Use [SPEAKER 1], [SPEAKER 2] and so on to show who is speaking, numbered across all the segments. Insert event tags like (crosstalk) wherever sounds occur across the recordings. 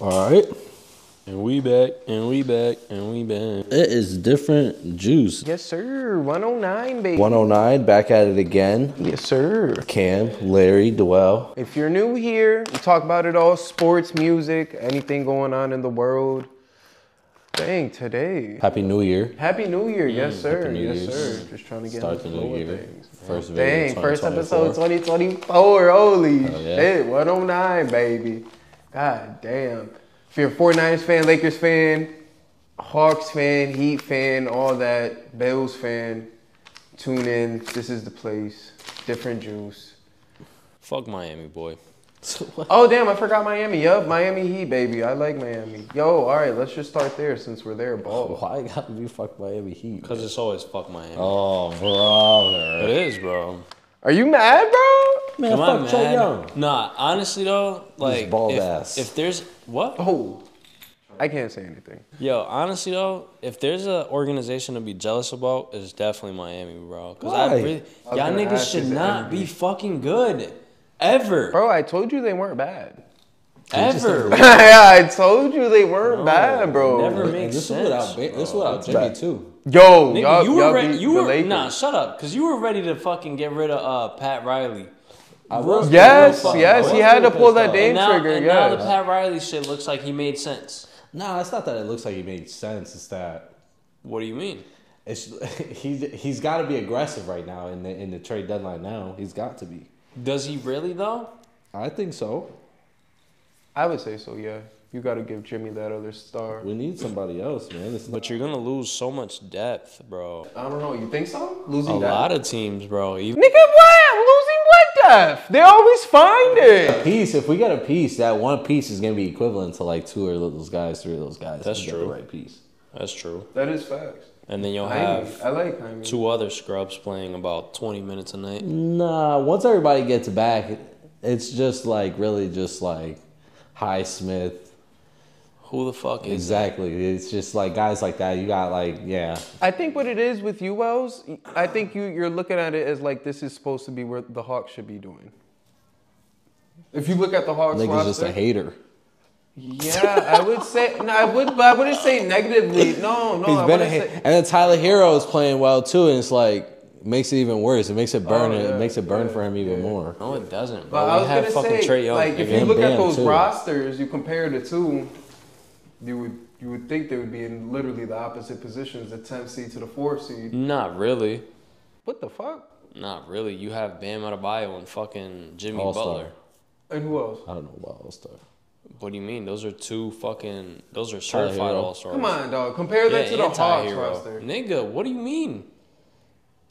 [SPEAKER 1] All right.
[SPEAKER 2] And we back, and we back, and we back.
[SPEAKER 3] It is different juice.
[SPEAKER 1] Yes, sir. 109, baby.
[SPEAKER 3] 109, back at it again.
[SPEAKER 1] Yes, sir.
[SPEAKER 3] Cam, Larry, Dwell.
[SPEAKER 1] If you're new here, we talk about it all sports, music, anything going on in the world. Dang, today.
[SPEAKER 3] Happy New Year.
[SPEAKER 1] Happy New Year. yes, sir.
[SPEAKER 3] Mm, New
[SPEAKER 1] yes,
[SPEAKER 3] Year.
[SPEAKER 1] sir. Just trying to get
[SPEAKER 3] Start
[SPEAKER 1] in
[SPEAKER 3] the
[SPEAKER 1] flow
[SPEAKER 3] new
[SPEAKER 1] of
[SPEAKER 3] year.
[SPEAKER 1] things.
[SPEAKER 3] First video.
[SPEAKER 1] Dang, first
[SPEAKER 3] 2024.
[SPEAKER 1] episode 2024. Holy
[SPEAKER 3] yeah.
[SPEAKER 1] shit, 109, baby. God damn. If you're a 49ers fan, Lakers fan, Hawks fan, Heat fan, all that, Bills fan, tune in. This is the place. Different juice.
[SPEAKER 2] Fuck Miami, boy.
[SPEAKER 1] Oh, damn, I forgot Miami. Yup, Miami Heat, baby. I like Miami. Yo, all right, let's just start there since we're there,
[SPEAKER 3] (laughs)
[SPEAKER 1] ball.
[SPEAKER 3] Oh, Why gotta be fucked by every heat?
[SPEAKER 2] Because it's always fuck Miami.
[SPEAKER 3] Oh, brother.
[SPEAKER 2] It is, bro.
[SPEAKER 1] Are you mad, bro?
[SPEAKER 3] Man,
[SPEAKER 2] Come
[SPEAKER 3] fuck
[SPEAKER 2] on, man.
[SPEAKER 3] Trey Young.
[SPEAKER 2] Nah, honestly, though, like,
[SPEAKER 3] bald
[SPEAKER 2] if,
[SPEAKER 3] ass.
[SPEAKER 2] if there's. What?
[SPEAKER 1] Oh, I can't say anything.
[SPEAKER 2] Yo, honestly though, if there's an organization to be jealous about, it's definitely Miami, bro. Cause I
[SPEAKER 3] Why?
[SPEAKER 2] really,
[SPEAKER 1] I was
[SPEAKER 2] y'all
[SPEAKER 1] gonna
[SPEAKER 2] niggas
[SPEAKER 1] ask,
[SPEAKER 2] should
[SPEAKER 1] is it
[SPEAKER 2] not be fucking good, ever,
[SPEAKER 1] Bro, I told you they weren't bad. (laughs)
[SPEAKER 2] ever.
[SPEAKER 1] yeah, I told you they weren't bad, bro.
[SPEAKER 2] never
[SPEAKER 3] And
[SPEAKER 2] makes
[SPEAKER 3] this
[SPEAKER 2] sense.
[SPEAKER 3] is without, ba- this is without Jimmy, too.
[SPEAKER 1] Yo,
[SPEAKER 2] Nigga,
[SPEAKER 1] y'all,
[SPEAKER 2] you were
[SPEAKER 1] y'all
[SPEAKER 2] ready.
[SPEAKER 1] beat
[SPEAKER 2] you
[SPEAKER 1] the
[SPEAKER 2] were
[SPEAKER 1] Lakers.
[SPEAKER 2] nah. Shut up, cause you were ready to fucking get rid of uh, Pat Riley.
[SPEAKER 3] I was-
[SPEAKER 1] Yes,
[SPEAKER 3] I was
[SPEAKER 1] yes, he had to
[SPEAKER 3] really
[SPEAKER 1] pull
[SPEAKER 3] pissed
[SPEAKER 1] that
[SPEAKER 3] off.
[SPEAKER 1] Dame
[SPEAKER 2] And now,
[SPEAKER 1] trigger.
[SPEAKER 2] and now the
[SPEAKER 1] yes.
[SPEAKER 2] Pat Riley shit looks like he made sense.
[SPEAKER 3] Nah, it's not that it looks like he made sense. It's that
[SPEAKER 2] What do you mean?
[SPEAKER 3] it's (laughs) he's he's got to be aggressive right now in the in the trade deadline. Now he's got to be.
[SPEAKER 2] Does he really though?
[SPEAKER 3] I think so.
[SPEAKER 1] I would say so. Yeah, you got to give Jimmy that other star.
[SPEAKER 3] We need somebody else, man. It's not,
[SPEAKER 2] But you're gonna lose so much depth, bro.
[SPEAKER 1] I don't know. You think so? Losing
[SPEAKER 2] A
[SPEAKER 1] that?
[SPEAKER 2] lot of teams, bro. Even
[SPEAKER 1] Nigga, what? Losing what? Def? They always find it.
[SPEAKER 3] piece. If we get a piece, that one piece is gonna be equivalent to like two of those guys, three of those guys.
[SPEAKER 2] That's
[SPEAKER 3] We got the
[SPEAKER 2] true.
[SPEAKER 3] right piece.
[SPEAKER 2] that's true.
[SPEAKER 1] That is facts.
[SPEAKER 2] And then you'll
[SPEAKER 1] I,
[SPEAKER 2] have
[SPEAKER 1] I like Jaime.
[SPEAKER 2] two other scrubs playing about 20 minutes a night.
[SPEAKER 3] Nah, once everybody gets back, it's just like really just like Highsmith.
[SPEAKER 2] Who the fuck is
[SPEAKER 3] Exactly. It's just like guys like that. You got like yeah.
[SPEAKER 1] I think what it is with you, Wells. I think you you're looking at it as like this is supposed to be what the Hawks should be doing. If you look at the Hawks,
[SPEAKER 3] Nigga's just a
[SPEAKER 1] roster-
[SPEAKER 3] hater.
[SPEAKER 1] Yeah, I would say no. I would, but I wouldn't say negatively. No, no,
[SPEAKER 3] He's
[SPEAKER 1] I
[SPEAKER 3] been a
[SPEAKER 1] wouldn't
[SPEAKER 3] hit.
[SPEAKER 1] say.
[SPEAKER 3] And then Tyler Hero is playing well too, and it's like makes it even worse. It makes it burn.
[SPEAKER 1] Oh, yeah,
[SPEAKER 3] it makes it burn
[SPEAKER 1] yeah,
[SPEAKER 3] for him even more.
[SPEAKER 2] No, it doesn't, bro.
[SPEAKER 1] But I
[SPEAKER 2] we
[SPEAKER 1] was
[SPEAKER 2] have
[SPEAKER 1] gonna
[SPEAKER 2] fucking
[SPEAKER 1] say,
[SPEAKER 2] Trey Young.
[SPEAKER 1] like, if
[SPEAKER 2] nigga.
[SPEAKER 1] you look at
[SPEAKER 3] Bam,
[SPEAKER 1] those
[SPEAKER 3] too.
[SPEAKER 1] rosters, you compare the two, you would you would think they would be in literally the opposite positions, the 10th seed to the 4th seed.
[SPEAKER 2] Not really.
[SPEAKER 1] What the fuck?
[SPEAKER 2] Not really. You have Bam Adebayo and fucking Jimmy
[SPEAKER 3] All-star.
[SPEAKER 2] Butler.
[SPEAKER 1] And who else?
[SPEAKER 3] I don't know about all stuff.
[SPEAKER 2] What do you mean? Those are two fucking. Those are
[SPEAKER 3] Tyler
[SPEAKER 2] certified
[SPEAKER 3] Hero.
[SPEAKER 2] all stars.
[SPEAKER 1] Come on, dog. Compare
[SPEAKER 2] yeah,
[SPEAKER 1] that to the Hawks
[SPEAKER 2] anti-hero.
[SPEAKER 1] roster.
[SPEAKER 2] Nigga, what do you mean?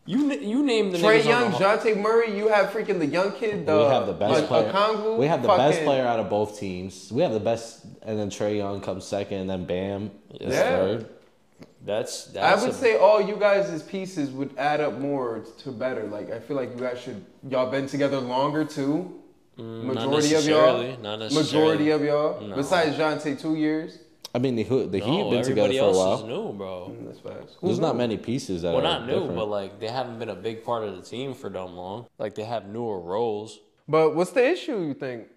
[SPEAKER 2] You n- you named the
[SPEAKER 1] Trey
[SPEAKER 2] niggas
[SPEAKER 1] Young,
[SPEAKER 2] on the Haw-
[SPEAKER 1] Jonte Murray. You have freaking the young kid. The,
[SPEAKER 3] we have the best
[SPEAKER 1] a,
[SPEAKER 3] player.
[SPEAKER 1] Okongwu,
[SPEAKER 3] we have the best
[SPEAKER 1] fucking-
[SPEAKER 3] player out of both teams. We have the best, and then Trey Young comes second, and then Bam is
[SPEAKER 1] Yeah.
[SPEAKER 3] third.
[SPEAKER 2] That's that's.
[SPEAKER 1] I would
[SPEAKER 2] a-
[SPEAKER 1] say all you guys' pieces would add up more to better. Like I feel like you guys should y'all been together longer too.
[SPEAKER 2] Mm, not
[SPEAKER 1] majority of y'all.
[SPEAKER 2] necessarily, not
[SPEAKER 1] Majority
[SPEAKER 2] necessarily.
[SPEAKER 1] of y'all.
[SPEAKER 2] No.
[SPEAKER 1] Besides Jonte, two years.
[SPEAKER 3] I mean, the, Ho- the Heat
[SPEAKER 2] No,
[SPEAKER 3] been together
[SPEAKER 2] everybody
[SPEAKER 3] for a
[SPEAKER 2] else
[SPEAKER 3] while.
[SPEAKER 2] is new, bro.
[SPEAKER 1] Mm, That's facts. Who
[SPEAKER 3] There's not
[SPEAKER 1] knew?
[SPEAKER 3] many pieces that
[SPEAKER 2] Well,
[SPEAKER 3] are
[SPEAKER 2] not new,
[SPEAKER 3] different.
[SPEAKER 2] but like they haven't been a big part of the team for dumb long. Like they have newer roles.
[SPEAKER 1] But what's the issue? You think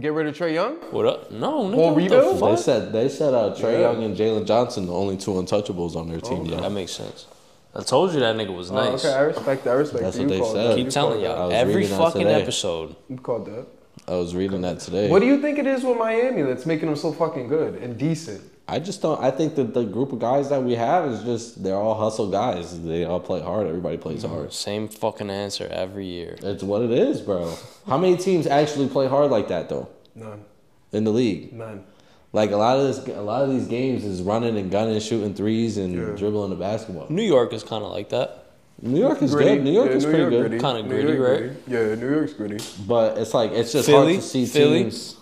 [SPEAKER 1] get rid of Trey Young?
[SPEAKER 2] What up? No, nigga.
[SPEAKER 1] Well,
[SPEAKER 2] what the
[SPEAKER 1] rebuild?
[SPEAKER 3] they
[SPEAKER 2] fuck?
[SPEAKER 3] said they said uh, Trey
[SPEAKER 1] Yeah. Oh,
[SPEAKER 3] Young and Jalen Johnson the only two untouchables on their team.
[SPEAKER 2] Yeah,
[SPEAKER 3] though.
[SPEAKER 2] that makes sense. I told you that nigga was nice.
[SPEAKER 1] okay, I respect that. I respect
[SPEAKER 3] That's
[SPEAKER 1] that.
[SPEAKER 3] what
[SPEAKER 1] You
[SPEAKER 3] they
[SPEAKER 1] called
[SPEAKER 3] said.
[SPEAKER 1] that.
[SPEAKER 2] Keep
[SPEAKER 1] You
[SPEAKER 2] telling
[SPEAKER 1] called that.
[SPEAKER 2] y'all
[SPEAKER 3] was
[SPEAKER 2] every
[SPEAKER 3] reading that
[SPEAKER 2] fucking
[SPEAKER 3] today.
[SPEAKER 2] episode.
[SPEAKER 1] You called that.
[SPEAKER 3] I was reading that today.
[SPEAKER 1] What do you think it is with Miami that's making them so fucking good and decent?
[SPEAKER 3] I just don't. I think that the group of guys that we have is just they're all hustle guys. They all play hard. Everybody plays
[SPEAKER 1] Mm-hmm.
[SPEAKER 3] hard.
[SPEAKER 2] Same fucking answer every year.
[SPEAKER 3] It's what it is, bro. How many teams actually play hard like that though
[SPEAKER 1] None.
[SPEAKER 3] in the league?
[SPEAKER 1] None.
[SPEAKER 3] Like a lot of this, a lot of these games is running and gunning, shooting threes and
[SPEAKER 1] Yeah.
[SPEAKER 3] dribbling the basketball.
[SPEAKER 2] New York is kind of like that.
[SPEAKER 3] New York is
[SPEAKER 1] Gritty.
[SPEAKER 3] good. New York
[SPEAKER 1] Yeah,
[SPEAKER 3] is
[SPEAKER 1] New
[SPEAKER 3] pretty
[SPEAKER 1] York
[SPEAKER 3] good,
[SPEAKER 1] gritty.
[SPEAKER 2] Kinda
[SPEAKER 1] New
[SPEAKER 2] gritty,
[SPEAKER 1] York
[SPEAKER 2] right?
[SPEAKER 1] Yeah, New York's gritty.
[SPEAKER 3] but it's like it's just
[SPEAKER 2] Philly?
[SPEAKER 3] hard to see
[SPEAKER 2] Philly?
[SPEAKER 3] teams.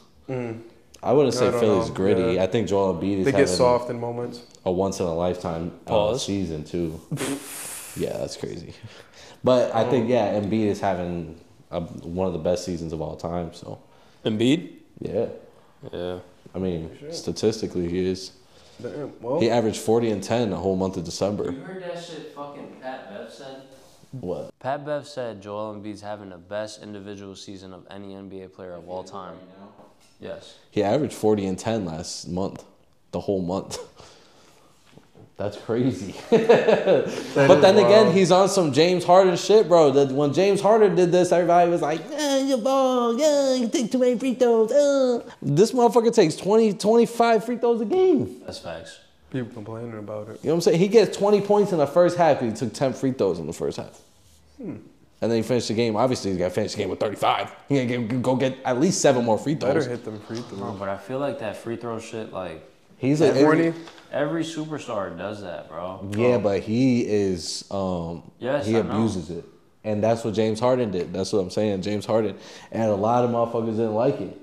[SPEAKER 3] I wouldn't say
[SPEAKER 1] I don't
[SPEAKER 3] Philly's
[SPEAKER 1] know.
[SPEAKER 3] gritty.
[SPEAKER 1] Yeah.
[SPEAKER 3] I think Joel Embiid is
[SPEAKER 1] They get
[SPEAKER 3] having
[SPEAKER 1] soft in moments.
[SPEAKER 3] a once in a lifetime uh,
[SPEAKER 2] Pause.
[SPEAKER 1] (laughs)
[SPEAKER 3] season too. yeah, that's crazy. But I
[SPEAKER 1] Oh.
[SPEAKER 3] think yeah, Embiid is having a, one of the best seasons of all time. So
[SPEAKER 2] Embiid?
[SPEAKER 3] yeah,
[SPEAKER 2] Yeah.
[SPEAKER 3] I mean statistically he is.
[SPEAKER 1] Damn. Well,
[SPEAKER 3] He averaged forty and ten the whole month of December.
[SPEAKER 2] heard that shit fucking Pat Bev said?
[SPEAKER 3] What?
[SPEAKER 2] Pat Bev said Joel Embiid's having the best individual season of any NBA player of all time. Yes.
[SPEAKER 3] He averaged 40 and 10 last month, the whole month. That's crazy. (laughs) but
[SPEAKER 1] is
[SPEAKER 3] then again,
[SPEAKER 1] wild.
[SPEAKER 3] he's on some James Harden shit, bro. That when James Harden did this, everybody was like, eh, you're ball, yeah, you take too many free throws. Uh. This motherfucker takes 20, 25 free throws a game.
[SPEAKER 2] That's facts.
[SPEAKER 1] People complaining about it.
[SPEAKER 3] You know what I'm saying? He gets 20 points in the first half because he took 10 free throws in the first half. And then he finished the game. Obviously, he's got to finish the game with 35. He got to go get at least seven more free
[SPEAKER 1] Better
[SPEAKER 3] throws.
[SPEAKER 1] hit them free throws.
[SPEAKER 2] Bro, but I feel like that free throw shit, like,
[SPEAKER 3] He's a,
[SPEAKER 1] Corny.
[SPEAKER 2] every superstar does that, bro.
[SPEAKER 3] Yeah, but he is. Um,
[SPEAKER 2] Um, Yes,
[SPEAKER 3] he
[SPEAKER 2] I know.
[SPEAKER 3] abuses it, and that's what James Harden did. That's what I'm saying. James Harden, and a lot of motherfuckers didn't like it.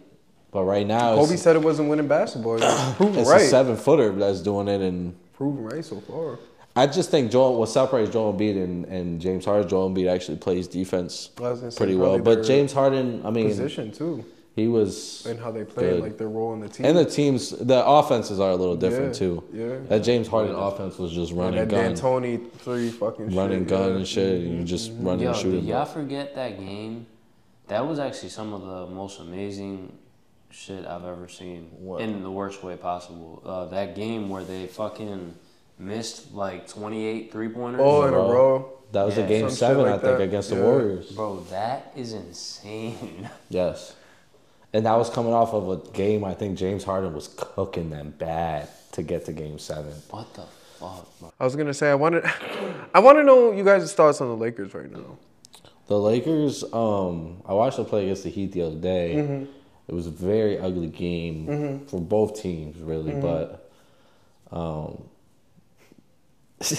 [SPEAKER 3] But right now,
[SPEAKER 1] Kobe
[SPEAKER 3] it's,
[SPEAKER 1] said it wasn't winning basketball.
[SPEAKER 3] (coughs)
[SPEAKER 1] He's Proven
[SPEAKER 3] it's a
[SPEAKER 1] right.
[SPEAKER 3] seven footer that's doing it, and
[SPEAKER 1] Proven right so far.
[SPEAKER 3] I just think Joel what separates Joel Embiid and, and James Harden. Joel Embiid actually plays defense
[SPEAKER 1] I was gonna say
[SPEAKER 3] pretty well,
[SPEAKER 1] probably
[SPEAKER 3] but
[SPEAKER 1] their
[SPEAKER 3] James Harden, I mean,
[SPEAKER 1] Position too,
[SPEAKER 3] he was.
[SPEAKER 1] and how they played,
[SPEAKER 3] Good.
[SPEAKER 1] like their role in the team.
[SPEAKER 3] And the teams, the offenses are a little different
[SPEAKER 1] Yeah,
[SPEAKER 3] too.
[SPEAKER 1] yeah.
[SPEAKER 3] That James Harden offense was just
[SPEAKER 1] And
[SPEAKER 3] running
[SPEAKER 1] that
[SPEAKER 3] gun,
[SPEAKER 1] D'Antoni three fucking
[SPEAKER 3] running
[SPEAKER 1] shit,
[SPEAKER 3] gun
[SPEAKER 1] yeah.
[SPEAKER 3] and shit. And you just running
[SPEAKER 2] Yo,
[SPEAKER 3] and
[SPEAKER 2] did
[SPEAKER 3] shooting.
[SPEAKER 2] y'all forget that game? That was actually some of the most amazing shit I've ever seen
[SPEAKER 3] What?
[SPEAKER 2] in the worst way possible. Uh, that game where they fucking missed like 28 three pointers.
[SPEAKER 1] All in a
[SPEAKER 3] Bro.
[SPEAKER 1] row.
[SPEAKER 3] That was a
[SPEAKER 2] Yeah.
[SPEAKER 3] game
[SPEAKER 1] Some shit
[SPEAKER 3] seven,
[SPEAKER 1] like
[SPEAKER 3] I think,
[SPEAKER 1] that.
[SPEAKER 3] against the
[SPEAKER 1] Yeah.
[SPEAKER 3] Warriors.
[SPEAKER 2] Bro, that is insane. (laughs)
[SPEAKER 3] Yes. And that was coming off of a game I think James Harden was cooking them bad to get to game seven.
[SPEAKER 2] what the fuck, bro?
[SPEAKER 1] I was gonna say I wanted, (laughs) I want to know you guys' thoughts on the Lakers right now.
[SPEAKER 3] The Lakers, um, I watched them play against the Heat the other day.
[SPEAKER 1] Mm-hmm.
[SPEAKER 3] It was a very ugly game for both teams, really,
[SPEAKER 1] Mm-hmm.
[SPEAKER 3] but (laughs) um,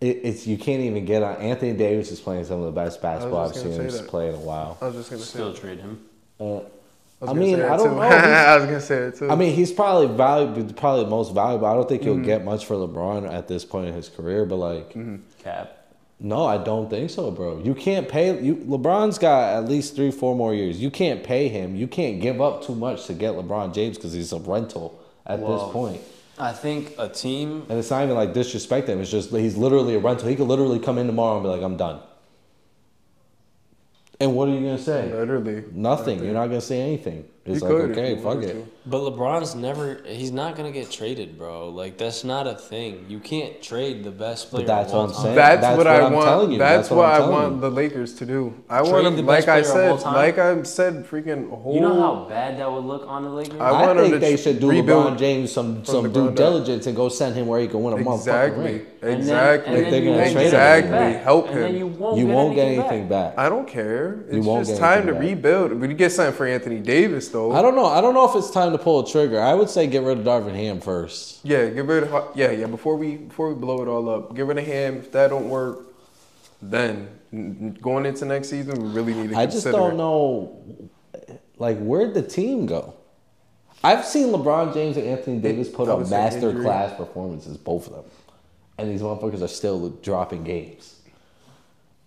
[SPEAKER 3] it, it's you can't even get on. Anthony Davis is playing some of the best basketball I've
[SPEAKER 1] just
[SPEAKER 3] seen
[SPEAKER 1] gonna
[SPEAKER 3] him
[SPEAKER 1] say that.
[SPEAKER 3] play in a while.
[SPEAKER 1] I was just gonna say.
[SPEAKER 2] Still trade him.
[SPEAKER 3] Uh,
[SPEAKER 1] was
[SPEAKER 3] I
[SPEAKER 1] gonna
[SPEAKER 3] mean,
[SPEAKER 1] say that
[SPEAKER 3] I don't
[SPEAKER 1] too.
[SPEAKER 3] know. He's-
[SPEAKER 1] (laughs) I was gonna say it too.
[SPEAKER 3] I mean, he's probably valuable, probably the most valuable. I don't think he'll
[SPEAKER 1] Mm-hmm.
[SPEAKER 3] get much for LeBron at this point in his career, but like,
[SPEAKER 2] Cap.
[SPEAKER 3] no, I don't think so, bro. You can't pay. You, LeBron's got at least three, four more years. You can't pay him. You can't give up too much to get LeBron James because he's a rental at
[SPEAKER 2] Well-
[SPEAKER 3] this point.
[SPEAKER 2] I think a team.
[SPEAKER 3] And it's not even like disrespect him. It's just that he's literally a rental. He could literally come in tomorrow and be like, I'm done. And what are you gonna say?
[SPEAKER 1] literally.
[SPEAKER 3] Nothing. You're not gonna say anything. It's like
[SPEAKER 1] could if
[SPEAKER 3] okay,
[SPEAKER 1] he
[SPEAKER 3] fuck
[SPEAKER 1] wanted
[SPEAKER 3] it.
[SPEAKER 1] to.
[SPEAKER 2] But LeBron's never. He's not gonna get traded, bro. Like that's not a thing. You can't trade the best player.
[SPEAKER 3] But that's
[SPEAKER 2] of
[SPEAKER 3] what
[SPEAKER 2] all
[SPEAKER 3] I'm
[SPEAKER 2] time.
[SPEAKER 3] saying.
[SPEAKER 1] That's,
[SPEAKER 3] That's
[SPEAKER 1] what,
[SPEAKER 3] what
[SPEAKER 1] I
[SPEAKER 3] I'm telling
[SPEAKER 1] want.
[SPEAKER 3] you.
[SPEAKER 1] That's,
[SPEAKER 3] That's what
[SPEAKER 1] what,
[SPEAKER 3] I'm
[SPEAKER 1] I
[SPEAKER 3] telling
[SPEAKER 1] want
[SPEAKER 3] you.
[SPEAKER 1] the Lakers to do. I
[SPEAKER 2] Trade
[SPEAKER 1] want
[SPEAKER 2] the
[SPEAKER 1] them,
[SPEAKER 2] best
[SPEAKER 1] like I
[SPEAKER 2] player of all
[SPEAKER 1] said,
[SPEAKER 2] time?
[SPEAKER 1] like I said, freaking whole.
[SPEAKER 2] You know how bad that would look on the Lakers.
[SPEAKER 1] I-
[SPEAKER 3] I,
[SPEAKER 1] want him
[SPEAKER 3] think
[SPEAKER 1] to
[SPEAKER 3] they should do
[SPEAKER 1] rebuild
[SPEAKER 3] LeBron James some some
[SPEAKER 1] the
[SPEAKER 3] due
[SPEAKER 1] ground up.
[SPEAKER 3] diligence and go send him where he can win a motherfucking
[SPEAKER 1] exactly,
[SPEAKER 3] ring.
[SPEAKER 2] And then-
[SPEAKER 1] exactly,
[SPEAKER 2] and then
[SPEAKER 3] They're
[SPEAKER 2] you
[SPEAKER 3] gonna trade
[SPEAKER 2] won't get
[SPEAKER 3] him.
[SPEAKER 1] exactly.
[SPEAKER 2] anything back.
[SPEAKER 1] Help
[SPEAKER 2] And
[SPEAKER 1] him.
[SPEAKER 2] then you won't,
[SPEAKER 3] You
[SPEAKER 2] get,
[SPEAKER 3] won't get
[SPEAKER 2] anything
[SPEAKER 3] anything
[SPEAKER 2] back.
[SPEAKER 3] back.
[SPEAKER 1] I don't care. It's
[SPEAKER 3] won't
[SPEAKER 1] just
[SPEAKER 3] get
[SPEAKER 1] time to
[SPEAKER 3] anything
[SPEAKER 1] rebuild. We could get something for Anthony Davis though.
[SPEAKER 3] I don't know. I don't know if it's time to pull a trigger. I would say get rid of Darvin Ham first.
[SPEAKER 1] Yeah, get rid of Har- yeah, yeah. Before we before we blow it all up, get rid of him. If that don't work, then n- n- going into next season, we really need to.
[SPEAKER 3] I
[SPEAKER 1] consider
[SPEAKER 3] just don't know, like where'd the team go? I've seen LeBron James and Anthony Davis put
[SPEAKER 1] I
[SPEAKER 3] up
[SPEAKER 1] would say
[SPEAKER 3] master
[SPEAKER 1] injury.
[SPEAKER 3] class performances, both of them, and these motherfuckers are still dropping games.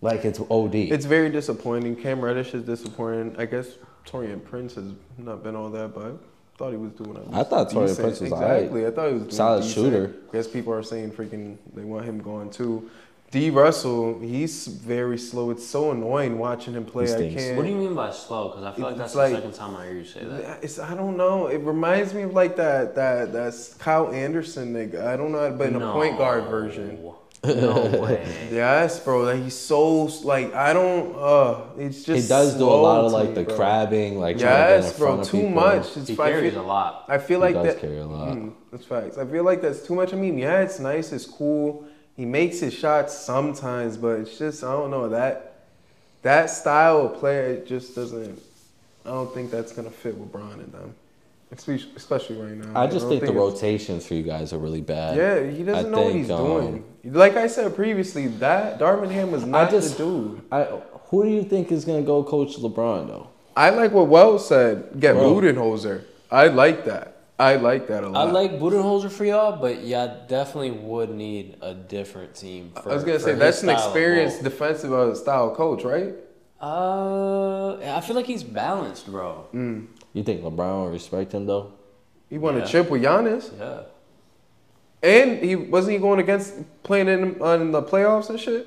[SPEAKER 3] Like it's OD.
[SPEAKER 1] It's very disappointing. Cam Reddish is disappointing. I guess Torian Prince has not been all that, but I thought he was doing. At least
[SPEAKER 3] I thought Torian
[SPEAKER 1] decent.
[SPEAKER 3] Prince was all right.
[SPEAKER 1] exactly. I thought he was doing
[SPEAKER 3] Solid
[SPEAKER 1] decent.
[SPEAKER 3] shooter.
[SPEAKER 1] guess people are saying freaking they want him gone too. D Russell, he's very slow. It's so annoying watching him play.
[SPEAKER 3] He
[SPEAKER 1] I
[SPEAKER 3] stinks.
[SPEAKER 1] can't.
[SPEAKER 2] What do you mean by slow? Because I feel like that's
[SPEAKER 1] It's like-
[SPEAKER 2] the second time I hear you say that.
[SPEAKER 1] It's, I don't know. It reminds me of like that that that's Kyle Anderson nigga. I don't know, how to- but in a point guard version.
[SPEAKER 2] No way.
[SPEAKER 1] Yes, bro. That he's so like I don't. Uh, it's just
[SPEAKER 3] he does do a lot
[SPEAKER 1] slow
[SPEAKER 3] of
[SPEAKER 1] to
[SPEAKER 3] like
[SPEAKER 1] me,
[SPEAKER 3] the
[SPEAKER 1] bro.
[SPEAKER 3] crabbing, like trying to get in
[SPEAKER 1] Yes,
[SPEAKER 3] front
[SPEAKER 1] bro.
[SPEAKER 3] of
[SPEAKER 1] Too
[SPEAKER 3] people.
[SPEAKER 1] much. It's
[SPEAKER 2] he
[SPEAKER 1] I
[SPEAKER 2] carries
[SPEAKER 1] feel-
[SPEAKER 2] a lot.
[SPEAKER 1] I feel
[SPEAKER 3] He
[SPEAKER 1] like
[SPEAKER 3] does
[SPEAKER 1] that.
[SPEAKER 3] carry a lot.
[SPEAKER 1] Mm, that's facts. I feel like that's too much. I mean, yeah, it's nice. It's cool. He makes his shots sometimes, but it's just I don't know that that style of player it just doesn't. I don't think that's gonna fit with Bron and them, especially especially right now.
[SPEAKER 3] I
[SPEAKER 1] don't
[SPEAKER 3] just think, the
[SPEAKER 1] it's-
[SPEAKER 3] rotations for you guys are really bad.
[SPEAKER 1] Yeah, he doesn't know what
[SPEAKER 3] think,
[SPEAKER 1] he's
[SPEAKER 3] um,
[SPEAKER 1] doing. Like I said previously, that Darvin Ham was not
[SPEAKER 3] just-
[SPEAKER 1] the dude.
[SPEAKER 3] I, who do you think is gonna go coach LeBron though?
[SPEAKER 1] I like what Wells said. Get
[SPEAKER 3] Bro.
[SPEAKER 1] Budenholzer. I like that. I like that a
[SPEAKER 2] I
[SPEAKER 1] lot.
[SPEAKER 2] like Budenholzer for y'all, but y'all definitely would need a different team. For,
[SPEAKER 1] I was gonna
[SPEAKER 2] for
[SPEAKER 1] say
[SPEAKER 2] his
[SPEAKER 1] that's an
[SPEAKER 2] style of
[SPEAKER 1] experienced
[SPEAKER 2] ball.
[SPEAKER 1] defensive uh, style coach, right?
[SPEAKER 2] Uh, I feel like he's balanced, bro.
[SPEAKER 3] You think LeBron will respect him though?
[SPEAKER 1] He won
[SPEAKER 2] Yeah.
[SPEAKER 1] a chip with Giannis,
[SPEAKER 2] Yeah.
[SPEAKER 1] and he wasn't he going against playing in on the playoffs and shit.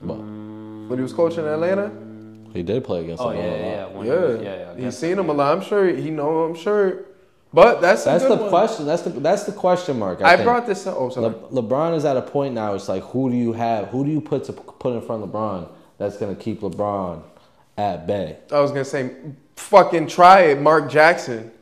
[SPEAKER 1] When he was coaching Atlanta,
[SPEAKER 3] He did play against
[SPEAKER 2] Oh
[SPEAKER 3] them
[SPEAKER 2] yeah,
[SPEAKER 3] all a
[SPEAKER 2] yeah,
[SPEAKER 3] lot.
[SPEAKER 2] yeah. One
[SPEAKER 1] yeah,
[SPEAKER 2] year. yeah, yeah. I
[SPEAKER 1] he's
[SPEAKER 2] guess.
[SPEAKER 1] seen him a lot. I'm sure he know. I'm sure, but that's
[SPEAKER 3] That's
[SPEAKER 1] a good
[SPEAKER 3] the
[SPEAKER 1] one.
[SPEAKER 3] question. That's the that's the question mark. I,
[SPEAKER 1] I,
[SPEAKER 3] think.
[SPEAKER 1] brought this up. Oh, sorry.
[SPEAKER 3] Le- LeBron is at a point now. It's like who do you have? Who do you put to put in front of LeBron? That's gonna keep LeBron at bay.
[SPEAKER 1] I was gonna say, fucking try it, Mark Jackson.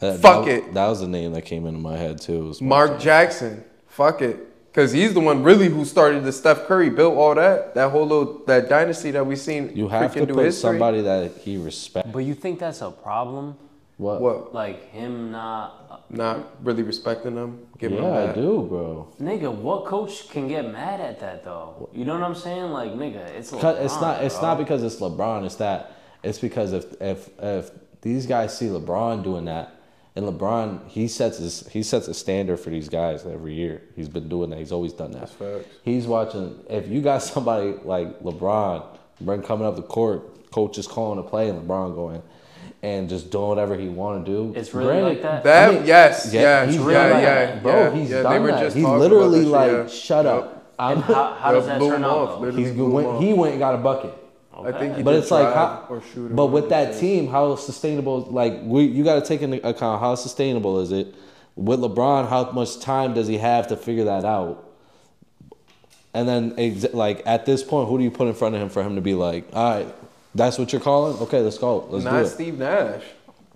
[SPEAKER 3] That-
[SPEAKER 1] Fuck
[SPEAKER 3] that-
[SPEAKER 1] it.
[SPEAKER 3] That was the name that came into my head too. was
[SPEAKER 1] Mark Jackson. Fuck it. Cause he's the one really who started the Steph Curry, built all that, that whole little that dynasty that we seen.
[SPEAKER 3] You have
[SPEAKER 1] freaking
[SPEAKER 3] to
[SPEAKER 1] do
[SPEAKER 3] put
[SPEAKER 1] history.
[SPEAKER 3] somebody that he respects.
[SPEAKER 2] But you think that's a problem?
[SPEAKER 3] What?
[SPEAKER 1] What?
[SPEAKER 2] Like him not,
[SPEAKER 1] Not really respecting them, giving them
[SPEAKER 3] Yeah,
[SPEAKER 1] that.
[SPEAKER 3] I do, bro.
[SPEAKER 2] nigga. What coach can get mad at that though? You know what I'm saying? Like, nigga, it's
[SPEAKER 3] Cut- It's
[SPEAKER 2] LeBron,
[SPEAKER 3] not. It's
[SPEAKER 2] bro.
[SPEAKER 3] not because it's LeBron. It's that. It's because if if if these guys see LeBron doing that, and LeBron he sets his he sets a standard for these guys every year. He's been doing that. He's always done that.
[SPEAKER 1] facts.
[SPEAKER 3] He's watching. If you got (laughs) somebody like LeBron, LeBron coming up the court, coach is calling a play, and LeBron going. And just doing whatever he want to do.
[SPEAKER 2] It's really like that?
[SPEAKER 1] That
[SPEAKER 3] I mean,
[SPEAKER 1] yes, yes,
[SPEAKER 3] he's
[SPEAKER 1] yeah,
[SPEAKER 3] done
[SPEAKER 1] yeah,
[SPEAKER 3] that.
[SPEAKER 1] yeah,
[SPEAKER 3] bro. he's
[SPEAKER 1] yeah,
[SPEAKER 3] done
[SPEAKER 1] they were
[SPEAKER 3] that.
[SPEAKER 1] just
[SPEAKER 3] He's
[SPEAKER 1] talking about
[SPEAKER 3] literally
[SPEAKER 1] that
[SPEAKER 3] like,
[SPEAKER 1] shit, yeah.
[SPEAKER 3] shut
[SPEAKER 1] Yep.
[SPEAKER 3] up. I'm,
[SPEAKER 2] And how, how does
[SPEAKER 1] Yeah,
[SPEAKER 2] that
[SPEAKER 1] blew him
[SPEAKER 2] turn out
[SPEAKER 1] off,
[SPEAKER 2] though?
[SPEAKER 1] literally.
[SPEAKER 3] he's
[SPEAKER 1] blew him
[SPEAKER 3] went,
[SPEAKER 1] off.
[SPEAKER 3] he went and got a bucket.
[SPEAKER 1] I think he
[SPEAKER 3] But
[SPEAKER 1] did
[SPEAKER 3] it's like,
[SPEAKER 1] drive
[SPEAKER 3] how,
[SPEAKER 1] or shoot or
[SPEAKER 3] but with
[SPEAKER 1] whatever.
[SPEAKER 3] that team, how sustainable? Like, we, you got to take into account how sustainable is it with LeBron? How much time does he have to figure that out? And then, ex- like at this point, who do you put in front of him for him to be like, all right, that's what you're calling? Okay, let's go, let's
[SPEAKER 1] Not
[SPEAKER 3] do
[SPEAKER 1] Steve Nash.
[SPEAKER 3] it.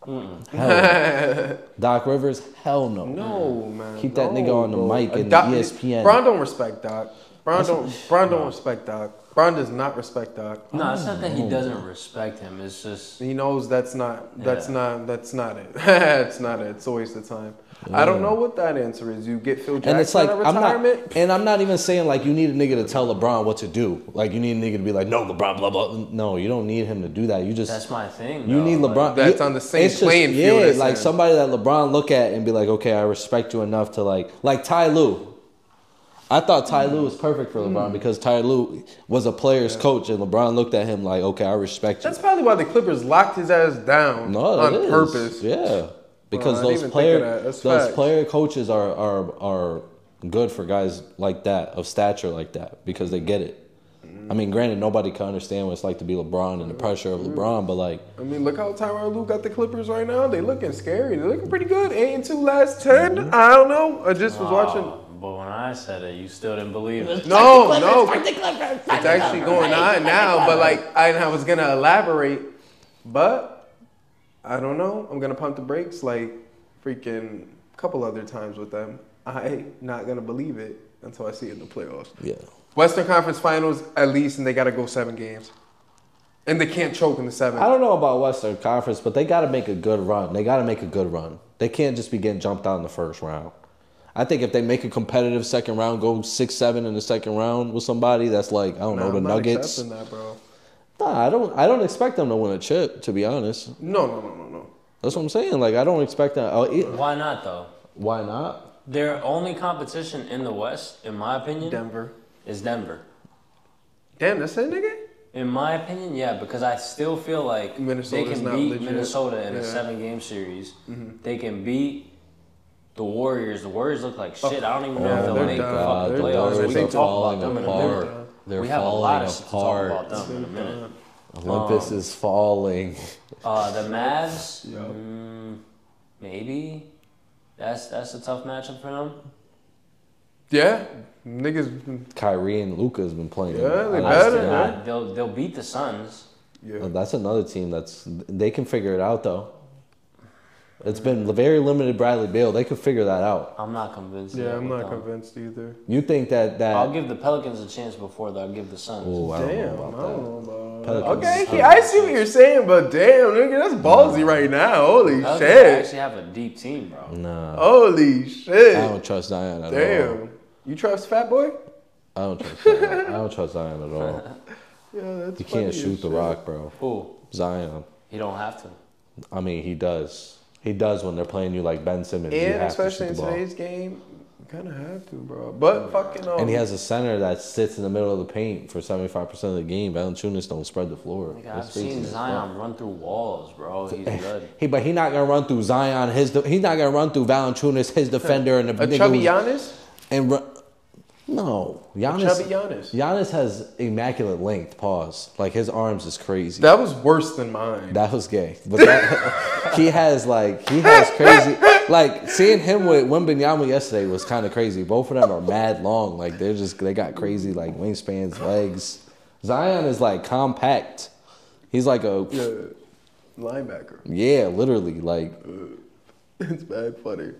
[SPEAKER 3] Hell no. Doc Rivers, hell no.
[SPEAKER 1] No man.
[SPEAKER 3] Keep that
[SPEAKER 1] no,
[SPEAKER 3] nigga on the
[SPEAKER 1] bro.
[SPEAKER 3] mic and E
[SPEAKER 1] Doc-
[SPEAKER 3] ESPN.
[SPEAKER 1] Bron don't respect Doc. Bron don't. Bron don't respect Doc. Bron does not respect Doc.
[SPEAKER 2] No, it's not that he doesn't respect him. It's just
[SPEAKER 1] He knows that's not that's
[SPEAKER 2] Yeah.
[SPEAKER 1] not that's not it. (laughs) that's not it. It's a waste of time. I don't know what that answer is. You get Phil Jackson
[SPEAKER 3] And it's like
[SPEAKER 1] out of
[SPEAKER 3] I'm not,
[SPEAKER 1] retirement.
[SPEAKER 3] and I'm not even saying like you need a nigga to tell LeBron what to do. Like you need a nigga to be like, no, LeBron, blah blah. No, you don't need him to do that. You just
[SPEAKER 2] that's my thing.
[SPEAKER 3] You
[SPEAKER 2] though,
[SPEAKER 3] need
[SPEAKER 2] like-
[SPEAKER 3] LeBron.
[SPEAKER 1] That's
[SPEAKER 3] Yeah,
[SPEAKER 1] on the same
[SPEAKER 3] it's
[SPEAKER 1] playing field
[SPEAKER 3] Yeah,
[SPEAKER 1] as
[SPEAKER 3] like
[SPEAKER 1] him.
[SPEAKER 3] somebody that LeBron look at and be like, okay, I respect you enough to like, like Ty Lue. I thought Ty Lue was perfect for
[SPEAKER 1] Hmm.
[SPEAKER 3] LeBron because Ty Lue was a player's coach, and LeBron looked at him like, okay, I respect you.
[SPEAKER 1] That's probably why the Clippers locked his ass down
[SPEAKER 3] no,
[SPEAKER 1] on
[SPEAKER 3] it is.
[SPEAKER 1] purpose.
[SPEAKER 3] Yeah, because
[SPEAKER 1] I didn't
[SPEAKER 3] those
[SPEAKER 1] even think of
[SPEAKER 3] player,
[SPEAKER 1] that. That's
[SPEAKER 3] those
[SPEAKER 1] facts.
[SPEAKER 3] player coaches are are are good for guys like that of stature like that because they get it. I mean, granted, nobody can understand what it's like to be LeBron
[SPEAKER 1] Mm-hmm.
[SPEAKER 3] and the pressure of LeBron, but like.
[SPEAKER 1] I mean, look how Tyronn Lue got the Clippers right now. They looking scary. They looking pretty good. Eight and two last 10 I don't know. I just was watching.
[SPEAKER 2] Oh, but when I said it, you still didn't believe it.
[SPEAKER 1] No, no. It's actually going on now, but like I, and I was gonna elaborate, but I don't know. I'm gonna pump the brakes like freaking couple other times with them. I not gonna believe it until I see it in the playoffs.
[SPEAKER 3] Yeah.
[SPEAKER 1] Western Conference Finals at least, and they gotta go seven games, and they can't choke in the seventh.
[SPEAKER 3] I don't know about Western Conference, but they got to make a good run. They got to make a good run. They can't just be getting jumped out in the first round. I think if they make a competitive second round, go six seven in the second round with somebody that's like I don't
[SPEAKER 1] Nah,
[SPEAKER 3] know the
[SPEAKER 1] I'm not
[SPEAKER 3] Nuggets.
[SPEAKER 1] accepting that, bro.
[SPEAKER 3] Nah, I don't. I don't expect them to win a chip. To be honest,
[SPEAKER 1] No, no, no, no, no.
[SPEAKER 3] that's what I'm saying. Like I don't expect that. Oh, it-
[SPEAKER 2] Why not though?
[SPEAKER 3] why not?
[SPEAKER 2] Their only competition in the West, in my opinion,
[SPEAKER 1] Denver.
[SPEAKER 2] is Denver.
[SPEAKER 1] Damn, that's it, nigga.
[SPEAKER 2] In my opinion, yeah, because I still feel like they
[SPEAKER 1] Minnesota's
[SPEAKER 2] can
[SPEAKER 1] not
[SPEAKER 2] beat
[SPEAKER 1] legit.
[SPEAKER 2] Minnesota in a
[SPEAKER 1] Yeah. Mm-hmm.
[SPEAKER 2] seven-game series. They can beat the Warriors. The Warriors look like shit. I don't even know
[SPEAKER 1] Yeah,
[SPEAKER 2] if they'll
[SPEAKER 1] they're
[SPEAKER 2] make
[SPEAKER 1] done.
[SPEAKER 2] the
[SPEAKER 1] Uh,
[SPEAKER 2] fucking
[SPEAKER 1] They're done.
[SPEAKER 2] playoffs.
[SPEAKER 1] They
[SPEAKER 2] We
[SPEAKER 1] think
[SPEAKER 2] can
[SPEAKER 1] they're
[SPEAKER 2] talk about them in a
[SPEAKER 1] apart.
[SPEAKER 2] minute. We have a lot of shit to talk about them in a minute.
[SPEAKER 3] Olympus is falling.
[SPEAKER 2] Uh, the Mavs, mm, maybe. That's that's a tough matchup for them.
[SPEAKER 1] Yeah, niggas.
[SPEAKER 3] Kyrie and Luca has been playing.
[SPEAKER 1] Yeah, they
[SPEAKER 3] And I
[SPEAKER 1] better,
[SPEAKER 3] still-
[SPEAKER 1] man.
[SPEAKER 2] Uh, they'll they'll beat the Suns.
[SPEAKER 1] Yeah.
[SPEAKER 3] That's another team that's they can figure it out though. It's been very limited Bradley Beal. They could figure that out.
[SPEAKER 2] I'm not convinced.
[SPEAKER 1] Yeah,
[SPEAKER 2] yet
[SPEAKER 1] I'm
[SPEAKER 2] with
[SPEAKER 1] not
[SPEAKER 2] them.
[SPEAKER 1] convinced either.
[SPEAKER 3] You think that that?
[SPEAKER 2] I'll give the Pelicans a chance before that. I'll give the Suns.
[SPEAKER 3] Ooh, I don't
[SPEAKER 1] Damn,
[SPEAKER 3] know
[SPEAKER 1] I
[SPEAKER 3] about
[SPEAKER 1] don't
[SPEAKER 3] that.
[SPEAKER 1] know about
[SPEAKER 3] Pelicans
[SPEAKER 1] Okay,
[SPEAKER 3] is
[SPEAKER 1] he- I see what you're saying, but damn, nigga, that's ballsy right now. Holy
[SPEAKER 2] Pelicans
[SPEAKER 1] shit.
[SPEAKER 2] actually have a deep team, bro.
[SPEAKER 3] Nah,
[SPEAKER 1] Holy
[SPEAKER 3] I
[SPEAKER 1] shit.
[SPEAKER 3] don't trust Zion at all.
[SPEAKER 1] Oh, Damn. You trust Fat Boy?
[SPEAKER 3] I don't trust. Zion. I don't trust Zion at
[SPEAKER 1] (laughs)
[SPEAKER 3] all.
[SPEAKER 1] Yeah, that's
[SPEAKER 3] He
[SPEAKER 1] funny
[SPEAKER 3] can't
[SPEAKER 1] as
[SPEAKER 3] shoot the
[SPEAKER 1] shit.
[SPEAKER 3] rock, bro.
[SPEAKER 2] Ooh,
[SPEAKER 3] Zion.
[SPEAKER 2] he don't have to.
[SPEAKER 3] I mean, he does. He does when they're playing you like Ben Simmons. you
[SPEAKER 1] And
[SPEAKER 3] have to
[SPEAKER 1] especially
[SPEAKER 3] shoot
[SPEAKER 1] in
[SPEAKER 3] the ball.
[SPEAKER 1] today's game, you kind of have to, bro. But fucking um,
[SPEAKER 3] And he has a center that sits in the middle of the paint for seventy five percent of the game. Valanciunas don't spread the floor.
[SPEAKER 2] Nigga,
[SPEAKER 3] Let's
[SPEAKER 2] Oh I've
[SPEAKER 3] face
[SPEAKER 2] seen
[SPEAKER 3] it.
[SPEAKER 2] Zion run through walls,
[SPEAKER 3] (laughs)
[SPEAKER 2] bro. He's good.
[SPEAKER 3] He, but he not gonna run through Zion. His de- he's not gonna run through Valanciunas, his defender, and the
[SPEAKER 1] a
[SPEAKER 3] nigga
[SPEAKER 1] chubby
[SPEAKER 3] who's-
[SPEAKER 1] Giannis.
[SPEAKER 3] and run, No, Giannis.
[SPEAKER 1] Chubby Giannis.
[SPEAKER 3] Giannis has immaculate length. Pause. Like his arms is crazy.
[SPEAKER 1] That was worse than mine.
[SPEAKER 3] That was gay. But that, (laughs) he has like he has crazy like seeing him with Wimbenyama yesterday was kind of crazy. Both of them are mad long. Like they're just they got crazy like wingspans, legs. Zion is like compact. He's like a yeah,
[SPEAKER 1] Yeah, linebacker. (laughs)
[SPEAKER 3] literally like
[SPEAKER 1] It's bad funny.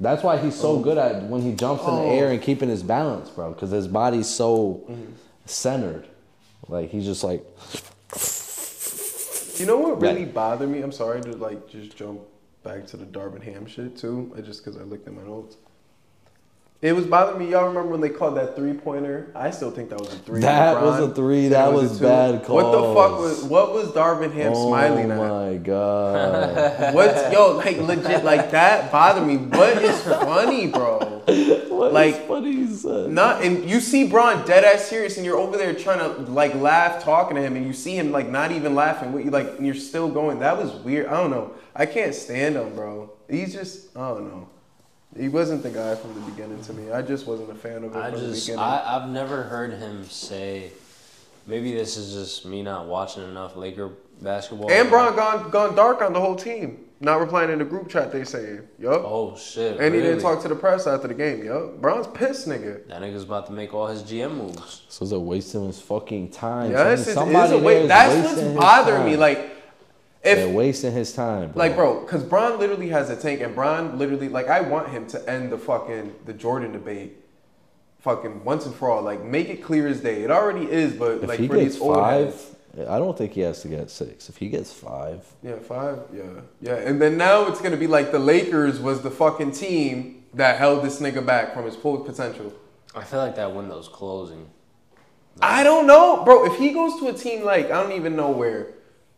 [SPEAKER 3] that's why he's
[SPEAKER 1] Oh.
[SPEAKER 3] so good at when he jumps in the air and keeping his balance, bro, cuz his body's so
[SPEAKER 1] Mm-hmm.
[SPEAKER 3] centered. Like he's just like
[SPEAKER 1] You know what really
[SPEAKER 3] Right.
[SPEAKER 1] bothered me? I'm sorry to like just jump back to the Darvin Ham shit too, uh, just because I looked at my notes. It was bothering me. Y'all remember when they called that three pointer? I still think that was a three.
[SPEAKER 3] That
[SPEAKER 1] LeBron.
[SPEAKER 3] was a three. That
[SPEAKER 1] It
[SPEAKER 3] was
[SPEAKER 1] a two.
[SPEAKER 3] bad
[SPEAKER 1] What the fuck
[SPEAKER 3] calls.
[SPEAKER 1] was? What was Darvin Ham smiling
[SPEAKER 3] oh
[SPEAKER 1] at? (laughs)
[SPEAKER 3] my god.
[SPEAKER 1] What's yo like legit like that bothered me. What is funny,
[SPEAKER 3] (laughs)
[SPEAKER 1] bro?
[SPEAKER 3] What
[SPEAKER 1] Like-
[SPEAKER 3] is funny he said?
[SPEAKER 1] Not and you see Braun dead ass serious, and you're over there trying to like laugh, talking to him, and you see him like not even laughing. What you like? And you're still going. That was weird. I don't know. I can't stand him, bro. He's just I don't know. He wasn't the guy from the beginning to me. I just wasn't a fan of him
[SPEAKER 2] I
[SPEAKER 1] from
[SPEAKER 2] just
[SPEAKER 1] the beginning.
[SPEAKER 2] I, I've never heard him say. Maybe this is just me not watching enough Laker basketball.
[SPEAKER 1] and Braun gone gone dark on the whole team. Not replying in the group chat. They saying, yup.
[SPEAKER 2] Oh shit!
[SPEAKER 1] and he didn't
[SPEAKER 2] really?
[SPEAKER 1] talk to the press after the game. Yup. Braun's pissed, nigga.
[SPEAKER 2] That nigga's about to make all his GM moves.
[SPEAKER 3] This was a waste of his fucking time.
[SPEAKER 1] Yes, it's,
[SPEAKER 3] son.
[SPEAKER 1] it's
[SPEAKER 3] Somebody
[SPEAKER 1] a
[SPEAKER 3] there
[SPEAKER 1] way.
[SPEAKER 3] is
[SPEAKER 1] That's
[SPEAKER 3] wasting
[SPEAKER 1] what's
[SPEAKER 3] his
[SPEAKER 1] bothering me.
[SPEAKER 3] time.
[SPEAKER 1] Like,
[SPEAKER 3] They're
[SPEAKER 1] if
[SPEAKER 3] wasting his time, bro.
[SPEAKER 1] like, bro, because Bron literally has a tank, and Bron literally like, I want him to end the fucking the Jordan debate, fucking once and for all. Like, make it clear as day. It already is, but
[SPEAKER 3] if
[SPEAKER 1] like
[SPEAKER 3] he
[SPEAKER 1] for
[SPEAKER 3] gets
[SPEAKER 1] these old
[SPEAKER 3] five,
[SPEAKER 1] heads.
[SPEAKER 3] I don't think he has to get six. If he gets five,
[SPEAKER 1] Yeah, five. Yeah, yeah. And then now it's gonna be like the Lakers was the fucking team that held this nigga back from his full potential.
[SPEAKER 2] I feel like that window's closing.
[SPEAKER 1] I don't know, bro. If he goes to a team like I don't even know where,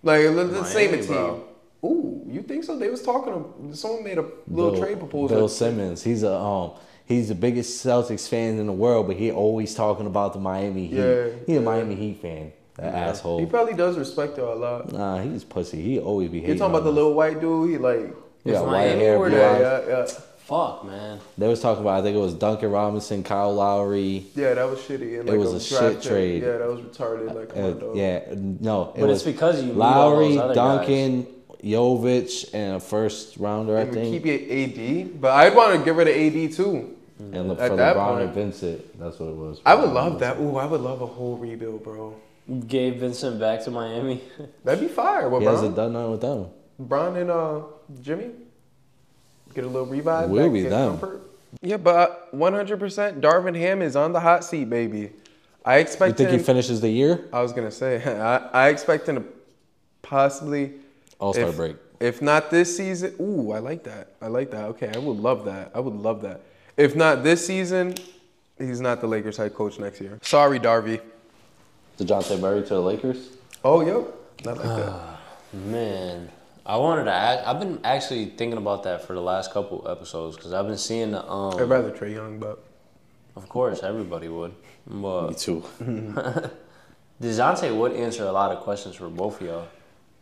[SPEAKER 1] like let's let's name a
[SPEAKER 2] Miami,
[SPEAKER 1] team.
[SPEAKER 2] bro.
[SPEAKER 1] Ooh, you think so? They was talking. To, someone made a little
[SPEAKER 3] Bill,
[SPEAKER 1] trade proposal.
[SPEAKER 3] Bill Simmons, he's a um, he's the biggest Celtics fan in the world, but he always talking about the Miami Heat.
[SPEAKER 1] Yeah,
[SPEAKER 3] he
[SPEAKER 1] yeah.
[SPEAKER 3] a Miami Heat fan. That
[SPEAKER 1] he
[SPEAKER 3] asshole.
[SPEAKER 1] probably does respect her a lot.
[SPEAKER 3] Nah, he's pussy. He always be hating.
[SPEAKER 1] You're talking about the
[SPEAKER 3] on
[SPEAKER 1] little white dude. He like,
[SPEAKER 3] him. He got
[SPEAKER 2] It's
[SPEAKER 3] white
[SPEAKER 2] Miami
[SPEAKER 3] hair,
[SPEAKER 2] or
[SPEAKER 3] blue
[SPEAKER 2] the-
[SPEAKER 1] yeah,
[SPEAKER 3] eyes.
[SPEAKER 1] yeah, yeah.
[SPEAKER 2] Fuck, man.
[SPEAKER 3] They was talking about. I think it was Duncan Robinson, Kyle Lowry.
[SPEAKER 1] Yeah, that was shitty. And
[SPEAKER 3] It
[SPEAKER 1] like
[SPEAKER 3] was a
[SPEAKER 1] draft
[SPEAKER 3] shit
[SPEAKER 1] pick.
[SPEAKER 3] trade.
[SPEAKER 1] Yeah, that was retarded. Like, come
[SPEAKER 3] Uh,
[SPEAKER 1] on, dog.
[SPEAKER 3] yeah, no. It
[SPEAKER 2] But
[SPEAKER 3] was
[SPEAKER 2] it's because you need all
[SPEAKER 3] Lowry,
[SPEAKER 2] those other
[SPEAKER 3] Duncan, Jovic, and a first rounder, I
[SPEAKER 1] And we
[SPEAKER 3] think,
[SPEAKER 1] keep it AD, but I'd want to get rid of AD too.
[SPEAKER 3] and
[SPEAKER 1] at
[SPEAKER 3] for
[SPEAKER 1] that
[SPEAKER 3] LeBron
[SPEAKER 1] point-
[SPEAKER 3] and Vincent. That's what it was.
[SPEAKER 1] I would love that. Ooh, I would love a whole rebuild, bro.
[SPEAKER 2] You gave Vincent back to Miami. (laughs)
[SPEAKER 1] That'd be fire. What,
[SPEAKER 3] He
[SPEAKER 1] bro?
[SPEAKER 3] hasn't done nothing with them.
[SPEAKER 1] Bron and uh, Jimmy get a little revive.
[SPEAKER 3] We'll
[SPEAKER 1] back,
[SPEAKER 3] be
[SPEAKER 1] get
[SPEAKER 3] them.
[SPEAKER 1] comfort. Yeah, but uh, one hundred percent, Darvin Ham is on the hot seat, baby. I
[SPEAKER 3] You
[SPEAKER 1] expect
[SPEAKER 3] think he
[SPEAKER 1] him.
[SPEAKER 3] finishes the year?
[SPEAKER 1] I was gonna say, (laughs) I, I expect him to possibly
[SPEAKER 3] All Star
[SPEAKER 1] if-
[SPEAKER 3] break.
[SPEAKER 1] If not this season, ooh, I like that. I like that. Okay, I would love that. I would love that. If not this season, he's not the Lakers head coach next year. Sorry, Darby.
[SPEAKER 3] To Dejounte Murray to the Lakers.
[SPEAKER 1] Oh, yep. Not like that.
[SPEAKER 2] Man, I wanted to. Act, I've been actually thinking about that for the last couple episodes because I've been seeing the.
[SPEAKER 1] I'd
[SPEAKER 3] (sighs)
[SPEAKER 2] Um,
[SPEAKER 1] rather Trey Young, but
[SPEAKER 2] of course, everybody would. But
[SPEAKER 3] too.
[SPEAKER 2] Dejounte would answer a lot of questions for both of y'all.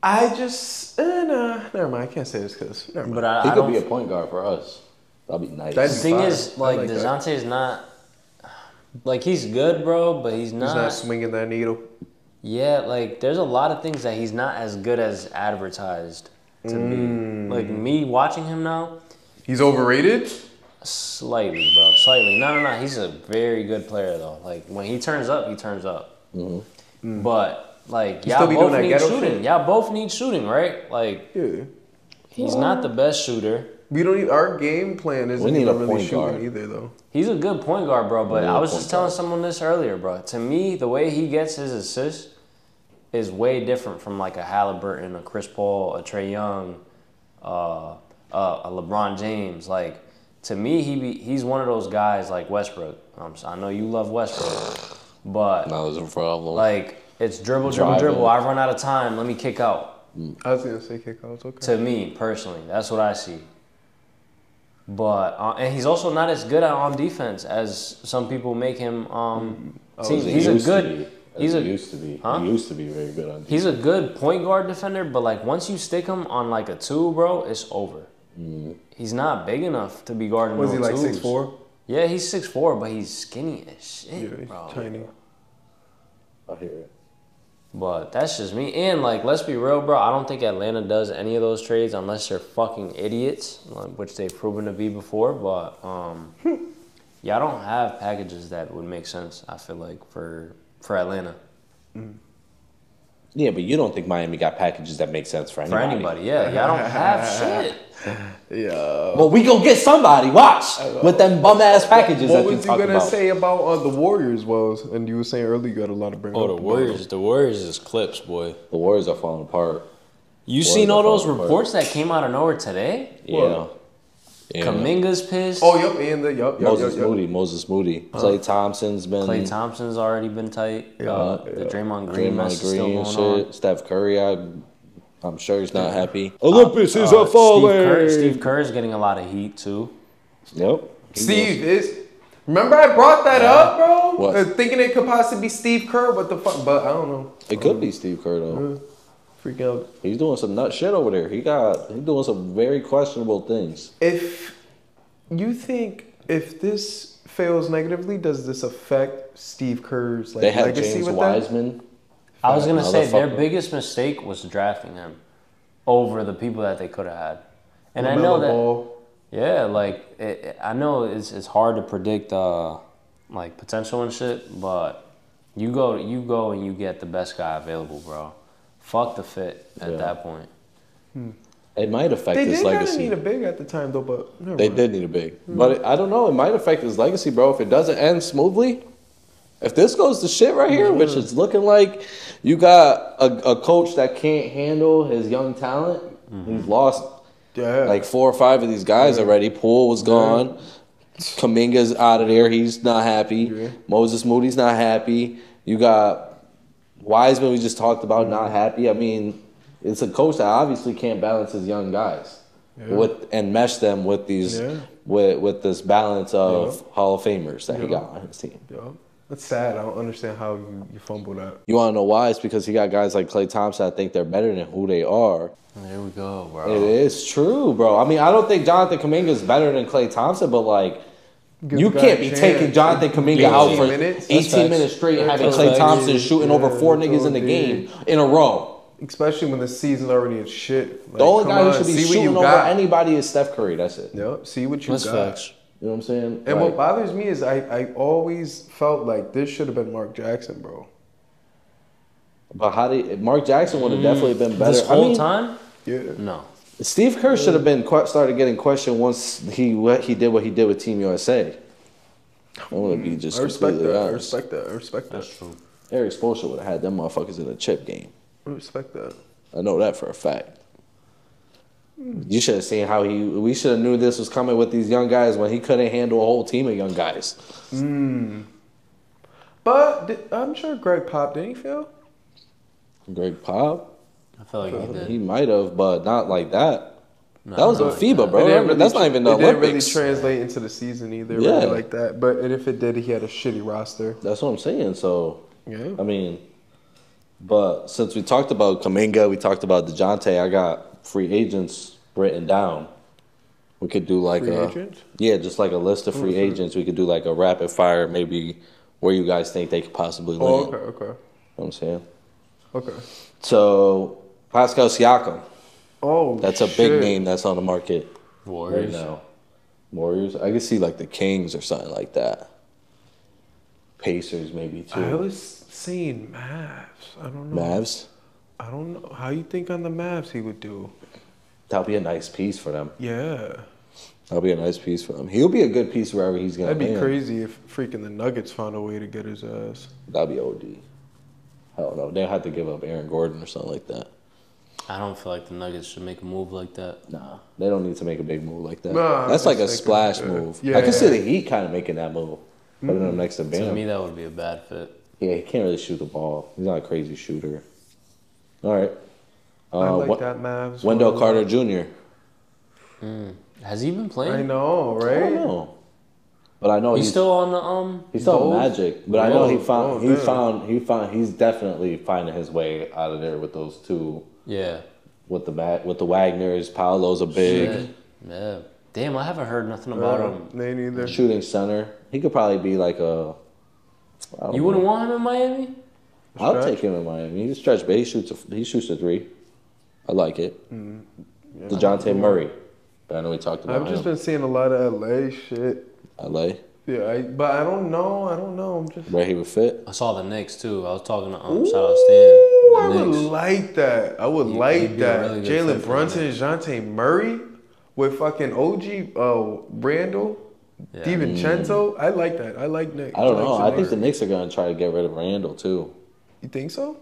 [SPEAKER 1] I just, eh, nah, never mind. I can't say this because never mind.
[SPEAKER 2] But I, I don't.
[SPEAKER 3] point guard for us. That'd be nice.
[SPEAKER 2] the
[SPEAKER 1] That'd-
[SPEAKER 2] thing
[SPEAKER 1] Fire.
[SPEAKER 2] is,
[SPEAKER 1] I
[SPEAKER 2] like,
[SPEAKER 1] like that.
[SPEAKER 2] Dejounte is not. Like he's good, bro, but he's
[SPEAKER 1] He's
[SPEAKER 2] not.
[SPEAKER 1] not swinging that needle.
[SPEAKER 2] Yeah, like there's a lot of things that he's not as good as advertised to me. Like me watching him now,
[SPEAKER 1] He's overrated.
[SPEAKER 2] slightly, bro, slightly. No, no, no. He's a very good player though. Like when he turns up, he turns up. But like y'all
[SPEAKER 1] Mm-hmm. still be doing
[SPEAKER 2] both
[SPEAKER 1] that
[SPEAKER 2] need
[SPEAKER 1] ghetto
[SPEAKER 2] shooting.
[SPEAKER 1] shit?
[SPEAKER 2] Y'all both need shooting, right? Like
[SPEAKER 1] Yeah.
[SPEAKER 2] he's not the best shooter.
[SPEAKER 1] We don't need our game plan isn't
[SPEAKER 3] We need
[SPEAKER 1] even
[SPEAKER 3] a
[SPEAKER 1] really
[SPEAKER 3] point
[SPEAKER 1] shooting
[SPEAKER 3] guard.
[SPEAKER 1] either though.
[SPEAKER 2] He's a good point guard, bro. But
[SPEAKER 3] Real
[SPEAKER 2] I was
[SPEAKER 3] point
[SPEAKER 2] just telling
[SPEAKER 3] guard.
[SPEAKER 2] someone this earlier, bro. To me, the way he gets his assists is way different from like a Halliburton, a Chris Paul, a Trey Young, uh, uh, a LeBron James. Like to me, he be, he's one of those guys like Westbrook. I'm, s- I know you love Westbrook, but
[SPEAKER 3] That was a problem.
[SPEAKER 2] like it's dribble, dribble,
[SPEAKER 3] Driving.
[SPEAKER 2] dribble. I run out of time. Let me kick out.
[SPEAKER 1] I was gonna say kickouts, okay.
[SPEAKER 2] To me personally, that's what I see. But uh, and he's also not as good at on defense as some people make him. Um, seem.
[SPEAKER 3] As Mm. Oh, he
[SPEAKER 2] He's a
[SPEAKER 3] used to
[SPEAKER 2] good.
[SPEAKER 3] be. As
[SPEAKER 2] He's a
[SPEAKER 3] he used to be.
[SPEAKER 2] Huh?
[SPEAKER 3] He used to be very good on defense.
[SPEAKER 2] he's a good point guard defender, but like once you stick him on like
[SPEAKER 3] Mm.
[SPEAKER 2] a two, bro, it's over. He's not big enough to be guarding.
[SPEAKER 1] Was
[SPEAKER 2] no
[SPEAKER 1] he like
[SPEAKER 2] twos.
[SPEAKER 1] six four?
[SPEAKER 2] Yeah, he's 6'4", but he's skinny as shit,
[SPEAKER 1] Yeah, he's
[SPEAKER 2] bro.
[SPEAKER 1] tiny.
[SPEAKER 3] I hear it.
[SPEAKER 2] But that's just me. And like, let's be real, bro. I don't think Atlanta does any of those trades unless they're fucking idiots, like, which they've proven to be before. But um, (laughs) yeah, I don't have packages that would make sense. I feel like for for Atlanta,
[SPEAKER 3] Yeah, but you don't think Miami got packages that make sense for
[SPEAKER 2] for
[SPEAKER 3] anybody?
[SPEAKER 2] anybody, yeah, yeah. I don't have shit.
[SPEAKER 1] Yeah.
[SPEAKER 3] Well, we gonna get somebody. Watch with them bum ass packages
[SPEAKER 1] What
[SPEAKER 3] that
[SPEAKER 1] was you
[SPEAKER 3] talking
[SPEAKER 1] gonna
[SPEAKER 3] about.
[SPEAKER 1] say about uh, the Warriors was? And you were saying earlier you got a lot of bring
[SPEAKER 4] Oh,
[SPEAKER 1] up
[SPEAKER 4] the
[SPEAKER 1] about
[SPEAKER 4] Warriors. The Warriors is clips, boy.
[SPEAKER 3] The Warriors are falling apart.
[SPEAKER 2] You
[SPEAKER 3] Boy,
[SPEAKER 2] seen all
[SPEAKER 3] they're
[SPEAKER 2] those
[SPEAKER 3] falling apart.
[SPEAKER 2] reports that came out of nowhere today?
[SPEAKER 3] Yeah. yeah.
[SPEAKER 2] Kaminga's pissed.
[SPEAKER 1] Oh, yep, and the yep, yep,
[SPEAKER 3] Moses
[SPEAKER 1] yep, yep.
[SPEAKER 3] Moody. Moses Moody. Clay Thompson's been.
[SPEAKER 2] Clay Thompson's already been tight. uh, The Draymond
[SPEAKER 3] Draymond
[SPEAKER 2] Green mess is still
[SPEAKER 3] Green
[SPEAKER 2] going
[SPEAKER 3] and
[SPEAKER 2] on.
[SPEAKER 3] shit. Steph Curry, I, I'm sure he's not happy. Olympus is
[SPEAKER 2] Uh, Steve, Kerr, Steve Kerr's getting a lot of heat too.
[SPEAKER 3] Yep.
[SPEAKER 1] Steve is. Remember I brought that up, bro.
[SPEAKER 3] What?
[SPEAKER 1] Uh, Thinking it could possibly be Steve Kerr. What the fuck? But I don't know.
[SPEAKER 3] It could be Steve Kerr though.
[SPEAKER 1] Freak out.
[SPEAKER 3] He's doing some nut shit over there. He got he's doing some very questionable things.
[SPEAKER 1] If you think if this fails negatively, does this affect Steve Kerr's like
[SPEAKER 3] They had
[SPEAKER 1] legacy
[SPEAKER 3] James
[SPEAKER 1] with
[SPEAKER 3] Wiseman.
[SPEAKER 2] I was gonna say their
[SPEAKER 3] Motherfucker.
[SPEAKER 2] biggest mistake was drafting him over the people that they could have had, and
[SPEAKER 1] that?
[SPEAKER 2] I know
[SPEAKER 1] LaMelo
[SPEAKER 2] that.
[SPEAKER 1] Ball.
[SPEAKER 2] Yeah, like it, it- I know it's it's hard to predict uh like potential and shit, but you go you go and you get the best guy available, bro. Fuck the fit at
[SPEAKER 3] Yeah.
[SPEAKER 2] that point.
[SPEAKER 3] It might affect
[SPEAKER 1] They
[SPEAKER 3] his
[SPEAKER 1] did kind of
[SPEAKER 3] legacy.
[SPEAKER 1] need a Hmm. big at the time though, but never
[SPEAKER 3] They
[SPEAKER 1] mind.
[SPEAKER 3] did need a big, but it, I don't know. It might affect his legacy, bro. If it doesn't end smoothly, if this goes to shit right here, which is looking like you got a, a coach that can't handle his young talent.
[SPEAKER 2] Mm-hmm.
[SPEAKER 3] He's lost
[SPEAKER 1] Yeah.
[SPEAKER 3] like four or five of these guys already. Poole was gone. Kaminga's out of there. He's not happy.
[SPEAKER 1] Yeah.
[SPEAKER 3] Moses Moody's not happy. You got Wiseman. We just talked about
[SPEAKER 1] Mm-hmm.
[SPEAKER 3] not happy. I mean, it's a coach that obviously can't balance his young guys with and mesh them with these
[SPEAKER 1] Yeah.
[SPEAKER 3] with with this balance of Hall of Famers that he
[SPEAKER 1] Yeah.
[SPEAKER 3] got on his team.
[SPEAKER 1] Yeah. That's sad. I don't understand how you, you fumbled that.
[SPEAKER 3] You want to know why? It's because he got guys like Clay Thompson. I think they're better than who they are.
[SPEAKER 2] There we go, bro.
[SPEAKER 3] It is true, bro. I mean, I don't think Jonathan Kaminga is better than Clay Thompson, but like,
[SPEAKER 1] Give
[SPEAKER 3] you
[SPEAKER 1] the guy
[SPEAKER 3] can't
[SPEAKER 1] a
[SPEAKER 3] be
[SPEAKER 1] chance.
[SPEAKER 3] taking Jonathan Kaminga out
[SPEAKER 1] 18
[SPEAKER 3] for
[SPEAKER 1] minutes? That's
[SPEAKER 3] 18
[SPEAKER 4] facts.
[SPEAKER 3] minutes straight and having
[SPEAKER 4] That's
[SPEAKER 3] Clay
[SPEAKER 4] facts.
[SPEAKER 3] Thompson shooting
[SPEAKER 1] Yeah,
[SPEAKER 3] over four
[SPEAKER 1] that's
[SPEAKER 3] niggas in
[SPEAKER 1] all
[SPEAKER 3] the
[SPEAKER 1] it
[SPEAKER 3] game in a row.
[SPEAKER 1] Especially when the season already is shit. Like,
[SPEAKER 3] The only
[SPEAKER 1] come
[SPEAKER 3] guy who
[SPEAKER 1] on,
[SPEAKER 3] should be
[SPEAKER 1] see what you
[SPEAKER 3] shooting over
[SPEAKER 1] got.
[SPEAKER 3] anybody is Steph Curry. That's it. You
[SPEAKER 1] Yep. See what you
[SPEAKER 4] That's
[SPEAKER 1] got.
[SPEAKER 4] facts.
[SPEAKER 3] know what I'm saying?
[SPEAKER 1] And
[SPEAKER 3] Like,
[SPEAKER 1] what bothers me is I, I always felt like this should have been Mark Jackson, bro.
[SPEAKER 3] but how did Mark Jackson would have definitely been better?
[SPEAKER 2] This
[SPEAKER 3] I
[SPEAKER 2] whole
[SPEAKER 3] mean,
[SPEAKER 2] time?
[SPEAKER 1] Yeah.
[SPEAKER 3] Mm,
[SPEAKER 2] No.
[SPEAKER 3] Steve Kerr should have been que- started getting questioned once he what he did what he did with Team USA. I want to be just
[SPEAKER 1] Mm. I respect
[SPEAKER 3] completely
[SPEAKER 1] that. I
[SPEAKER 3] honest.
[SPEAKER 1] respect that. I respect that.
[SPEAKER 2] true.
[SPEAKER 3] Eric Spoelstra would have had them motherfuckers in a chip game.
[SPEAKER 1] I respect that.
[SPEAKER 3] I know that for a fact. You should have seen how he. We should have knew this was coming with these young guys when he couldn't handle a whole team of young guys.
[SPEAKER 1] But did, I'm sure Greg Pop didn't he fail?
[SPEAKER 3] Greg Pop,
[SPEAKER 2] I feel like he
[SPEAKER 3] he
[SPEAKER 2] did.
[SPEAKER 3] might have, but not like that.
[SPEAKER 2] No,
[SPEAKER 3] that was
[SPEAKER 2] no,
[SPEAKER 3] in FIBA,
[SPEAKER 1] It
[SPEAKER 3] bro.
[SPEAKER 1] didn't really
[SPEAKER 3] That's
[SPEAKER 1] tr-
[SPEAKER 3] not even the
[SPEAKER 1] It didn't really
[SPEAKER 3] Olympics.
[SPEAKER 1] translate into the season either,
[SPEAKER 3] Yeah.
[SPEAKER 1] really like that. But and if it did, he had a shitty roster.
[SPEAKER 3] That's what I'm saying. So,
[SPEAKER 1] Yeah.
[SPEAKER 3] I mean, but since we talked about Kaminga, we talked about Dejounte. I got free agents written down. We could do like
[SPEAKER 1] Free
[SPEAKER 3] a
[SPEAKER 1] agent? Mm-hmm.
[SPEAKER 3] yeah, just like a list of free agents. We could do like a rapid fire, maybe where you guys think they could possibly land.
[SPEAKER 1] Oh,
[SPEAKER 3] You
[SPEAKER 1] okay,
[SPEAKER 3] know
[SPEAKER 1] okay,
[SPEAKER 3] what I'm saying.
[SPEAKER 1] okay.
[SPEAKER 3] So Pascal Siakam,
[SPEAKER 1] Oh,
[SPEAKER 3] that's a big
[SPEAKER 1] shit.
[SPEAKER 3] name that's on the market right
[SPEAKER 2] Warriors.
[SPEAKER 3] now. Warriors, I could see like the Kings or something like that. Pacers maybe too.
[SPEAKER 1] I was saying Mavs. I don't know.
[SPEAKER 3] Mavs,
[SPEAKER 1] I don't know how you think on the Mavs he would do.
[SPEAKER 3] that'll be a nice piece for them.
[SPEAKER 1] Yeah,
[SPEAKER 3] Oh, That'll be a nice piece for him. He'll be a good piece wherever he's gonna
[SPEAKER 1] that'd be
[SPEAKER 3] land.
[SPEAKER 1] crazy if freaking the Nuggets found a way to get his ass.
[SPEAKER 3] That'd be OD. I don't know. They'll have to give up Aaron Gordon or something like that.
[SPEAKER 2] I don't feel like the Nuggets should make a move like that.
[SPEAKER 3] Nah, they don't need to make a big move like that.
[SPEAKER 1] Nah, I'm
[SPEAKER 3] That's like a
[SPEAKER 1] just thinking,
[SPEAKER 3] splash
[SPEAKER 1] uh,
[SPEAKER 3] move.
[SPEAKER 1] yeah,
[SPEAKER 3] I can see
[SPEAKER 1] yeah.
[SPEAKER 3] the Heat kind of making that move. Putting him next to
[SPEAKER 2] To me,
[SPEAKER 3] Bam.
[SPEAKER 2] that would be a bad fit.
[SPEAKER 3] Yeah, he can't really shoot the ball. He's not a crazy shooter. All right. Uh,
[SPEAKER 1] I like
[SPEAKER 3] Wen-
[SPEAKER 1] that Mavs.
[SPEAKER 3] Wendell
[SPEAKER 1] one.
[SPEAKER 3] Carter Jr.
[SPEAKER 2] Has he been
[SPEAKER 1] I
[SPEAKER 2] playing?
[SPEAKER 1] know,
[SPEAKER 3] I don't
[SPEAKER 1] right?
[SPEAKER 3] know, but I know
[SPEAKER 2] He's
[SPEAKER 3] he's,
[SPEAKER 2] still on the um.
[SPEAKER 3] he's still
[SPEAKER 1] Gold?
[SPEAKER 3] Magic. But I know he
[SPEAKER 1] Gold,
[SPEAKER 3] found
[SPEAKER 1] gold,
[SPEAKER 3] he
[SPEAKER 1] yeah.
[SPEAKER 3] found he found he's definitely finding his way out of there with those two
[SPEAKER 2] Yeah.
[SPEAKER 3] with the Ma- with the Wagners. Paolo's a big.
[SPEAKER 2] Yeah. Yeah. Damn, I haven't heard nothing about him.
[SPEAKER 1] Me Um, neither.
[SPEAKER 3] Shooting center. He could probably be like a. I don't
[SPEAKER 2] You
[SPEAKER 3] know.
[SPEAKER 2] wouldn't want him in Miami?
[SPEAKER 3] I'll
[SPEAKER 1] stretch?
[SPEAKER 3] take him in Miami. He's a stretch, but he shoots a, he shoots a three. I like it.
[SPEAKER 1] Mm,
[SPEAKER 3] DeJounte Murray. But I know we talked about
[SPEAKER 1] I've just
[SPEAKER 3] him.
[SPEAKER 1] been seeing a lot of LA shit.
[SPEAKER 3] LA,
[SPEAKER 1] Yeah, I, but I don't know. I don't know. I'm just.
[SPEAKER 3] where he would fit.
[SPEAKER 2] I saw the Knicks too. I was talking to um, shout out Stan.
[SPEAKER 1] I
[SPEAKER 2] The
[SPEAKER 1] would
[SPEAKER 2] Knicks.
[SPEAKER 1] like that. I would like
[SPEAKER 2] he'd be a
[SPEAKER 1] that.
[SPEAKER 2] really good fit for
[SPEAKER 1] Jalen
[SPEAKER 2] the
[SPEAKER 1] Brunson, Jante Murray, with fucking OG uh, Randall,
[SPEAKER 2] Yeah.
[SPEAKER 1] DiVincenzo. I like that. I like Nick.
[SPEAKER 3] I don't
[SPEAKER 1] like
[SPEAKER 3] know. I think the
[SPEAKER 1] Murray.
[SPEAKER 3] Knicks are gonna try to get rid of Randall too.
[SPEAKER 1] You think so?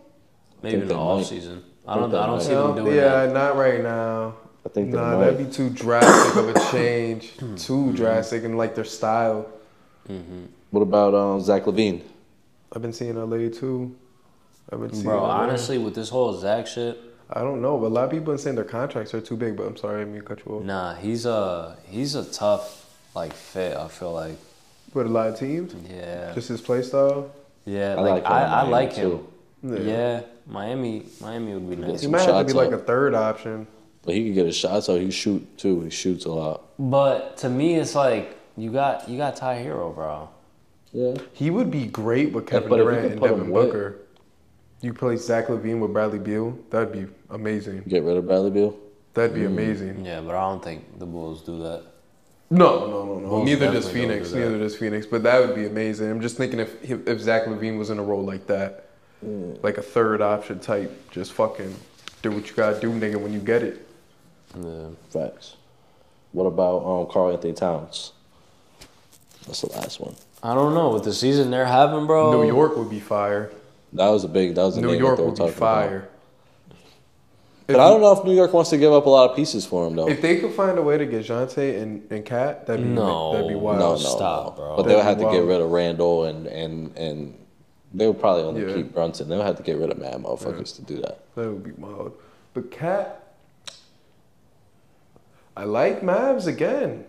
[SPEAKER 2] Maybe in
[SPEAKER 3] think
[SPEAKER 2] the
[SPEAKER 3] they
[SPEAKER 2] off
[SPEAKER 3] might.
[SPEAKER 2] season. I don't.
[SPEAKER 3] they
[SPEAKER 2] I don't
[SPEAKER 3] might.
[SPEAKER 2] see them
[SPEAKER 1] No,
[SPEAKER 2] doing
[SPEAKER 1] yeah,
[SPEAKER 2] that.
[SPEAKER 1] not right now.
[SPEAKER 3] I think they
[SPEAKER 1] Nah,
[SPEAKER 3] might.
[SPEAKER 1] that'd be too drastic of a
[SPEAKER 2] (clears throat)
[SPEAKER 1] change.
[SPEAKER 2] Hmm.
[SPEAKER 1] too drastic in like their style.
[SPEAKER 3] What about um, Zach Levine?
[SPEAKER 1] I've been seeing LA too. I've been seeing.
[SPEAKER 2] Bro,
[SPEAKER 1] LA.
[SPEAKER 2] honestly, with this whole Zach shit,
[SPEAKER 1] I don't know, but a lot of people been saying their contracts are too big. But I'm sorry, I mean cut you off.
[SPEAKER 2] nah, he's a he's a tough like fit. I feel like,
[SPEAKER 1] But a lot of teams,
[SPEAKER 2] yeah,
[SPEAKER 1] just his play style.
[SPEAKER 2] yeah,
[SPEAKER 3] I
[SPEAKER 2] like,
[SPEAKER 3] like him
[SPEAKER 2] I,
[SPEAKER 3] in
[SPEAKER 2] I
[SPEAKER 3] Miami,
[SPEAKER 2] like him.
[SPEAKER 3] too.
[SPEAKER 2] Yeah.
[SPEAKER 1] Yeah.
[SPEAKER 2] Miami, Miami would be nice.
[SPEAKER 1] He
[SPEAKER 3] Some
[SPEAKER 1] might have to
[SPEAKER 3] shots
[SPEAKER 1] be like
[SPEAKER 3] up.
[SPEAKER 1] a third option.
[SPEAKER 3] But he could get a shot, so he shoot too. He shoots a lot.
[SPEAKER 2] But to me, it's like you got you got Ty Hero, bro.
[SPEAKER 3] Yeah.
[SPEAKER 1] He would be great with Kevin
[SPEAKER 3] but if you
[SPEAKER 1] Durant
[SPEAKER 3] could
[SPEAKER 1] and
[SPEAKER 3] put him
[SPEAKER 1] Devin
[SPEAKER 3] with-
[SPEAKER 1] Booker. You play Zach Levine with Bradley Beal. That'd be amazing.
[SPEAKER 3] Get rid of Bradley Beal.
[SPEAKER 1] That'd
[SPEAKER 3] Hmm.
[SPEAKER 1] be amazing.
[SPEAKER 2] Yeah, but I don't think the Bulls do that.
[SPEAKER 1] No, no, no, no.
[SPEAKER 2] Bulls
[SPEAKER 1] neither does
[SPEAKER 2] definitely don't
[SPEAKER 1] Phoenix.
[SPEAKER 2] do that.
[SPEAKER 1] neither does Phoenix. But that would be amazing. I'm just thinking if if Zach Levine was in a role like that,
[SPEAKER 3] Hmm.
[SPEAKER 1] like a third option type, just fucking do what you gotta do, nigga, when you get it.
[SPEAKER 2] Yeah.
[SPEAKER 3] Facts. What about um, Carl Anthony Towns? That's the last one.
[SPEAKER 2] I don't know with the season they're having, bro.
[SPEAKER 1] New York would be fire.
[SPEAKER 3] That was a big. That was Oh. a
[SPEAKER 1] New
[SPEAKER 3] name
[SPEAKER 1] York
[SPEAKER 3] that they were
[SPEAKER 1] would be
[SPEAKER 3] talking about.
[SPEAKER 1] fire.
[SPEAKER 3] But I don't know if New York wants to give up a lot of pieces for him though.
[SPEAKER 1] If they could find a way to get Jante and, and Kat, that'd be
[SPEAKER 2] No.
[SPEAKER 1] that'd be
[SPEAKER 2] No,
[SPEAKER 1] wild.
[SPEAKER 3] no, no,
[SPEAKER 2] Oh, stop,
[SPEAKER 3] stop,
[SPEAKER 2] bro.
[SPEAKER 3] bro. But they'll
[SPEAKER 1] That'd
[SPEAKER 3] have
[SPEAKER 1] be
[SPEAKER 3] to get
[SPEAKER 1] wild.
[SPEAKER 3] rid of Randall and and and they'll probably only
[SPEAKER 1] Yeah.
[SPEAKER 3] keep Brunson. They'll have to get rid of mad motherfuckers to do that.
[SPEAKER 1] That would be wild. But Cat, I like Mavs again.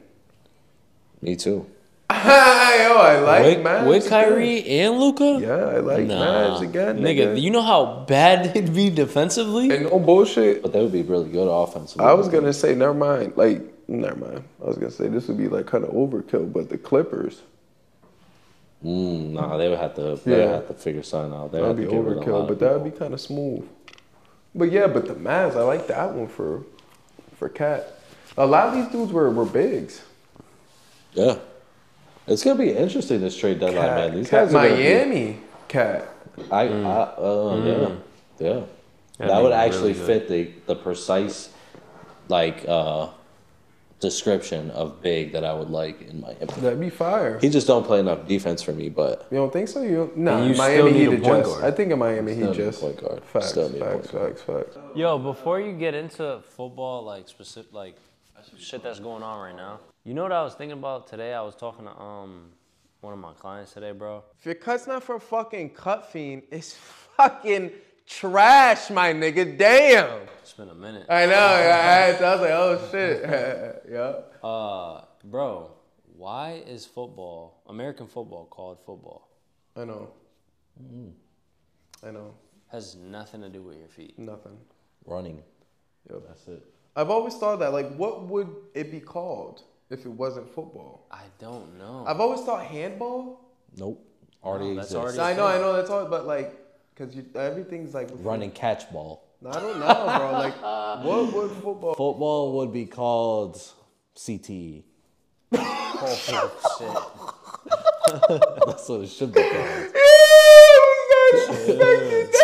[SPEAKER 1] (laughs)
[SPEAKER 3] Me too.
[SPEAKER 1] Yo, I like
[SPEAKER 4] with,
[SPEAKER 1] Mavs.
[SPEAKER 4] with
[SPEAKER 1] again.
[SPEAKER 4] Kyrie and Luca?
[SPEAKER 1] Yeah, I like Mavs again, nigga.
[SPEAKER 4] nigga, you know how bad they'd be defensively.
[SPEAKER 1] and no bullshit.
[SPEAKER 3] But they would be really good offensively.
[SPEAKER 1] I was gonna say never mind. Like never mind. I was gonna say this would be like kind of overkill, but the Clippers.
[SPEAKER 3] Mm, nah, they would have to. They would
[SPEAKER 1] Yeah.
[SPEAKER 3] have to figure something out. They would
[SPEAKER 1] That'd
[SPEAKER 3] have
[SPEAKER 1] be
[SPEAKER 3] to get rid of a
[SPEAKER 1] overkill,
[SPEAKER 3] lot
[SPEAKER 1] but
[SPEAKER 3] of
[SPEAKER 1] that'd
[SPEAKER 3] people.
[SPEAKER 1] be kind of smooth. But yeah, but the Mavs, I like that one for for Cat. A lot of these dudes were were bigs.
[SPEAKER 3] Yeah. It's gonna be interesting this trade deadline,
[SPEAKER 1] Cat,
[SPEAKER 3] man. These
[SPEAKER 1] Cat,
[SPEAKER 3] guys are gonna be-
[SPEAKER 1] Miami Cat.
[SPEAKER 3] I, I uh, yeah, yeah.
[SPEAKER 2] Mm. be
[SPEAKER 3] that would
[SPEAKER 2] really
[SPEAKER 3] actually
[SPEAKER 2] good.
[SPEAKER 3] fit the the precise like uh description of big that I would like in Miami.
[SPEAKER 1] That'd be fire.
[SPEAKER 3] He just don't play enough defense for me, but
[SPEAKER 1] You don't think so? You no.
[SPEAKER 2] And you still
[SPEAKER 1] Miami
[SPEAKER 2] need a
[SPEAKER 1] Heat
[SPEAKER 2] point
[SPEAKER 1] adjusts.
[SPEAKER 2] guard.
[SPEAKER 1] I think in Miami
[SPEAKER 3] Still
[SPEAKER 1] Heat
[SPEAKER 3] need a
[SPEAKER 1] just
[SPEAKER 3] point guard.
[SPEAKER 1] Facts,
[SPEAKER 3] Still need a
[SPEAKER 1] facts, facts, facts.
[SPEAKER 2] Yo, before you get into football, like specific, like shit that's going on right now. You know what I was thinking about today? I was talking to um one of my clients today, bro.
[SPEAKER 1] If your cut's not from fucking Cut Fiend, it's fucking trash, my nigga. Damn.
[SPEAKER 2] It's been a minute.
[SPEAKER 1] I know. I, I was like, oh shit. (laughs) yeah.
[SPEAKER 2] Uh, bro, why is football, American football, called football?
[SPEAKER 1] I know. I know.
[SPEAKER 2] Has nothing to do with your feet.
[SPEAKER 1] Nothing.
[SPEAKER 3] running.
[SPEAKER 1] Yep.
[SPEAKER 3] That's it.
[SPEAKER 1] I've always thought that. Like, what would it be called if it wasn't football?
[SPEAKER 2] I don't know.
[SPEAKER 1] I've always thought handball.
[SPEAKER 3] Nope. Already
[SPEAKER 2] No, that's
[SPEAKER 3] exists.
[SPEAKER 2] already-
[SPEAKER 1] So I know, I know that's all, but like, cause you, everything's like. with-
[SPEAKER 3] Running catch ball.
[SPEAKER 1] No, I don't know, bro. (laughs) Like, what would (laughs) football?
[SPEAKER 3] Football would be called E. CTE.
[SPEAKER 2] oh, shit.
[SPEAKER 3] That's what it should be called.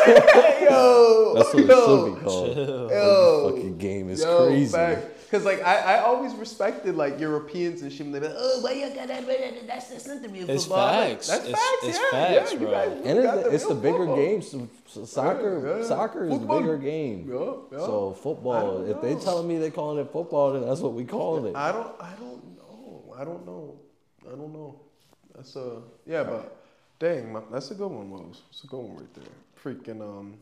[SPEAKER 1] yo,
[SPEAKER 3] That's
[SPEAKER 1] yo,
[SPEAKER 3] what it should be called.
[SPEAKER 1] yo,
[SPEAKER 3] Fucking game is
[SPEAKER 1] yo,
[SPEAKER 3] crazy.
[SPEAKER 1] facts. Cause like I, I always respected like Europeans and shit. They're like, oh, why you got that? That's that's not the real
[SPEAKER 4] It's
[SPEAKER 1] football. I'm like,
[SPEAKER 4] facts.
[SPEAKER 1] That's
[SPEAKER 4] It's-
[SPEAKER 1] facts.
[SPEAKER 4] it's
[SPEAKER 1] yeah,
[SPEAKER 4] facts,
[SPEAKER 1] yeah, you
[SPEAKER 4] bro.
[SPEAKER 1] guys
[SPEAKER 3] And
[SPEAKER 1] got
[SPEAKER 3] it's, it's the
[SPEAKER 1] real
[SPEAKER 3] bigger
[SPEAKER 1] football.
[SPEAKER 3] game. So so soccer,
[SPEAKER 1] Yeah, yeah.
[SPEAKER 3] soccer is
[SPEAKER 1] Football.
[SPEAKER 3] the bigger game.
[SPEAKER 1] Yeah, yeah.
[SPEAKER 3] So football.
[SPEAKER 1] don't
[SPEAKER 3] If they
[SPEAKER 1] know.
[SPEAKER 3] telling me they calling it football, then that's what we calling it.
[SPEAKER 1] I don't. I don't know. I don't know. I don't know. That's a yeah, but dang, my- that's a good one, Wolves. It's a good one right there. Freaking um,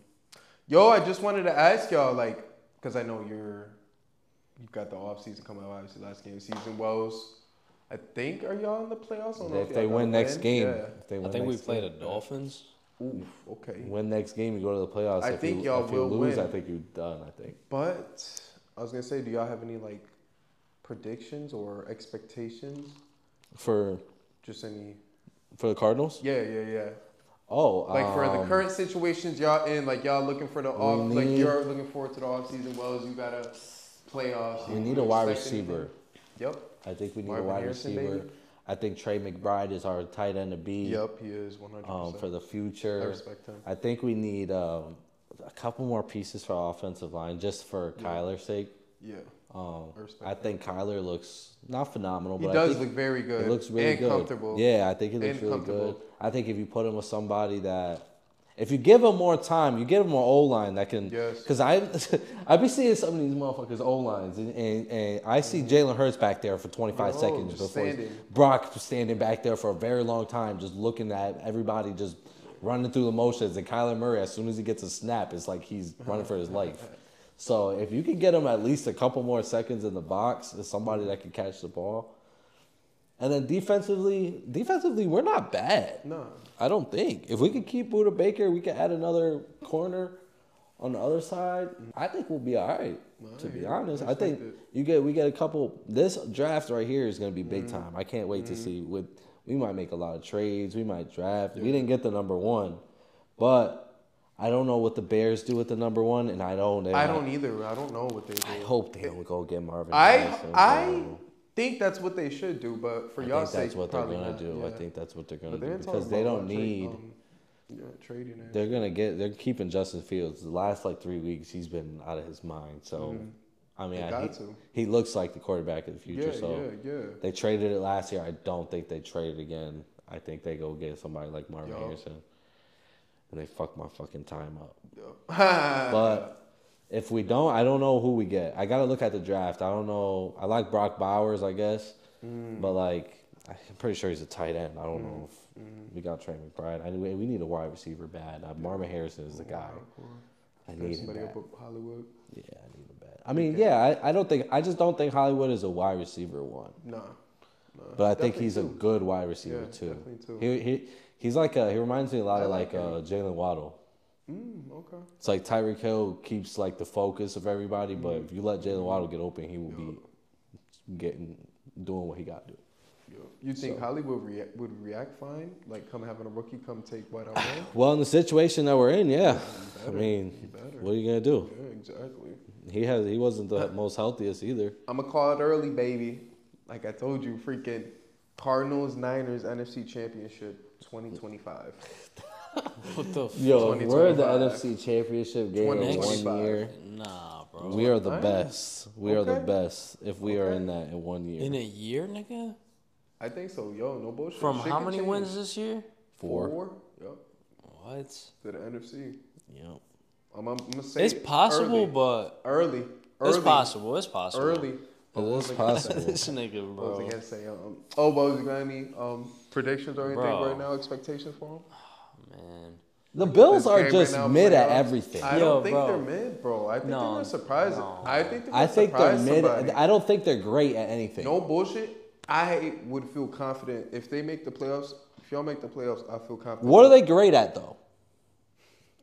[SPEAKER 1] yo, I just wanted to ask y'all like, cause I know you're, you've got the off season coming up. Obviously, last game of the season, Wolves. I think are y'all in the playoffs? I don't know y'all
[SPEAKER 3] if
[SPEAKER 1] got
[SPEAKER 3] they
[SPEAKER 1] a
[SPEAKER 3] win next
[SPEAKER 1] win.
[SPEAKER 3] game,
[SPEAKER 1] Yeah.
[SPEAKER 3] if they win
[SPEAKER 4] I think we
[SPEAKER 3] next
[SPEAKER 4] play the
[SPEAKER 3] game,
[SPEAKER 4] Dolphins.
[SPEAKER 1] Oof. Okay.
[SPEAKER 3] Win next game, you go to the playoffs.
[SPEAKER 1] I
[SPEAKER 3] if
[SPEAKER 1] think
[SPEAKER 3] you,
[SPEAKER 1] y'all
[SPEAKER 3] if you
[SPEAKER 1] will
[SPEAKER 3] lose,
[SPEAKER 1] win.
[SPEAKER 3] I think you're done. I think
[SPEAKER 1] But I was gonna say, do y'all have any like predictions or expectations?
[SPEAKER 3] for
[SPEAKER 1] Just any.
[SPEAKER 3] for the Cardinals.
[SPEAKER 1] Yeah, yeah, yeah.
[SPEAKER 3] Oh,
[SPEAKER 1] Like for the
[SPEAKER 3] um,
[SPEAKER 1] current situations y'all in, like y'all looking for the off, like
[SPEAKER 3] need-
[SPEAKER 1] you're looking forward to the off season. Well, as you got a playoffs.
[SPEAKER 3] we need a wide receiver.
[SPEAKER 1] Yep.
[SPEAKER 3] I think we need
[SPEAKER 1] Marvin
[SPEAKER 3] a wide
[SPEAKER 1] Harrison,
[SPEAKER 3] receiver.
[SPEAKER 1] maybe?
[SPEAKER 3] I think Trey McBride is our tight end to be
[SPEAKER 1] Yep, he is 100.
[SPEAKER 3] um, for
[SPEAKER 1] percent
[SPEAKER 3] the future.
[SPEAKER 1] I respect him.
[SPEAKER 3] I think we need um, a couple more pieces for our offensive line, just for Kyler's sake.
[SPEAKER 1] Yeah,
[SPEAKER 3] Um,
[SPEAKER 1] I respect
[SPEAKER 3] I think Kyler looks not phenomenal,
[SPEAKER 1] he
[SPEAKER 3] but I
[SPEAKER 1] does
[SPEAKER 3] think
[SPEAKER 1] look very good.
[SPEAKER 3] It looks really
[SPEAKER 1] and
[SPEAKER 3] good.
[SPEAKER 1] comfortable.
[SPEAKER 3] Yeah, I think it looks
[SPEAKER 1] And
[SPEAKER 3] really
[SPEAKER 1] comfortable.
[SPEAKER 3] good. I think if you put him with somebody that, if you give him more time, you give him an O line that can.
[SPEAKER 1] Yes.
[SPEAKER 3] Because I, (laughs) I be seeing some of these motherfuckers O lines, and, and, and I see Jalen Hurts back there for 25
[SPEAKER 1] Yo,
[SPEAKER 3] seconds
[SPEAKER 1] Mm-hmm. just
[SPEAKER 3] before he's-
[SPEAKER 1] standing.
[SPEAKER 3] Brock was standing back there for a very long time, just looking at everybody, just running through the motions. And Kyler Murray, as soon as he gets a snap, it's like he's running for
[SPEAKER 1] (laughs)
[SPEAKER 3] his life. So if you can get him at least a couple more seconds in the box, as somebody that can catch the ball. And then defensively, defensively, we're not bad.
[SPEAKER 1] No.
[SPEAKER 3] I don't think. If we could keep Buda Baker, we could add another corner on the other side. I think we'll be all right. to be
[SPEAKER 1] Alright,
[SPEAKER 3] honest, I
[SPEAKER 1] respect
[SPEAKER 3] think
[SPEAKER 1] it.
[SPEAKER 3] you get we get a couple. This draft right here is going to be big
[SPEAKER 1] Mm-hmm.
[SPEAKER 3] time. I can't wait to see. With we might make a lot of trades. We might draft. We didn't get the number one, but I don't know what the Bears do with the number one, and I don't.
[SPEAKER 1] I don't either. I don't know what they do.
[SPEAKER 3] I hope they don't go get Marvin.
[SPEAKER 1] I
[SPEAKER 3] Harrison,
[SPEAKER 1] I
[SPEAKER 3] bro.
[SPEAKER 1] think that's what they should do, but for
[SPEAKER 3] um, I
[SPEAKER 1] y'all
[SPEAKER 3] think that's
[SPEAKER 1] sake,
[SPEAKER 3] what they're
[SPEAKER 1] probably
[SPEAKER 3] gonna
[SPEAKER 1] not,
[SPEAKER 3] do. I
[SPEAKER 1] yeah.
[SPEAKER 3] think that's what they're gonna
[SPEAKER 1] But they
[SPEAKER 3] do
[SPEAKER 1] didn't talk
[SPEAKER 3] because they
[SPEAKER 1] about
[SPEAKER 3] don't
[SPEAKER 1] trade-
[SPEAKER 3] need.
[SPEAKER 1] um, yeah, trading it.
[SPEAKER 3] They're gonna get. They're keeping Justin Fields. The last like three weeks, he's been out of his mind. So, I mean,
[SPEAKER 1] Mm-hmm. They
[SPEAKER 3] I-
[SPEAKER 1] got
[SPEAKER 3] he,
[SPEAKER 1] to.
[SPEAKER 3] he looks like the quarterback of the future.
[SPEAKER 1] Yeah,
[SPEAKER 3] so
[SPEAKER 1] yeah, yeah.
[SPEAKER 3] they traded it last year. I don't think they traded again. I think they go get somebody like Marvin
[SPEAKER 1] Yup.
[SPEAKER 3] Harrison, and they fuck my fucking time up.
[SPEAKER 1] Yeah.
[SPEAKER 3] But if we don't, I don't know who we get. I gotta look at the draft. I don't know. I like Brock Bowers, I guess,
[SPEAKER 1] Mm.
[SPEAKER 3] but like I'm pretty sure he's a tight end. I don't know if
[SPEAKER 1] Mm.
[SPEAKER 3] we got Trey McBride. I, we we need a wide receiver bad. Uh, Marvin Harrison is the guy. I need him
[SPEAKER 1] Somebody
[SPEAKER 3] bad.
[SPEAKER 1] up at Hollywood.
[SPEAKER 3] Yeah, I need him bad. I mean, yeah, I, I don't think I just don't think Hollywood is a wide receiver one,
[SPEAKER 1] Nah. nah.
[SPEAKER 3] but I think
[SPEAKER 1] Uh, Definitely
[SPEAKER 3] he's a
[SPEAKER 1] two.
[SPEAKER 3] good wide receiver
[SPEAKER 1] Yeah,
[SPEAKER 3] too.
[SPEAKER 1] definitely two.
[SPEAKER 3] He, he he's like a, he reminds me a lot
[SPEAKER 1] I
[SPEAKER 3] of
[SPEAKER 1] like
[SPEAKER 3] like,
[SPEAKER 1] him.
[SPEAKER 3] uh, Jalen Waddle.
[SPEAKER 1] Mm, okay.
[SPEAKER 3] It's like Tyreek Hill keeps like the focus of everybody,
[SPEAKER 1] Mm.
[SPEAKER 3] but if you let Jalen Waddle get open, he will be getting doing what he got to do.
[SPEAKER 1] Yeah. You think
[SPEAKER 3] So-
[SPEAKER 1] Hollywood rea- would react fine? Like, come having a rookie come take what I
[SPEAKER 3] (coughs)
[SPEAKER 1] want?
[SPEAKER 3] Well, in the situation that we're in, yeah, I
[SPEAKER 1] better.
[SPEAKER 3] mean,
[SPEAKER 1] better.
[SPEAKER 3] what are you gonna do?
[SPEAKER 1] yeah, exactly.
[SPEAKER 3] He has he wasn't the most healthiest either.
[SPEAKER 1] I'm gonna call it early, baby. Like I told you, freaking Cardinals Niners NFC Championship 2025.
[SPEAKER 4] (laughs) What the? F-
[SPEAKER 3] Yo,
[SPEAKER 1] if we're the 2025.
[SPEAKER 3] Championship
[SPEAKER 1] game in one 2025. year,
[SPEAKER 4] nah, bro.
[SPEAKER 3] we are the
[SPEAKER 1] Alright.
[SPEAKER 3] best. We are the
[SPEAKER 1] Oh, Okay.
[SPEAKER 3] best if we are
[SPEAKER 1] Okay.
[SPEAKER 3] in that in one year.
[SPEAKER 4] in a year, nigga.
[SPEAKER 1] I think so, yo. No bullshit.
[SPEAKER 4] From
[SPEAKER 1] Shit
[SPEAKER 4] how
[SPEAKER 1] could
[SPEAKER 4] many
[SPEAKER 1] change.
[SPEAKER 4] wins this year?
[SPEAKER 3] Four.
[SPEAKER 1] Yep.
[SPEAKER 4] What?
[SPEAKER 1] To the NFC.
[SPEAKER 3] Yep.
[SPEAKER 1] I'm, I'm gonna say
[SPEAKER 4] It's possible,
[SPEAKER 1] early.
[SPEAKER 4] but
[SPEAKER 1] early. early.
[SPEAKER 4] it's possible. It's possible.
[SPEAKER 1] Early.
[SPEAKER 3] It
[SPEAKER 1] (laughs)
[SPEAKER 3] is
[SPEAKER 4] (laughs)
[SPEAKER 3] possible.
[SPEAKER 4] this nigga,
[SPEAKER 1] What was I
[SPEAKER 4] bro.
[SPEAKER 1] gonna say? Um, oh, but was you got any um, predictions or anything
[SPEAKER 4] Bro.
[SPEAKER 1] right now? Expectations for them?
[SPEAKER 4] Man,
[SPEAKER 3] The Bills
[SPEAKER 1] This
[SPEAKER 3] are
[SPEAKER 1] game
[SPEAKER 3] just
[SPEAKER 1] right now,
[SPEAKER 3] mid at
[SPEAKER 1] playoffs.
[SPEAKER 3] everything.
[SPEAKER 1] I
[SPEAKER 4] Yo,
[SPEAKER 1] don't think
[SPEAKER 4] bro.
[SPEAKER 1] they're mid, bro. I think
[SPEAKER 4] No,
[SPEAKER 1] they're gonna surprise.
[SPEAKER 4] no.
[SPEAKER 1] I think they're gonna
[SPEAKER 3] I think they're
[SPEAKER 1] surprise
[SPEAKER 3] mid.
[SPEAKER 1] somebody.
[SPEAKER 3] I don't think they're great at anything.
[SPEAKER 1] no bullshit. I would feel confident if they make the playoffs. If y'all make the playoffs, I feel confident.
[SPEAKER 3] What are they great at though?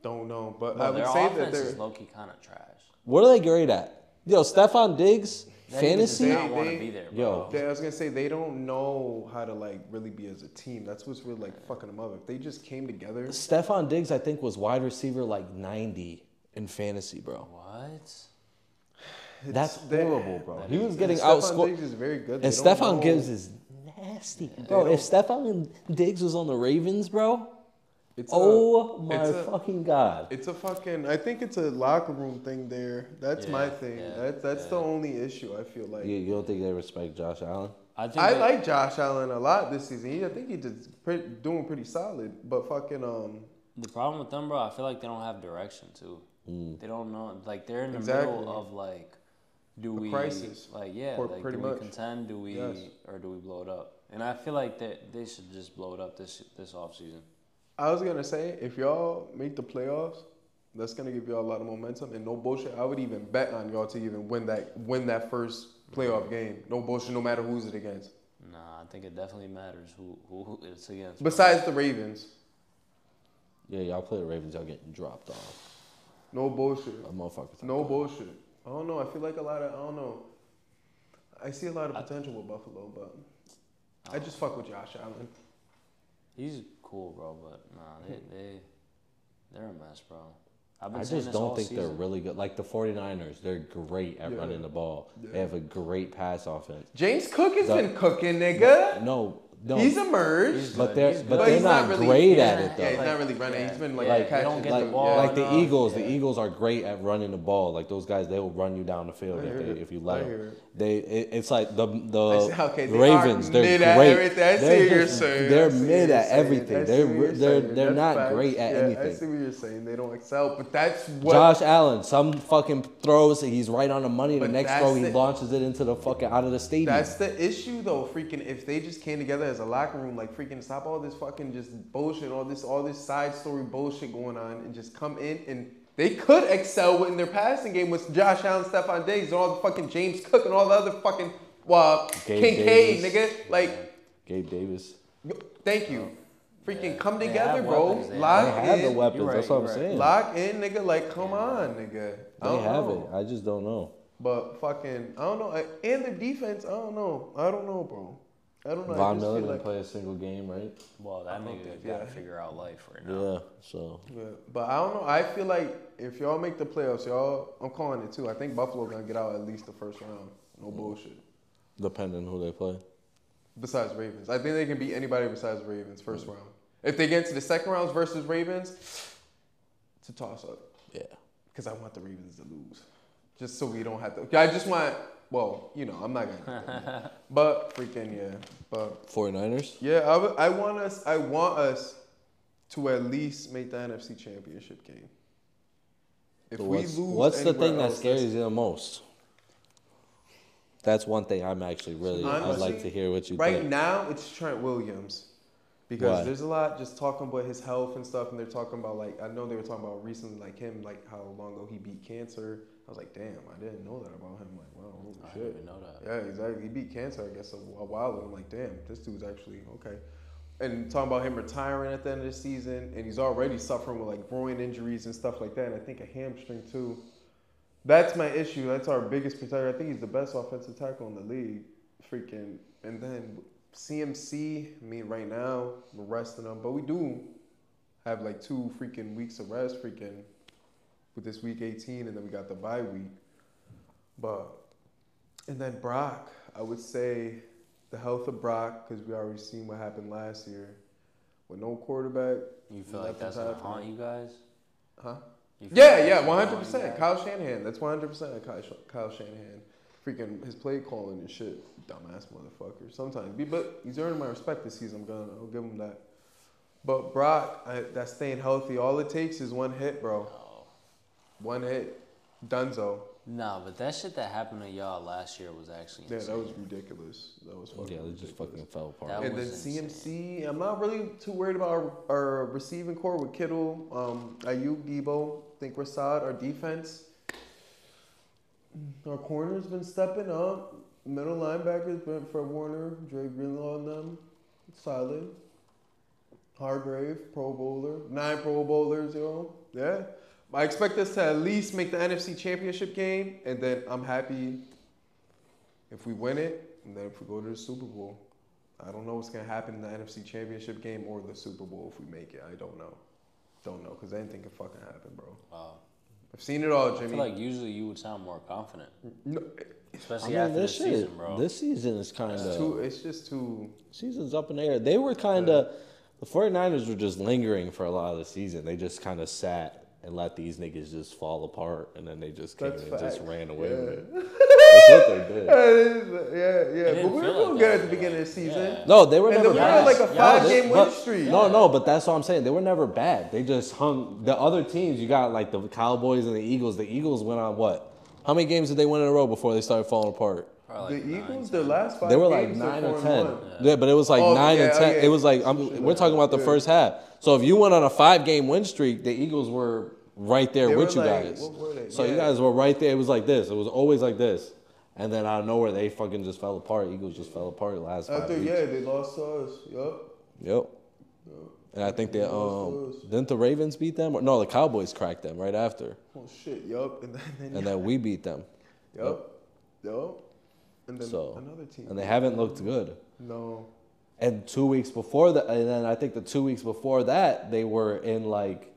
[SPEAKER 1] Don't know, but I
[SPEAKER 2] Well,
[SPEAKER 1] would
[SPEAKER 2] their
[SPEAKER 1] say that
[SPEAKER 2] offense
[SPEAKER 1] they're
[SPEAKER 2] is low key kind of trash.
[SPEAKER 3] What are they great at? Yo, Stefan Diggs,
[SPEAKER 2] That nigga does
[SPEAKER 3] fantasy.
[SPEAKER 2] not want
[SPEAKER 1] They-
[SPEAKER 2] to be there, bro.
[SPEAKER 3] Yo.
[SPEAKER 1] They, I was gonna say they don't know how to like really be as a team. That's what's really like fucking them up. If they just came together,
[SPEAKER 3] Stefan Diggs, I think, was wide receiver like 90 in fantasy, bro.
[SPEAKER 2] What?
[SPEAKER 3] That's
[SPEAKER 1] they-
[SPEAKER 3] horrible, bro. he was
[SPEAKER 1] and
[SPEAKER 3] getting
[SPEAKER 1] Stephon
[SPEAKER 3] outscored.
[SPEAKER 1] Diggs is very good. They
[SPEAKER 3] And
[SPEAKER 1] don't
[SPEAKER 3] Stefan
[SPEAKER 1] know-
[SPEAKER 3] Gibbs is nasty, bro. If Stefan Diggs was on the Ravens, bro,
[SPEAKER 1] It's a-
[SPEAKER 3] oh my
[SPEAKER 1] it's a-
[SPEAKER 3] fucking god.
[SPEAKER 1] It's a fucking. I think it's a locker room thing there. That's my
[SPEAKER 2] Yeah,
[SPEAKER 1] thing.
[SPEAKER 2] yeah,
[SPEAKER 1] that's that's the only issue I feel like.
[SPEAKER 3] You, you don't think they respect Josh Allen?
[SPEAKER 2] I think
[SPEAKER 1] I
[SPEAKER 2] that-
[SPEAKER 1] like Josh Allen a lot this season. He, I think he just pretty, doing pretty solid. But fucking um,
[SPEAKER 2] The problem with them, bro, I feel like they don't have direction too. They don't know, like they're in the
[SPEAKER 1] Exactly.
[SPEAKER 2] middle of like, do we
[SPEAKER 1] crisis.
[SPEAKER 2] Like yeah,
[SPEAKER 1] Or
[SPEAKER 2] like
[SPEAKER 1] pretty
[SPEAKER 2] do
[SPEAKER 1] much.
[SPEAKER 2] we contend? Do we
[SPEAKER 1] Yes.
[SPEAKER 2] or do we blow it up? And I feel like that they should just blow it up this this off season.
[SPEAKER 1] I was gonna say if y'all make the playoffs, that's gonna give y'all a lot of momentum. And no bullshit, I would even bet on y'all to even win that win that first playoff game. No bullshit, no matter who's it against.
[SPEAKER 2] Nah, I think it definitely matters who who, who it's against. bro.
[SPEAKER 1] Besides the Ravens,
[SPEAKER 3] Yeah, y'all play the Ravens, y'all getting dropped off.
[SPEAKER 1] no bullshit.
[SPEAKER 3] That motherfucker's
[SPEAKER 1] No
[SPEAKER 3] not good.
[SPEAKER 1] bullshit. I don't know. I feel like a lot of I don't know. I see a lot of potential with Buffalo, but I just fuck with Josh Allen.
[SPEAKER 2] He's cool, bro, but nah, they they they're a mess, bro. I've
[SPEAKER 3] I
[SPEAKER 2] saying
[SPEAKER 3] just
[SPEAKER 2] this
[SPEAKER 3] don't
[SPEAKER 2] all
[SPEAKER 3] think they're
[SPEAKER 2] season.
[SPEAKER 3] really good. Like the 49ers, they're great at
[SPEAKER 1] Yeah.
[SPEAKER 3] running the ball. They
[SPEAKER 1] Yeah.
[SPEAKER 3] have a great pass offense.
[SPEAKER 1] James Cook has
[SPEAKER 3] The-
[SPEAKER 1] been cooking, nigga.
[SPEAKER 3] No, no.
[SPEAKER 1] He's emerged.
[SPEAKER 2] He's
[SPEAKER 3] but
[SPEAKER 2] good.
[SPEAKER 3] they're
[SPEAKER 2] He's
[SPEAKER 3] but,
[SPEAKER 2] good.
[SPEAKER 3] they're
[SPEAKER 1] he's
[SPEAKER 3] not,
[SPEAKER 1] not really-
[SPEAKER 3] great at
[SPEAKER 2] yeah,
[SPEAKER 3] it though.
[SPEAKER 1] Yeah, he's not really running.
[SPEAKER 2] Yeah.
[SPEAKER 1] He's been like,
[SPEAKER 2] Like,
[SPEAKER 1] catching.
[SPEAKER 2] they don't get
[SPEAKER 3] like
[SPEAKER 2] the ball
[SPEAKER 3] like the
[SPEAKER 2] enough.
[SPEAKER 3] Eagles,
[SPEAKER 1] Yeah.
[SPEAKER 3] the Eagles are great at running the ball. Like those guys, they will run you down the field
[SPEAKER 1] I
[SPEAKER 3] if,
[SPEAKER 1] hear
[SPEAKER 3] they,
[SPEAKER 1] it.
[SPEAKER 3] if you
[SPEAKER 1] I
[SPEAKER 3] let
[SPEAKER 1] hear
[SPEAKER 3] them.
[SPEAKER 1] it.
[SPEAKER 3] They it, it's like the
[SPEAKER 1] I
[SPEAKER 3] the
[SPEAKER 1] see- okay, they are
[SPEAKER 3] Ravens, they
[SPEAKER 1] mid
[SPEAKER 3] are great.
[SPEAKER 1] at everything. I see what
[SPEAKER 3] they're
[SPEAKER 1] you're
[SPEAKER 3] just-
[SPEAKER 1] saying.
[SPEAKER 3] they're
[SPEAKER 1] I see what
[SPEAKER 3] mid
[SPEAKER 1] you're
[SPEAKER 3] at
[SPEAKER 1] saying. I
[SPEAKER 3] everything.
[SPEAKER 1] see
[SPEAKER 3] They're
[SPEAKER 1] what you're
[SPEAKER 3] they're
[SPEAKER 1] saying.
[SPEAKER 3] they're
[SPEAKER 1] That's
[SPEAKER 3] not
[SPEAKER 1] facts.
[SPEAKER 3] great at
[SPEAKER 1] Yeah, I see
[SPEAKER 3] anything.
[SPEAKER 1] what you're saying. They don't excel, but that's what.
[SPEAKER 3] Josh Allen, some fucking throws it, he's right on the money. The
[SPEAKER 1] But
[SPEAKER 3] next
[SPEAKER 1] that's
[SPEAKER 3] throw, he
[SPEAKER 1] the-
[SPEAKER 3] launches it into the fucking out of the stadium.
[SPEAKER 1] That's the issue, though. Freaking, if they just came together as a locker room, like freaking, stop all this fucking just bullshit, all this, all this side story bullshit going on, and just come in and they could excel in their passing game with Josh Allen, Stephon Diggs, and all the fucking James Cook and all the other fucking uh,
[SPEAKER 3] Gabe
[SPEAKER 1] Kincaid,
[SPEAKER 3] Davis.
[SPEAKER 1] nigga. Like,
[SPEAKER 3] Gabe Davis.
[SPEAKER 1] thank you. Freaking, come
[SPEAKER 2] They
[SPEAKER 1] together,
[SPEAKER 2] have
[SPEAKER 1] bro.
[SPEAKER 2] weapons. They have-
[SPEAKER 3] They
[SPEAKER 1] Lock
[SPEAKER 3] have the
[SPEAKER 1] in,
[SPEAKER 3] weapons.
[SPEAKER 2] You're
[SPEAKER 3] That's
[SPEAKER 2] right,
[SPEAKER 3] what I'm
[SPEAKER 2] you're right.
[SPEAKER 3] saying.
[SPEAKER 1] lock in, nigga. Like, come on, nigga. I
[SPEAKER 3] They
[SPEAKER 1] don't
[SPEAKER 3] have
[SPEAKER 1] know.
[SPEAKER 3] it. I just don't know.
[SPEAKER 1] But fucking, I don't know. And their defense, I don't know. I don't know, bro. I don't know. I
[SPEAKER 3] Von
[SPEAKER 1] just
[SPEAKER 3] Miller
[SPEAKER 1] feel
[SPEAKER 3] didn't
[SPEAKER 1] like-
[SPEAKER 3] play a single game, right?
[SPEAKER 2] Well, that
[SPEAKER 1] don't
[SPEAKER 2] nigga
[SPEAKER 1] think-
[SPEAKER 2] got to
[SPEAKER 1] yeah.
[SPEAKER 2] figure out life right now.
[SPEAKER 3] Yeah. So
[SPEAKER 1] Yeah, but I don't know. I feel like if y'all make the playoffs, y'all, I'm calling it too. I think Buffalo gonna get out at least the first round. No
[SPEAKER 3] Mm.
[SPEAKER 1] bullshit.
[SPEAKER 3] depending who they play.
[SPEAKER 1] Besides Ravens, I think they can beat anybody besides Ravens
[SPEAKER 3] Mm.
[SPEAKER 1] first round. If they get to the second rounds versus Ravens, it's a toss up
[SPEAKER 3] Yeah.
[SPEAKER 1] because I want the Ravens to lose, just so we don't have to. I just want. Well, you know, I'm not gonna. do that.
[SPEAKER 3] (laughs)
[SPEAKER 1] but freaking yeah, but
[SPEAKER 3] 49ers?
[SPEAKER 1] Yeah, I, would- I want us. I want us to at least make the NFC Championship game. If
[SPEAKER 3] But
[SPEAKER 1] we
[SPEAKER 3] what's,
[SPEAKER 1] lose,
[SPEAKER 3] what's the
[SPEAKER 1] anywhere
[SPEAKER 3] thing that
[SPEAKER 1] else,
[SPEAKER 3] scares
[SPEAKER 1] that's-
[SPEAKER 3] you the most? That's one thing I'm actually really. I'd like
[SPEAKER 1] Honestly,
[SPEAKER 3] to hear what you
[SPEAKER 1] Right
[SPEAKER 3] think.
[SPEAKER 1] now, it's Trent Williams because
[SPEAKER 3] Why?
[SPEAKER 1] there's a lot just talking about his health and stuff, and they're talking about like I know they were talking about recently, like him, like how long ago he beat cancer. I was like, damn, I didn't know that about him. Like, wow, holy
[SPEAKER 2] I didn't
[SPEAKER 1] shit.
[SPEAKER 2] even know that.
[SPEAKER 1] Yeah, exactly. He beat cancer, I guess, a, a while ago. I'm like, damn, this dude's actually okay. And talking about him retiring at the end of the season, and he's already suffering with like groin injuries and stuff like that, and I think a hamstring too. That's my issue. That's our biggest protector. I think he's the best offensive tackle in the league. Freaking. And then CMC, I mean, right now, we're resting him, but we do have like two freaking weeks of rest, freaking, with this week 18, and then we got the bye week. But and then Brock, I would say the health of Brock, because we already seen what happened last year with no quarterback.
[SPEAKER 2] You feel
[SPEAKER 1] Nothing's
[SPEAKER 2] like that's gonna
[SPEAKER 1] happening.
[SPEAKER 2] haunt you guys?
[SPEAKER 1] Huh?
[SPEAKER 2] You feel
[SPEAKER 1] Yeah,
[SPEAKER 2] like
[SPEAKER 1] yeah,
[SPEAKER 2] that's gonna haunt you
[SPEAKER 1] 100%.
[SPEAKER 2] guys?
[SPEAKER 1] Kyle Shanahan. That's 100% Kyle, Sh- Kyle Shanahan. Freaking his play calling and shit. Dumbass motherfucker. Sometimes. Be- But he's earning my respect this season. I'm going to I'll give him that. But Brock, I, that's staying healthy. All it takes is one hit, bro.
[SPEAKER 2] No.
[SPEAKER 1] One hit. Dunzo.
[SPEAKER 2] Nah, but that shit that happened to y'all last year was actually
[SPEAKER 1] Yeah,
[SPEAKER 2] insane.
[SPEAKER 1] that was ridiculous. That was fucking
[SPEAKER 3] Yeah, they just
[SPEAKER 1] ridiculous.
[SPEAKER 3] fucking fell
[SPEAKER 2] That
[SPEAKER 3] apart.
[SPEAKER 1] And then
[SPEAKER 2] was insane.
[SPEAKER 1] CMC, I'm not really too worried about our, our receiving core with Kittle, um, Ayuk, Debo. I think we're solid. Our defense, our corner's been stepping up. Middle linebackers, Brentford Warner, Dre Greenlaw, and them, solid. Hargrave, Pro Bowler, nine Pro Bowlers, yo. Yeah, I expect us to at least make the NFC Championship game, and then I'm happy if we win it, and then if we go to the Super Bowl. I don't know what's gonna happen in the NFC Championship game or the Super Bowl if we make it. I don't know. Don't know because anything can fucking happen, bro.
[SPEAKER 2] Wow.
[SPEAKER 1] I've seen it all,
[SPEAKER 2] I
[SPEAKER 1] Jimmy.
[SPEAKER 2] feel like usually you would sound more confident,
[SPEAKER 1] no,
[SPEAKER 3] I
[SPEAKER 2] especially
[SPEAKER 3] mean,
[SPEAKER 2] after
[SPEAKER 3] this
[SPEAKER 2] this
[SPEAKER 3] shit,
[SPEAKER 2] season, bro.
[SPEAKER 3] this season is kind
[SPEAKER 1] it's too.
[SPEAKER 3] of
[SPEAKER 1] It's just too.
[SPEAKER 3] season's up in the air. They were kind of the 49ers were just lingering for a lot of the season. They just kind of sat and let these niggas just fall apart, and then they just came
[SPEAKER 1] That's
[SPEAKER 3] and just
[SPEAKER 1] facts.
[SPEAKER 3] ran away
[SPEAKER 1] Yeah.
[SPEAKER 3] with it. That's what they did.
[SPEAKER 1] yeah, yeah. But
[SPEAKER 2] didn't
[SPEAKER 1] we were
[SPEAKER 2] feel
[SPEAKER 1] doing good
[SPEAKER 2] like that,
[SPEAKER 1] at the beginning of the season.
[SPEAKER 2] yeah.
[SPEAKER 3] No, they were
[SPEAKER 1] And
[SPEAKER 3] never
[SPEAKER 1] then we
[SPEAKER 3] bad.
[SPEAKER 1] had, like, a
[SPEAKER 3] No,
[SPEAKER 1] five-game
[SPEAKER 3] they-
[SPEAKER 1] win
[SPEAKER 3] but-
[SPEAKER 1] streak.
[SPEAKER 3] No, no, but that's what I'm saying. They were never bad. They just hung the other teams. You got like the Cowboys and the Eagles. The Eagles went on what? How many games did they win in a row before they started falling apart?
[SPEAKER 2] Probably
[SPEAKER 1] the
[SPEAKER 2] like nine,
[SPEAKER 1] Eagles,
[SPEAKER 2] ten.
[SPEAKER 1] their last five
[SPEAKER 3] They were like
[SPEAKER 1] games, they're
[SPEAKER 3] nine or
[SPEAKER 1] four and
[SPEAKER 3] ten.
[SPEAKER 1] one.
[SPEAKER 3] Yeah, but it was like
[SPEAKER 1] Oh,
[SPEAKER 3] nine
[SPEAKER 1] yeah,
[SPEAKER 3] and
[SPEAKER 1] oh,
[SPEAKER 3] ten.
[SPEAKER 1] yeah.
[SPEAKER 3] It was like
[SPEAKER 1] Some shit
[SPEAKER 3] I'm, we're
[SPEAKER 1] like
[SPEAKER 3] talking
[SPEAKER 1] that.
[SPEAKER 3] about the
[SPEAKER 1] Yeah.
[SPEAKER 3] first half. So if you went on a five game win streak, the Eagles were right there
[SPEAKER 1] They
[SPEAKER 3] with you
[SPEAKER 1] were like-
[SPEAKER 3] guys.
[SPEAKER 1] what were they?
[SPEAKER 3] So you
[SPEAKER 1] Yeah.
[SPEAKER 3] guys were right there. It was like this. It was always like this. And then out of nowhere, they fucking just fell apart. Eagles just fell apart last five
[SPEAKER 1] After
[SPEAKER 3] weeks.
[SPEAKER 1] yeah, they lost to us. Yup.
[SPEAKER 3] Yep. And I think they
[SPEAKER 1] They lost
[SPEAKER 3] um
[SPEAKER 1] to us.
[SPEAKER 3] didn't the Ravens beat them or no the Cowboys cracked them right after
[SPEAKER 1] Oh shit. Yup. And then, then
[SPEAKER 3] and then we beat them.
[SPEAKER 1] yup. Yup. And then
[SPEAKER 3] So
[SPEAKER 1] another team.
[SPEAKER 3] and they haven't looked good.
[SPEAKER 1] no.
[SPEAKER 3] And two weeks before that, and then I think the two weeks before that, they were in like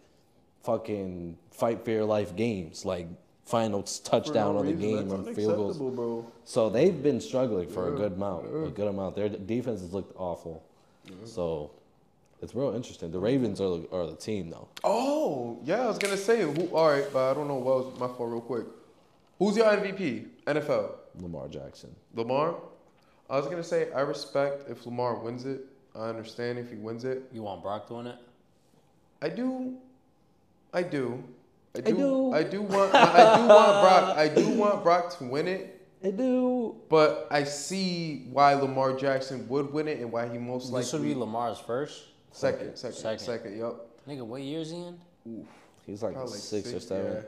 [SPEAKER 3] fucking fight for your life games, like final
[SPEAKER 1] For
[SPEAKER 3] touchdown
[SPEAKER 1] no
[SPEAKER 3] of the
[SPEAKER 1] reason.
[SPEAKER 3] game
[SPEAKER 1] That's
[SPEAKER 3] or field goals.
[SPEAKER 1] unacceptable, bro.
[SPEAKER 3] So they've been struggling for a
[SPEAKER 1] Yeah,
[SPEAKER 3] good amount,
[SPEAKER 1] yeah.
[SPEAKER 3] a good amount. Their defense has looked awful. So it's real interesting. The Ravens are, are the team though.
[SPEAKER 1] Oh, yeah, I was gonna say who all right, but I don't know what was my fault real quick. Who's your MVP? NFL.
[SPEAKER 3] Lamar Jackson.
[SPEAKER 1] Lamar? I was gonna say I respect if Lamar wins it. I understand if he wins it.
[SPEAKER 4] You want Brock doing it?
[SPEAKER 1] I do I do. I
[SPEAKER 3] do.
[SPEAKER 1] I do want I, I do want Brock I do want Brock to win it,
[SPEAKER 3] They do.
[SPEAKER 1] but I see why Lamar Jackson would win it and why he most
[SPEAKER 4] this would
[SPEAKER 1] likely
[SPEAKER 4] be Lamar's first.
[SPEAKER 1] second, second, second,
[SPEAKER 4] second.
[SPEAKER 1] yep.
[SPEAKER 4] Nigga, what year is he in?
[SPEAKER 3] He's like
[SPEAKER 1] Probably
[SPEAKER 3] six, or
[SPEAKER 1] six,
[SPEAKER 3] seven.
[SPEAKER 1] yeah.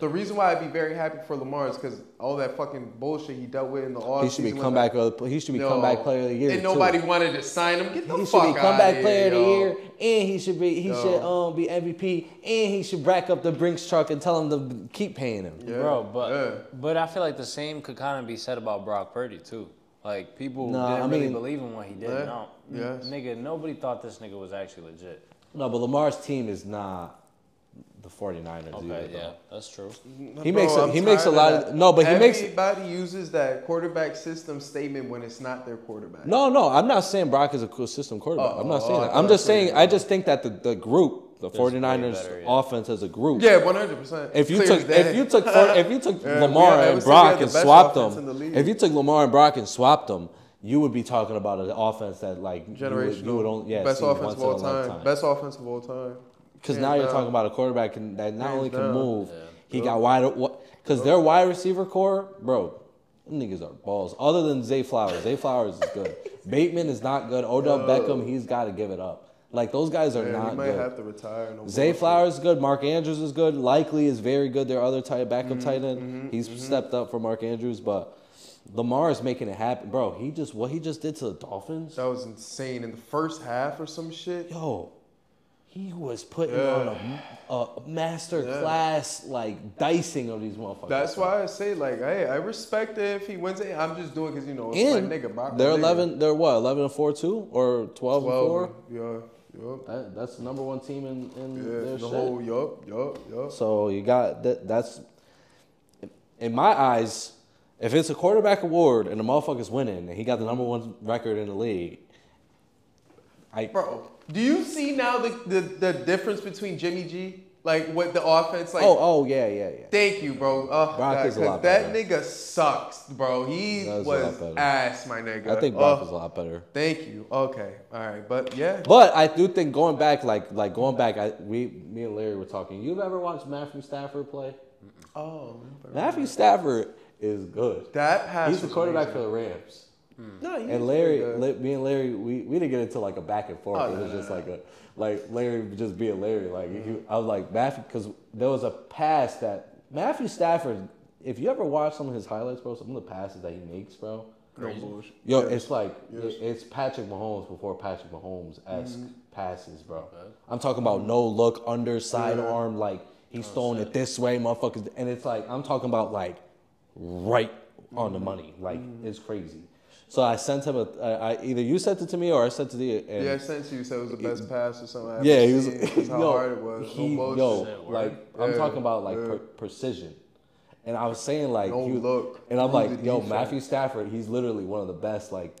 [SPEAKER 1] The reason why I'd be very happy for Lamar is because all that fucking bullshit he dealt with in the offseason.
[SPEAKER 3] He should be
[SPEAKER 1] was
[SPEAKER 3] comeback. of the- He should be
[SPEAKER 1] Yo,
[SPEAKER 3] comeback player of the year.
[SPEAKER 1] And
[SPEAKER 3] too.
[SPEAKER 1] nobody wanted to sign him. Get the
[SPEAKER 3] He should
[SPEAKER 1] fuck
[SPEAKER 3] be comeback
[SPEAKER 1] outta
[SPEAKER 3] player
[SPEAKER 1] here,
[SPEAKER 3] of the
[SPEAKER 1] yo.
[SPEAKER 3] year, and he should be he
[SPEAKER 1] Yo.
[SPEAKER 3] should um be MVP, and he should rack up the Brinks truck and tell him to keep paying him.
[SPEAKER 1] Yeah,
[SPEAKER 4] Bro, but
[SPEAKER 1] yeah.
[SPEAKER 4] but I feel like the same could kind of be said about Brock Purdy too. Like people
[SPEAKER 3] Nah,
[SPEAKER 4] didn't
[SPEAKER 3] I
[SPEAKER 4] really
[SPEAKER 3] mean-
[SPEAKER 4] believe in what he did.
[SPEAKER 1] Yeah,
[SPEAKER 4] No,
[SPEAKER 1] yes.
[SPEAKER 4] nigga, nobody thought this nigga was actually legit.
[SPEAKER 3] No, but Lamar's team is not the 49ers either.
[SPEAKER 4] Okay,
[SPEAKER 3] though.
[SPEAKER 4] yeah, that's true.
[SPEAKER 3] He
[SPEAKER 1] Bro,
[SPEAKER 3] makes a,
[SPEAKER 1] I'm
[SPEAKER 3] he makes a
[SPEAKER 1] tired
[SPEAKER 3] lot
[SPEAKER 1] that.
[SPEAKER 3] of no, but he makes
[SPEAKER 1] Everybody uses that quarterback system statement when it's not their quarterback.
[SPEAKER 3] no, no. I'm not saying Brock is a cool system quarterback.
[SPEAKER 1] Oh,
[SPEAKER 3] I'm not
[SPEAKER 1] oh, I
[SPEAKER 3] saying that.
[SPEAKER 1] thought
[SPEAKER 3] I'm just
[SPEAKER 1] that's what you
[SPEAKER 3] saying
[SPEAKER 1] meant.
[SPEAKER 3] I just think that the, the group, the 49ers
[SPEAKER 4] better, yeah.
[SPEAKER 3] offense as a group.
[SPEAKER 1] Yeah, 100%.
[SPEAKER 3] If you
[SPEAKER 1] Clear as
[SPEAKER 3] took
[SPEAKER 1] day.
[SPEAKER 3] if you took four, if you
[SPEAKER 1] (laughs)
[SPEAKER 3] took
[SPEAKER 1] Yeah, we
[SPEAKER 3] Lamar
[SPEAKER 1] are- I
[SPEAKER 3] and
[SPEAKER 1] would say we have
[SPEAKER 3] Brock
[SPEAKER 1] the
[SPEAKER 3] and
[SPEAKER 1] best
[SPEAKER 3] swapped
[SPEAKER 1] offense
[SPEAKER 3] them,
[SPEAKER 1] in the league.
[SPEAKER 3] if you took Lamar and Brock and swapped them, you would be talking about an offense that like you would-
[SPEAKER 1] generational,
[SPEAKER 3] You would, only, yeah,
[SPEAKER 1] best
[SPEAKER 3] see
[SPEAKER 1] offense of
[SPEAKER 3] once in a
[SPEAKER 1] all time.
[SPEAKER 3] lifetime.
[SPEAKER 1] Best offense of all time.
[SPEAKER 3] Because
[SPEAKER 1] Hands
[SPEAKER 3] now you're
[SPEAKER 1] down.
[SPEAKER 3] talking about a quarterback can, that not
[SPEAKER 1] Hands
[SPEAKER 3] only can
[SPEAKER 1] down.
[SPEAKER 3] move, he got wide. Because their wide receiver core, bro, them niggas are balls. Other than Zay Flowers, Zay Flowers is
[SPEAKER 1] (laughs)
[SPEAKER 3] good. Bateman is not good. Odell Beckham, he's got to give it up. Like those guys are
[SPEAKER 1] Man,
[SPEAKER 3] not
[SPEAKER 1] he might
[SPEAKER 3] good.
[SPEAKER 1] have to retire. No
[SPEAKER 3] Zay
[SPEAKER 1] bullshit.
[SPEAKER 3] Flowers is good. Mark Andrews is good. Likely is very good. Their other tight backup
[SPEAKER 1] Mm-hmm,
[SPEAKER 3] tight end. He's stepped up for Mark Andrews, but Lamar is making it happen, bro. He just what he just did to the Dolphins.
[SPEAKER 1] That was insane in the first half or some shit.
[SPEAKER 3] Yo, he was putting
[SPEAKER 1] Yeah.
[SPEAKER 3] on a, a master class like dicing of these motherfuckers.
[SPEAKER 1] That's why I say like, hey, I respect it if he wins it. I'm just doing because you know it's
[SPEAKER 3] And
[SPEAKER 1] my nigga. my
[SPEAKER 3] they're
[SPEAKER 1] nigga.
[SPEAKER 3] eleven. They're what eleven and four two or twelve, and
[SPEAKER 1] Twelve.
[SPEAKER 3] four.
[SPEAKER 1] Yeah. Yup.
[SPEAKER 3] That, that's the number one team in, in
[SPEAKER 1] Yeah.
[SPEAKER 3] their
[SPEAKER 1] The
[SPEAKER 3] shit.
[SPEAKER 1] whole. Yup. Yup. Yup.
[SPEAKER 3] So you got that. That's in my eyes. If it's a quarterback award and the motherfucker's winning and he got the number one record in the league, I oh,
[SPEAKER 1] Bro, do you see now the, the the difference between Jimmy G, like what the offense like?
[SPEAKER 3] oh oh yeah yeah yeah.
[SPEAKER 1] Thank you, bro. Oh,
[SPEAKER 3] Brock
[SPEAKER 1] God,
[SPEAKER 3] is a
[SPEAKER 1] 'cause
[SPEAKER 3] lot
[SPEAKER 1] that
[SPEAKER 3] better.
[SPEAKER 1] nigga sucks, bro. He
[SPEAKER 3] That
[SPEAKER 1] was,
[SPEAKER 3] is a lot better.
[SPEAKER 1] ass, my nigga.
[SPEAKER 3] I think Brock
[SPEAKER 1] Oh,
[SPEAKER 3] is a lot better.
[SPEAKER 1] Thank you. Okay. All right. But yeah.
[SPEAKER 3] But I do think going back, like like going back, I we me and Larry were talking. You've ever watched Matthew Stafford play?
[SPEAKER 1] Oh,
[SPEAKER 3] Matthew Stafford is good.
[SPEAKER 1] that pass.
[SPEAKER 3] He's the
[SPEAKER 1] was
[SPEAKER 3] quarterback
[SPEAKER 1] amazing.
[SPEAKER 3] for the Rams.
[SPEAKER 1] No, he was
[SPEAKER 3] And Larry,
[SPEAKER 1] pretty good.
[SPEAKER 3] li- me and Larry, we, we didn't get into like a back and forth.
[SPEAKER 1] Oh,
[SPEAKER 3] it
[SPEAKER 1] no,
[SPEAKER 3] was
[SPEAKER 1] no, Mm-hmm.
[SPEAKER 3] just like a like Larry just being Larry. Like he, I was like Matthew because there was a pass that Matthew Stafford. If you ever watch some of his highlights, bro, some of the passes that he makes, bro.
[SPEAKER 1] No bullshit.
[SPEAKER 3] Yo,
[SPEAKER 1] Yes.
[SPEAKER 3] it's like
[SPEAKER 1] Yes.
[SPEAKER 3] it's Patrick Mahomes before Patrick Mahomes esque passes, bro. I'm talking about no look under side
[SPEAKER 1] Mm-hmm. Yeah.
[SPEAKER 3] arm, like he's throwing it this way, motherfuckers, and it's like I'm talking about like right on
[SPEAKER 1] Mm-hmm.
[SPEAKER 3] the money, like it's crazy. So I sent him a, I, I either you sent it to me or I sent it to you. And
[SPEAKER 1] Yeah, I sent you. So it was the best pass or something. I
[SPEAKER 3] (laughs) yeah,
[SPEAKER 1] ever
[SPEAKER 3] he was.
[SPEAKER 1] seen. That's how
[SPEAKER 3] (laughs) yo,
[SPEAKER 1] hard it was.
[SPEAKER 3] He,
[SPEAKER 1] no bullshit.
[SPEAKER 3] yo, like I'm
[SPEAKER 1] Yeah,
[SPEAKER 3] talking about like
[SPEAKER 1] yeah.
[SPEAKER 3] per- precision, and I was saying like,
[SPEAKER 1] No
[SPEAKER 3] he-
[SPEAKER 1] look.
[SPEAKER 3] and I'm
[SPEAKER 1] Through
[SPEAKER 3] like,
[SPEAKER 1] the
[SPEAKER 3] yo,
[SPEAKER 1] defense.
[SPEAKER 3] Matthew Stafford, he's literally one of the best. Like,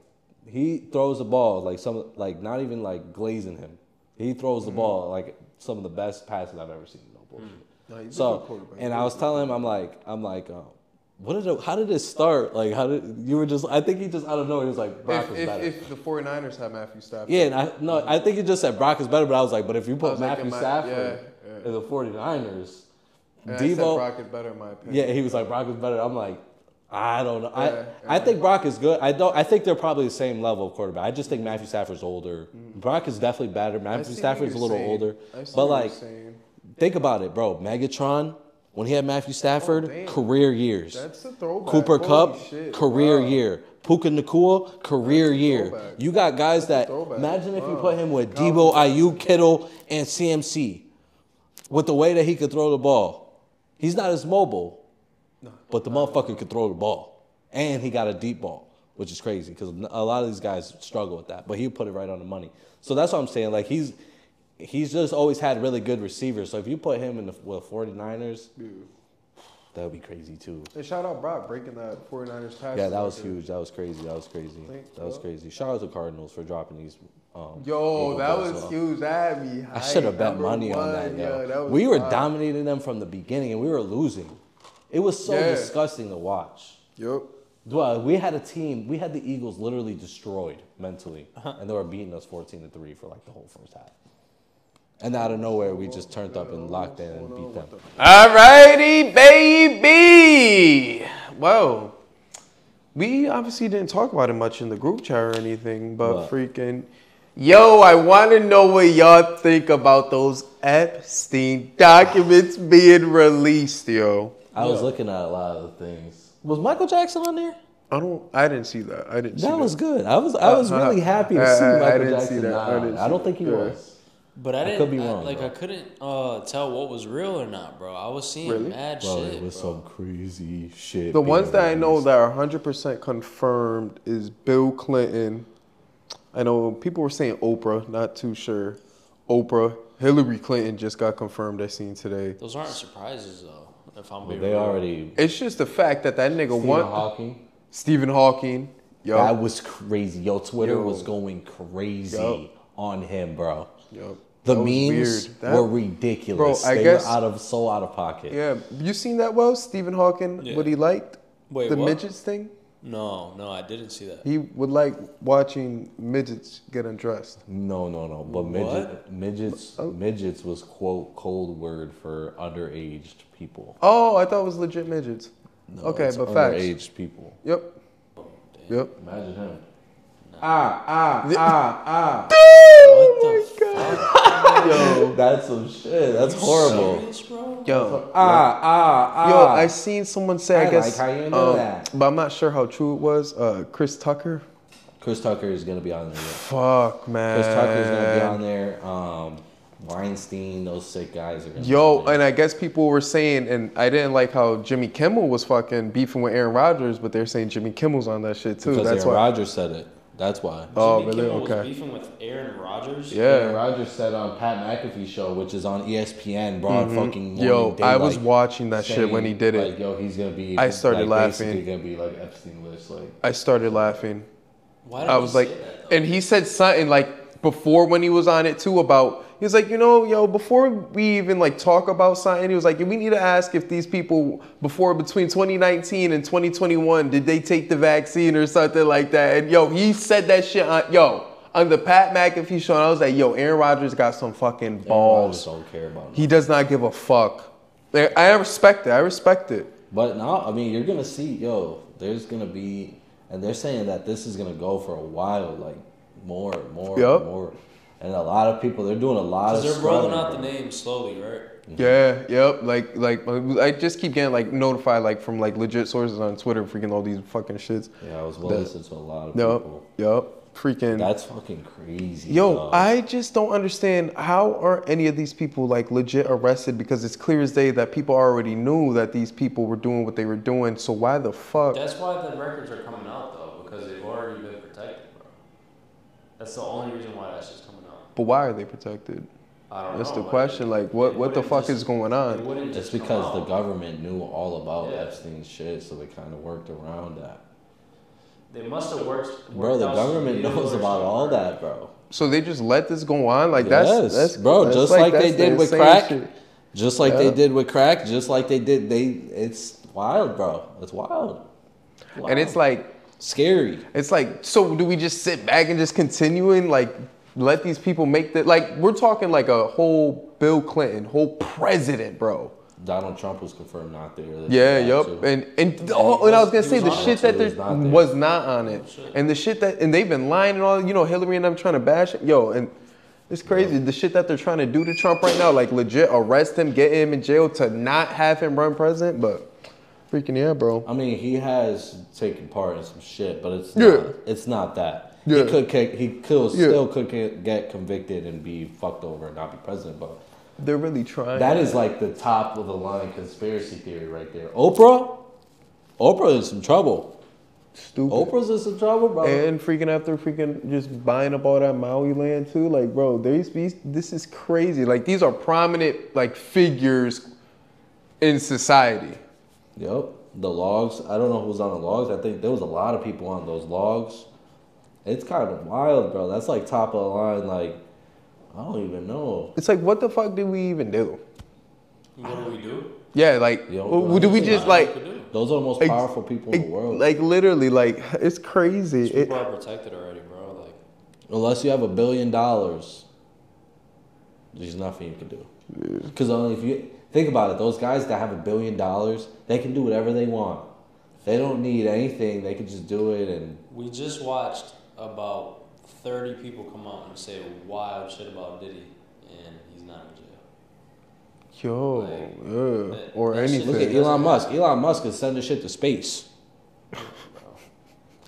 [SPEAKER 3] he throws the ball like some, like not even like glazing him. He throws the ball like some of the best passes I've ever seen. No bullshit.
[SPEAKER 1] No, Mm-hmm. Mm. he's a good
[SPEAKER 3] So,
[SPEAKER 1] quarterback.
[SPEAKER 3] and I was telling him, I'm like, I'm like, um, what did it, how did it start? Like, how did you were just? I think he just I don't know. He was like, Brock
[SPEAKER 1] if,
[SPEAKER 3] is
[SPEAKER 1] if,
[SPEAKER 3] better.
[SPEAKER 1] if the 49ers had Matthew Stafford.
[SPEAKER 3] Yeah, and I no, I think you just said Brock is better, but I was like, but if you
[SPEAKER 1] I
[SPEAKER 3] put
[SPEAKER 1] was like,
[SPEAKER 3] Matthew
[SPEAKER 1] am I-
[SPEAKER 3] Stafford
[SPEAKER 1] yeah, yeah.
[SPEAKER 3] in the 49ers,
[SPEAKER 1] and I said
[SPEAKER 3] Debo,
[SPEAKER 1] Brock is better in my opinion.
[SPEAKER 3] yeah, he was like Brock is better. I'm like, I don't know. I
[SPEAKER 1] Yeah,
[SPEAKER 3] I think Brock is good. I don't. I think they're probably the same level of quarterback. I just think Matthew Stafford's older. Brock is definitely better.
[SPEAKER 1] Mm-hmm. I
[SPEAKER 3] Matthew
[SPEAKER 1] see what
[SPEAKER 3] Stafford's a
[SPEAKER 1] you're
[SPEAKER 3] little
[SPEAKER 1] saying.
[SPEAKER 3] older,
[SPEAKER 1] I see
[SPEAKER 3] but
[SPEAKER 1] what you're
[SPEAKER 3] like,
[SPEAKER 1] saying.
[SPEAKER 3] think about it, bro. Megatron when he had Matthew Stafford,
[SPEAKER 1] Oh, damn.
[SPEAKER 3] career years.
[SPEAKER 1] that's a throwback.
[SPEAKER 3] Cooper
[SPEAKER 1] Holy
[SPEAKER 3] Cup,
[SPEAKER 1] shit.
[SPEAKER 3] career
[SPEAKER 1] Wow.
[SPEAKER 3] year. Puka Nakua, career
[SPEAKER 1] That's a
[SPEAKER 3] year.
[SPEAKER 1] throwback.
[SPEAKER 3] You got guys
[SPEAKER 1] That's a
[SPEAKER 3] that
[SPEAKER 1] throwback.
[SPEAKER 3] imagine if you
[SPEAKER 1] Wow.
[SPEAKER 3] put him with
[SPEAKER 1] Calvin
[SPEAKER 3] Debo, Ayuk, Kittle, and CMC, with the way that he could throw the ball. He's not as mobile, but the motherfucker could throw the ball, and he got a deep ball, which is crazy because a lot of these guys struggle with that. But he put it right on the money. So that's what I'm saying. Like he's he's just always had really good receivers. So if you put him in the well 49ers, that would be crazy too.
[SPEAKER 1] And shout out Brock breaking that 49ers tie.
[SPEAKER 3] Yeah, that was huge. That was crazy. That was crazy.
[SPEAKER 1] Thank
[SPEAKER 3] That was
[SPEAKER 1] you.
[SPEAKER 3] crazy. Shout out to Cardinals for dropping these. Um,
[SPEAKER 1] Yo,
[SPEAKER 3] Google
[SPEAKER 1] that
[SPEAKER 3] Glass
[SPEAKER 1] was
[SPEAKER 3] off.
[SPEAKER 1] huge. That had me.
[SPEAKER 3] I should have
[SPEAKER 1] hyped.
[SPEAKER 3] bet
[SPEAKER 1] Number
[SPEAKER 3] money on that,
[SPEAKER 1] one,
[SPEAKER 3] yo.
[SPEAKER 1] yeah, that was
[SPEAKER 3] we were
[SPEAKER 1] wild.
[SPEAKER 3] dominating them from the beginning, and we were losing. It was so
[SPEAKER 1] Yeah.
[SPEAKER 3] disgusting to watch.
[SPEAKER 1] Yep.
[SPEAKER 3] Well, we had a team. We had the Eagles literally destroyed mentally,
[SPEAKER 1] Uh-huh.
[SPEAKER 3] and they were beating us fourteen to three for like the whole first half. And out of nowhere, we just turned up and locked in and beat them.
[SPEAKER 1] Alrighty, baby. Well, we obviously didn't talk about it much in the group chat or anything, but
[SPEAKER 3] What?
[SPEAKER 1] freaking. Yo, I want to know what y'all think about those Epstein documents being released, yo.
[SPEAKER 3] I was looking at a lot of the things. Was Michael Jackson on there?
[SPEAKER 1] I don't. I didn't see that. I didn't. see
[SPEAKER 3] That was good. I was I was really happy to see
[SPEAKER 1] Uh, I- I- I
[SPEAKER 3] Michael
[SPEAKER 1] didn't see
[SPEAKER 3] Jackson.
[SPEAKER 1] that. I
[SPEAKER 3] on.
[SPEAKER 1] didn't
[SPEAKER 3] I,
[SPEAKER 1] see
[SPEAKER 3] don't
[SPEAKER 1] that.
[SPEAKER 3] think he
[SPEAKER 1] Yeah.
[SPEAKER 3] was.
[SPEAKER 4] But I didn't
[SPEAKER 3] could be
[SPEAKER 4] I-
[SPEAKER 3] wrong,
[SPEAKER 4] like
[SPEAKER 3] bro.
[SPEAKER 4] I couldn't uh, tell what was real or not, bro. I was seeing
[SPEAKER 1] Really?
[SPEAKER 4] mad
[SPEAKER 3] Bro,
[SPEAKER 4] shit.
[SPEAKER 3] it was some crazy shit.
[SPEAKER 1] The
[SPEAKER 3] being
[SPEAKER 1] ones that I know
[SPEAKER 3] released.
[SPEAKER 1] that are 100% confirmed is Bill Clinton. I know people were saying Oprah, not too sure. Oprah, Hillary Clinton just got confirmed. I seen today.
[SPEAKER 4] Those aren't surprises though. If I'm being
[SPEAKER 3] they
[SPEAKER 4] real.
[SPEAKER 3] already
[SPEAKER 1] It's just the fact that that nigga
[SPEAKER 3] Stephen
[SPEAKER 1] won.
[SPEAKER 3] Hawking.
[SPEAKER 1] Stephen Hawking. Yo,
[SPEAKER 3] That was crazy. Yo, Twitter
[SPEAKER 1] Yo.
[SPEAKER 3] was going crazy
[SPEAKER 1] Yo.
[SPEAKER 3] on him, bro.
[SPEAKER 1] yo,
[SPEAKER 3] The
[SPEAKER 1] that was
[SPEAKER 3] memes
[SPEAKER 1] weird. That-
[SPEAKER 3] were ridiculous.
[SPEAKER 1] Bro, I
[SPEAKER 3] they
[SPEAKER 1] guess-
[SPEAKER 3] were out of so out of pocket.
[SPEAKER 1] Yeah, you seen that well? Stephen Hawking,
[SPEAKER 4] Yeah.
[SPEAKER 1] what he liked?
[SPEAKER 4] Wait,
[SPEAKER 1] the
[SPEAKER 4] what?
[SPEAKER 1] midgets thing?
[SPEAKER 4] No, no, I didn't see that.
[SPEAKER 1] He would like watching midgets get undressed.
[SPEAKER 3] No, no, no. But midget, midgets,
[SPEAKER 1] Oh.
[SPEAKER 3] midgets was quote cold word for underage people.
[SPEAKER 1] Oh, I thought it was legit midgets.
[SPEAKER 3] No,
[SPEAKER 1] okay,
[SPEAKER 3] it's
[SPEAKER 1] but facts.
[SPEAKER 3] underage people.
[SPEAKER 1] Yep. Yep.
[SPEAKER 3] Imagine him.
[SPEAKER 1] Ah,
[SPEAKER 4] What the
[SPEAKER 3] (laughs) Yo, that's some shit. That's horrible.
[SPEAKER 4] f- bro?
[SPEAKER 1] Yo,
[SPEAKER 3] Ah, ah, ah.
[SPEAKER 1] yo, I seen someone say. I,
[SPEAKER 3] I
[SPEAKER 1] guess,
[SPEAKER 3] like how you know
[SPEAKER 1] um,
[SPEAKER 3] that.
[SPEAKER 1] but I'm not sure how true it was. Uh, Chris Tucker.
[SPEAKER 3] Chris Tucker is gonna be on there. yeah.
[SPEAKER 1] Fuck man.
[SPEAKER 3] Chris Tucker is gonna be on there. Um, Weinstein, those sick guys are gonna. be
[SPEAKER 1] Yo,
[SPEAKER 3] on there.
[SPEAKER 1] and I guess people were saying, and I didn't like how Jimmy Kimmel was fucking beefing with Aaron Rodgers, but they're saying Jimmy Kimmel's on that shit too.
[SPEAKER 3] because
[SPEAKER 1] That's
[SPEAKER 3] Aaron
[SPEAKER 1] why.
[SPEAKER 3] Rodgers said it. That's why.
[SPEAKER 1] Oh,
[SPEAKER 2] Jimmy
[SPEAKER 1] really?
[SPEAKER 2] Kimmel was
[SPEAKER 1] Okay.
[SPEAKER 2] beefing with Aaron Rodgers.
[SPEAKER 3] Aaron
[SPEAKER 1] Yeah.
[SPEAKER 3] Rodgers said on Pat McAfee show, which is on E ESPN, broad fucking morning
[SPEAKER 1] Mm-hmm. Yo, I was
[SPEAKER 3] daylight,
[SPEAKER 1] watching that shit when he
[SPEAKER 3] saying,
[SPEAKER 1] did it.
[SPEAKER 3] Like, yo, he's gonna be.
[SPEAKER 1] I started
[SPEAKER 3] like, basically
[SPEAKER 1] laughing.
[SPEAKER 3] Gonna be like Epstein list, like.
[SPEAKER 1] I started laughing.
[SPEAKER 4] Why did
[SPEAKER 1] I
[SPEAKER 4] he
[SPEAKER 1] was like,
[SPEAKER 4] say that?
[SPEAKER 1] and he said something like before when he was on it too about he was like, you know, yo, before we even like talk about something, he was like, we need to ask if these people before between 2019 and 2021 did they take the vaccine or something like that. And yo, he said that shit on yo on the Pat McAfee show. And I was like, yo, Aaron Rodgers got some fucking balls.
[SPEAKER 3] Balls don't care about.
[SPEAKER 1] He does not give a fuck. I I respect it. I respect it.
[SPEAKER 3] But now, I mean, you're gonna see, yo, there's gonna be, and they're saying that this is gonna go for a while, like more, more,
[SPEAKER 1] Yup.
[SPEAKER 3] more, and a lot of people, they're doing a lot of.
[SPEAKER 4] Because they're rolling
[SPEAKER 3] scrubbing,
[SPEAKER 4] out the
[SPEAKER 3] bro.
[SPEAKER 4] name slowly, right?
[SPEAKER 3] Mm-hmm.
[SPEAKER 1] Yeah, yep. Like, like I just keep getting like notified like from like legit sources on Twitter, freaking all these fucking shits.
[SPEAKER 3] Yeah, I was well
[SPEAKER 1] The-
[SPEAKER 3] listened to a lot of
[SPEAKER 1] Yep,
[SPEAKER 3] people.
[SPEAKER 1] yep. Freaking.
[SPEAKER 3] That's fucking crazy.
[SPEAKER 1] Yo,
[SPEAKER 3] dog.
[SPEAKER 1] I just don't understand how are any of these people like legit arrested because it's clear as day that people already knew that these people were doing what they were doing. So why the fuck?
[SPEAKER 4] That's why the records are coming out though, because they've already been protected, bro. That's the only reason why that's just coming out.
[SPEAKER 1] But why are they protected?
[SPEAKER 4] I don't
[SPEAKER 1] That's
[SPEAKER 4] know.
[SPEAKER 2] Oh,
[SPEAKER 1] the
[SPEAKER 4] like,
[SPEAKER 1] question. Like, what
[SPEAKER 4] it
[SPEAKER 1] what the
[SPEAKER 4] wouldn't
[SPEAKER 1] fuck
[SPEAKER 4] just-
[SPEAKER 1] is going
[SPEAKER 4] It
[SPEAKER 1] on?
[SPEAKER 4] wouldn't
[SPEAKER 3] It's
[SPEAKER 4] just
[SPEAKER 3] because
[SPEAKER 4] come
[SPEAKER 3] the
[SPEAKER 4] out.
[SPEAKER 3] government knew all about
[SPEAKER 4] Yeah.
[SPEAKER 3] Epstein's shit, so they kind of worked around that.
[SPEAKER 4] They must have worked.
[SPEAKER 3] Bro,
[SPEAKER 4] worked
[SPEAKER 3] the
[SPEAKER 4] out some
[SPEAKER 3] government
[SPEAKER 4] deal
[SPEAKER 3] knows
[SPEAKER 4] or
[SPEAKER 3] about all
[SPEAKER 4] something.
[SPEAKER 3] that, bro.
[SPEAKER 1] So they just let this go on? Like
[SPEAKER 3] yes,
[SPEAKER 1] that's that's
[SPEAKER 3] bro.
[SPEAKER 1] that's
[SPEAKER 3] just like, they
[SPEAKER 1] that's the
[SPEAKER 3] did with
[SPEAKER 1] insane
[SPEAKER 3] crack,
[SPEAKER 1] shit.
[SPEAKER 3] just like
[SPEAKER 1] Yeah.
[SPEAKER 3] they did with crack, just like they did. They, it's wild, bro. It's wild,
[SPEAKER 1] And it's like
[SPEAKER 3] scary.
[SPEAKER 1] It's like, so do we just sit back and just continue and like let these people make the like we're talking like a whole Bill Clinton, whole president, bro.
[SPEAKER 3] Donald Trump was confirmed not there. That's
[SPEAKER 1] Yeah,
[SPEAKER 3] bad,
[SPEAKER 1] yep.
[SPEAKER 3] too.
[SPEAKER 1] And and oh, and I was gonna
[SPEAKER 4] he
[SPEAKER 1] say
[SPEAKER 4] was
[SPEAKER 1] the
[SPEAKER 4] on it
[SPEAKER 1] shit that
[SPEAKER 3] too.
[SPEAKER 1] there
[SPEAKER 3] He was not there.
[SPEAKER 1] was not on it, and the shit that and they've been lying and all. You know, Hillary and them trying to bash it. Yo, and it's crazy the shit that they're trying to do to Trump right now. Like legit, arrest him, get him in jail to not have him run president. But freaking yeah, bro.
[SPEAKER 3] I mean, he has taken part in some shit, but it's
[SPEAKER 1] Yeah.
[SPEAKER 3] not, it's not that.
[SPEAKER 1] Yeah.
[SPEAKER 3] He could ca- he could
[SPEAKER 1] Yeah.
[SPEAKER 3] still could ca- get convicted and be fucked over and not be president, but
[SPEAKER 1] They're really trying.
[SPEAKER 3] That is like the top of the line conspiracy theory right there. Oprah, Oprah is in trouble.
[SPEAKER 1] Stupid.
[SPEAKER 3] Oprah's in some trouble, bro.
[SPEAKER 1] And freaking after freaking just buying up all that Maui land too, like bro, these these this is crazy. Like these are prominent like figures in society.
[SPEAKER 3] Yep. The logs. I don't know who was on the logs. I think there was a lot of people on those logs. It's kind of wild, bro. That's like top of the line. Like, I don't even know.
[SPEAKER 1] It's like what the fuck did we even do?
[SPEAKER 4] What do we do?
[SPEAKER 1] Yeah, like
[SPEAKER 3] Yo,
[SPEAKER 1] w-
[SPEAKER 3] bro,
[SPEAKER 1] do we
[SPEAKER 3] it's
[SPEAKER 4] I
[SPEAKER 1] just
[SPEAKER 4] don't
[SPEAKER 1] like
[SPEAKER 4] know what to do.
[SPEAKER 3] Those are the most
[SPEAKER 1] Ex-
[SPEAKER 3] powerful people in the world.
[SPEAKER 1] like literally like it's crazy.
[SPEAKER 4] These
[SPEAKER 1] It,
[SPEAKER 4] people are protected already, bro. Like
[SPEAKER 3] Unless you have a billion dollars, there's nothing you can do. Because only if you think about it, those guys that have a billion dollars, they can do whatever they want. They don't need anything. They can just do it, and
[SPEAKER 4] we just watched about thirty people come out and say wild shit about Diddy, and he's not in jail.
[SPEAKER 1] yo, yeah,
[SPEAKER 4] that-
[SPEAKER 1] or
[SPEAKER 4] that shit-
[SPEAKER 1] anything.
[SPEAKER 3] look at
[SPEAKER 4] Yeah.
[SPEAKER 3] Elon Musk. Elon Musk is sending shit
[SPEAKER 1] (laughs)
[SPEAKER 3] to space.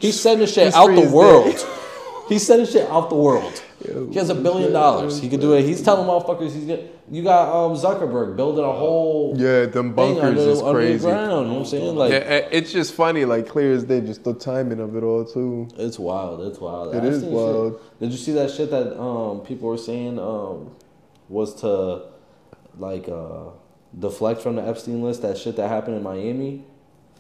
[SPEAKER 3] He's sending shit
[SPEAKER 1] He's
[SPEAKER 3] out the
[SPEAKER 1] freezing.
[SPEAKER 3] world.
[SPEAKER 1] (laughs)
[SPEAKER 3] He's sending shit out the world.
[SPEAKER 1] Yo,
[SPEAKER 3] He has a billion
[SPEAKER 1] yeah,
[SPEAKER 3] dollars. He could do it. He's telling motherfuckers. He's gonna, you got um, Zuckerberg building a whole
[SPEAKER 1] Yeah, them
[SPEAKER 3] thing
[SPEAKER 1] bunkers
[SPEAKER 3] under,
[SPEAKER 1] is
[SPEAKER 3] under the
[SPEAKER 1] crazy.
[SPEAKER 3] ground. You know what I'm saying? Like,
[SPEAKER 1] yeah, a- it's just funny, like clear as day, just the timing of it all too.
[SPEAKER 3] It's wild. It's wild.
[SPEAKER 1] It
[SPEAKER 3] It
[SPEAKER 1] is
[SPEAKER 3] is
[SPEAKER 1] wild.
[SPEAKER 3] Did you see that shit that um people were saying um was to like uh deflect from the Epstein list? That shit that happened in Miami.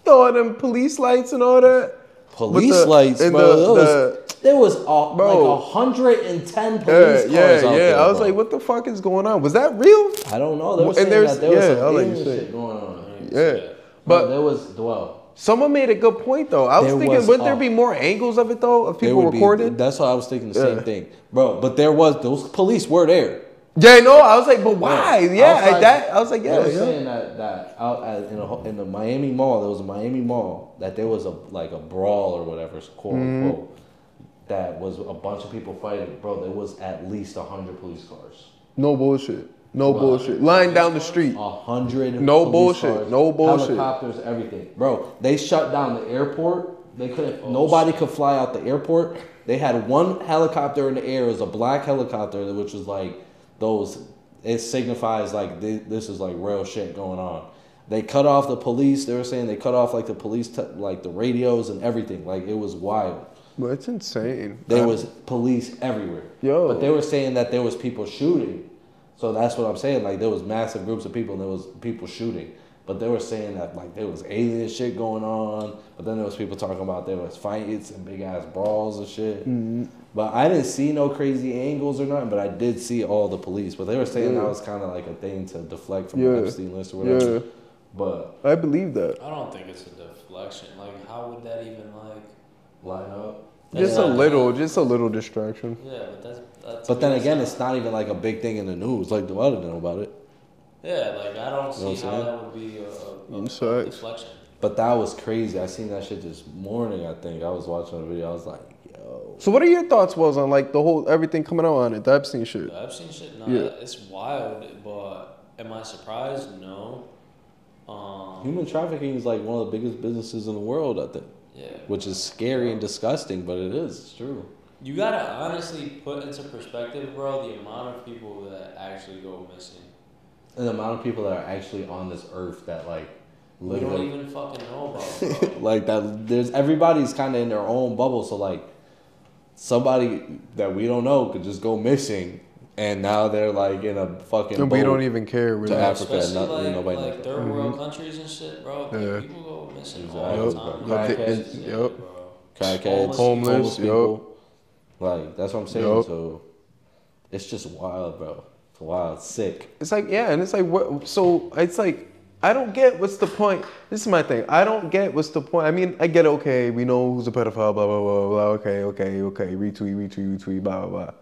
[SPEAKER 1] All them police lights and all that.
[SPEAKER 3] Police
[SPEAKER 1] the-
[SPEAKER 3] lights,
[SPEAKER 1] and
[SPEAKER 3] bro.
[SPEAKER 1] the-
[SPEAKER 3] there
[SPEAKER 1] the-
[SPEAKER 3] was, there was a,
[SPEAKER 1] Bro.
[SPEAKER 3] like hundred and ten
[SPEAKER 1] Yeah,
[SPEAKER 3] police cars
[SPEAKER 1] yeah, yeah.
[SPEAKER 3] out there.
[SPEAKER 1] I was
[SPEAKER 3] bro.
[SPEAKER 1] like, what the fuck is going on? Was that real?
[SPEAKER 3] I don't know. They were
[SPEAKER 1] And
[SPEAKER 3] saying
[SPEAKER 1] there's-
[SPEAKER 3] that there was
[SPEAKER 1] yeah, I like
[SPEAKER 3] some alien
[SPEAKER 1] you said.
[SPEAKER 3] shit going on.
[SPEAKER 1] Yeah.
[SPEAKER 3] But
[SPEAKER 1] But
[SPEAKER 3] there was dwell.
[SPEAKER 1] someone made a good point though. I was
[SPEAKER 3] There
[SPEAKER 1] thinking,
[SPEAKER 3] was
[SPEAKER 1] wouldn't there
[SPEAKER 3] a-
[SPEAKER 1] be more angles of it though, of
[SPEAKER 3] There
[SPEAKER 1] people
[SPEAKER 3] would be-
[SPEAKER 1] recording?
[SPEAKER 3] that's what I was thinking. The
[SPEAKER 1] Yeah.
[SPEAKER 3] same thing, bro. But there was those police were there.
[SPEAKER 1] yeah, no. I was like, but why?
[SPEAKER 3] Right.
[SPEAKER 1] Yeah,
[SPEAKER 3] I was like-
[SPEAKER 1] that. I was like, yeah,
[SPEAKER 3] they were
[SPEAKER 1] yeah.
[SPEAKER 3] saying that that out at, in, a, ho- in the Miami Mall, there was a Miami Mall that there was a like a brawl or whatever, it's quote
[SPEAKER 1] Mm-hmm.
[SPEAKER 3] unquote, that was a bunch of people fighting. Bro, there was at least a hundred police cars.
[SPEAKER 1] No bullshit. No bullshit. Lying down the street.
[SPEAKER 3] A hundred.
[SPEAKER 1] No
[SPEAKER 3] police
[SPEAKER 1] bullshit.
[SPEAKER 3] cars,
[SPEAKER 1] No bullshit.
[SPEAKER 3] Helicopters, everything, bro. They shut down the airport. They couldn't. nobody could fly out the airport. They had one helicopter in the air. It was a black helicopter, which was like those. It signifies like thi- this is like real shit going on. They cut off the police. They were saying they cut off like the police, t- like the radios and everything. Like it was wild.
[SPEAKER 1] Well, it's insane.
[SPEAKER 3] There
[SPEAKER 1] I-
[SPEAKER 3] was police everywhere.
[SPEAKER 1] Yo.
[SPEAKER 3] But they were saying that there was people shooting. So that's what I'm saying. Like there was massive groups of people and there was people shooting. But they were saying that like there was alien shit going on. But then there was people talking about there was fights and big ass brawls and shit.
[SPEAKER 1] Mm-hmm.
[SPEAKER 3] But I didn't see no crazy angles or nothing. But I did see all the police. But they were saying
[SPEAKER 1] Yeah.
[SPEAKER 3] that was kind of like a thing to deflect from
[SPEAKER 1] Yeah.
[SPEAKER 3] the Epstein list or whatever.
[SPEAKER 1] Yeah.
[SPEAKER 3] But
[SPEAKER 1] I believe that.
[SPEAKER 4] I don't think it's a deflection. Like how would that even like?
[SPEAKER 3] line up.
[SPEAKER 1] Just
[SPEAKER 3] Yeah.
[SPEAKER 1] a little, just a little distraction.
[SPEAKER 4] Yeah, but that's that's.
[SPEAKER 3] But then again, it's not even like a big thing in the news. Like the world didn't know about it.
[SPEAKER 4] Yeah, like I don't see
[SPEAKER 3] what I'm
[SPEAKER 4] how
[SPEAKER 3] saying?
[SPEAKER 4] that would be a, a,
[SPEAKER 1] I'm
[SPEAKER 4] a
[SPEAKER 1] sorry.
[SPEAKER 4] deflection.
[SPEAKER 3] But that was crazy. I seen that shit this morning. I think I was watching a video. I was like, yo,
[SPEAKER 1] So, what are your thoughts, was on like the whole everything coming out on it, the Epstein shit?
[SPEAKER 4] I've seen shit. Nah,
[SPEAKER 1] Yeah.
[SPEAKER 4] it's wild. But am I surprised? No. Um.
[SPEAKER 3] human trafficking is like one of the biggest businesses in the world. I think,
[SPEAKER 4] Yeah.
[SPEAKER 3] which is scary and disgusting, but it is. It's true.
[SPEAKER 4] You gotta honestly put into perspective, bro, the amount of people that actually go missing.
[SPEAKER 3] And the amount of people that are actually on this earth that like,
[SPEAKER 4] We don't
[SPEAKER 3] literally,
[SPEAKER 4] even fucking know about.
[SPEAKER 3] (laughs)
[SPEAKER 4] Bro.
[SPEAKER 3] like that. There's everybody's kind of in their own bubble. So like, somebody that we don't know could just go missing, and now they're like in a fucking.
[SPEAKER 1] And we
[SPEAKER 3] boat.
[SPEAKER 1] don't e- even care. We're
[SPEAKER 3] To
[SPEAKER 1] not-
[SPEAKER 3] Africa,
[SPEAKER 4] Especially
[SPEAKER 3] not-
[SPEAKER 4] like,
[SPEAKER 3] nobody knows
[SPEAKER 4] like
[SPEAKER 3] that.
[SPEAKER 4] third world countries and shit, bro. Like,
[SPEAKER 1] Mm-hmm. Yeah.
[SPEAKER 4] People go missing all
[SPEAKER 3] Yup.
[SPEAKER 4] the time.
[SPEAKER 3] Yup.
[SPEAKER 4] Crackheads,
[SPEAKER 1] It's-
[SPEAKER 4] yeah,
[SPEAKER 1] yup.
[SPEAKER 4] bro.
[SPEAKER 3] crackheads,
[SPEAKER 4] Homeless
[SPEAKER 1] Homeless,
[SPEAKER 3] homeless
[SPEAKER 1] yup.
[SPEAKER 3] people. Like that's what I'm saying.
[SPEAKER 1] Yup.
[SPEAKER 3] So it's just wild, bro. It's wild, sick.
[SPEAKER 1] It's like yeah, and it's like what? So it's like I don't get what's the point. This is my thing. I don't get what's the point. I mean, I get okay. We know who's a pedophile. Blah blah blah blah. Okay, okay, okay. Retweet, retweet, retweet. Blah blah blah.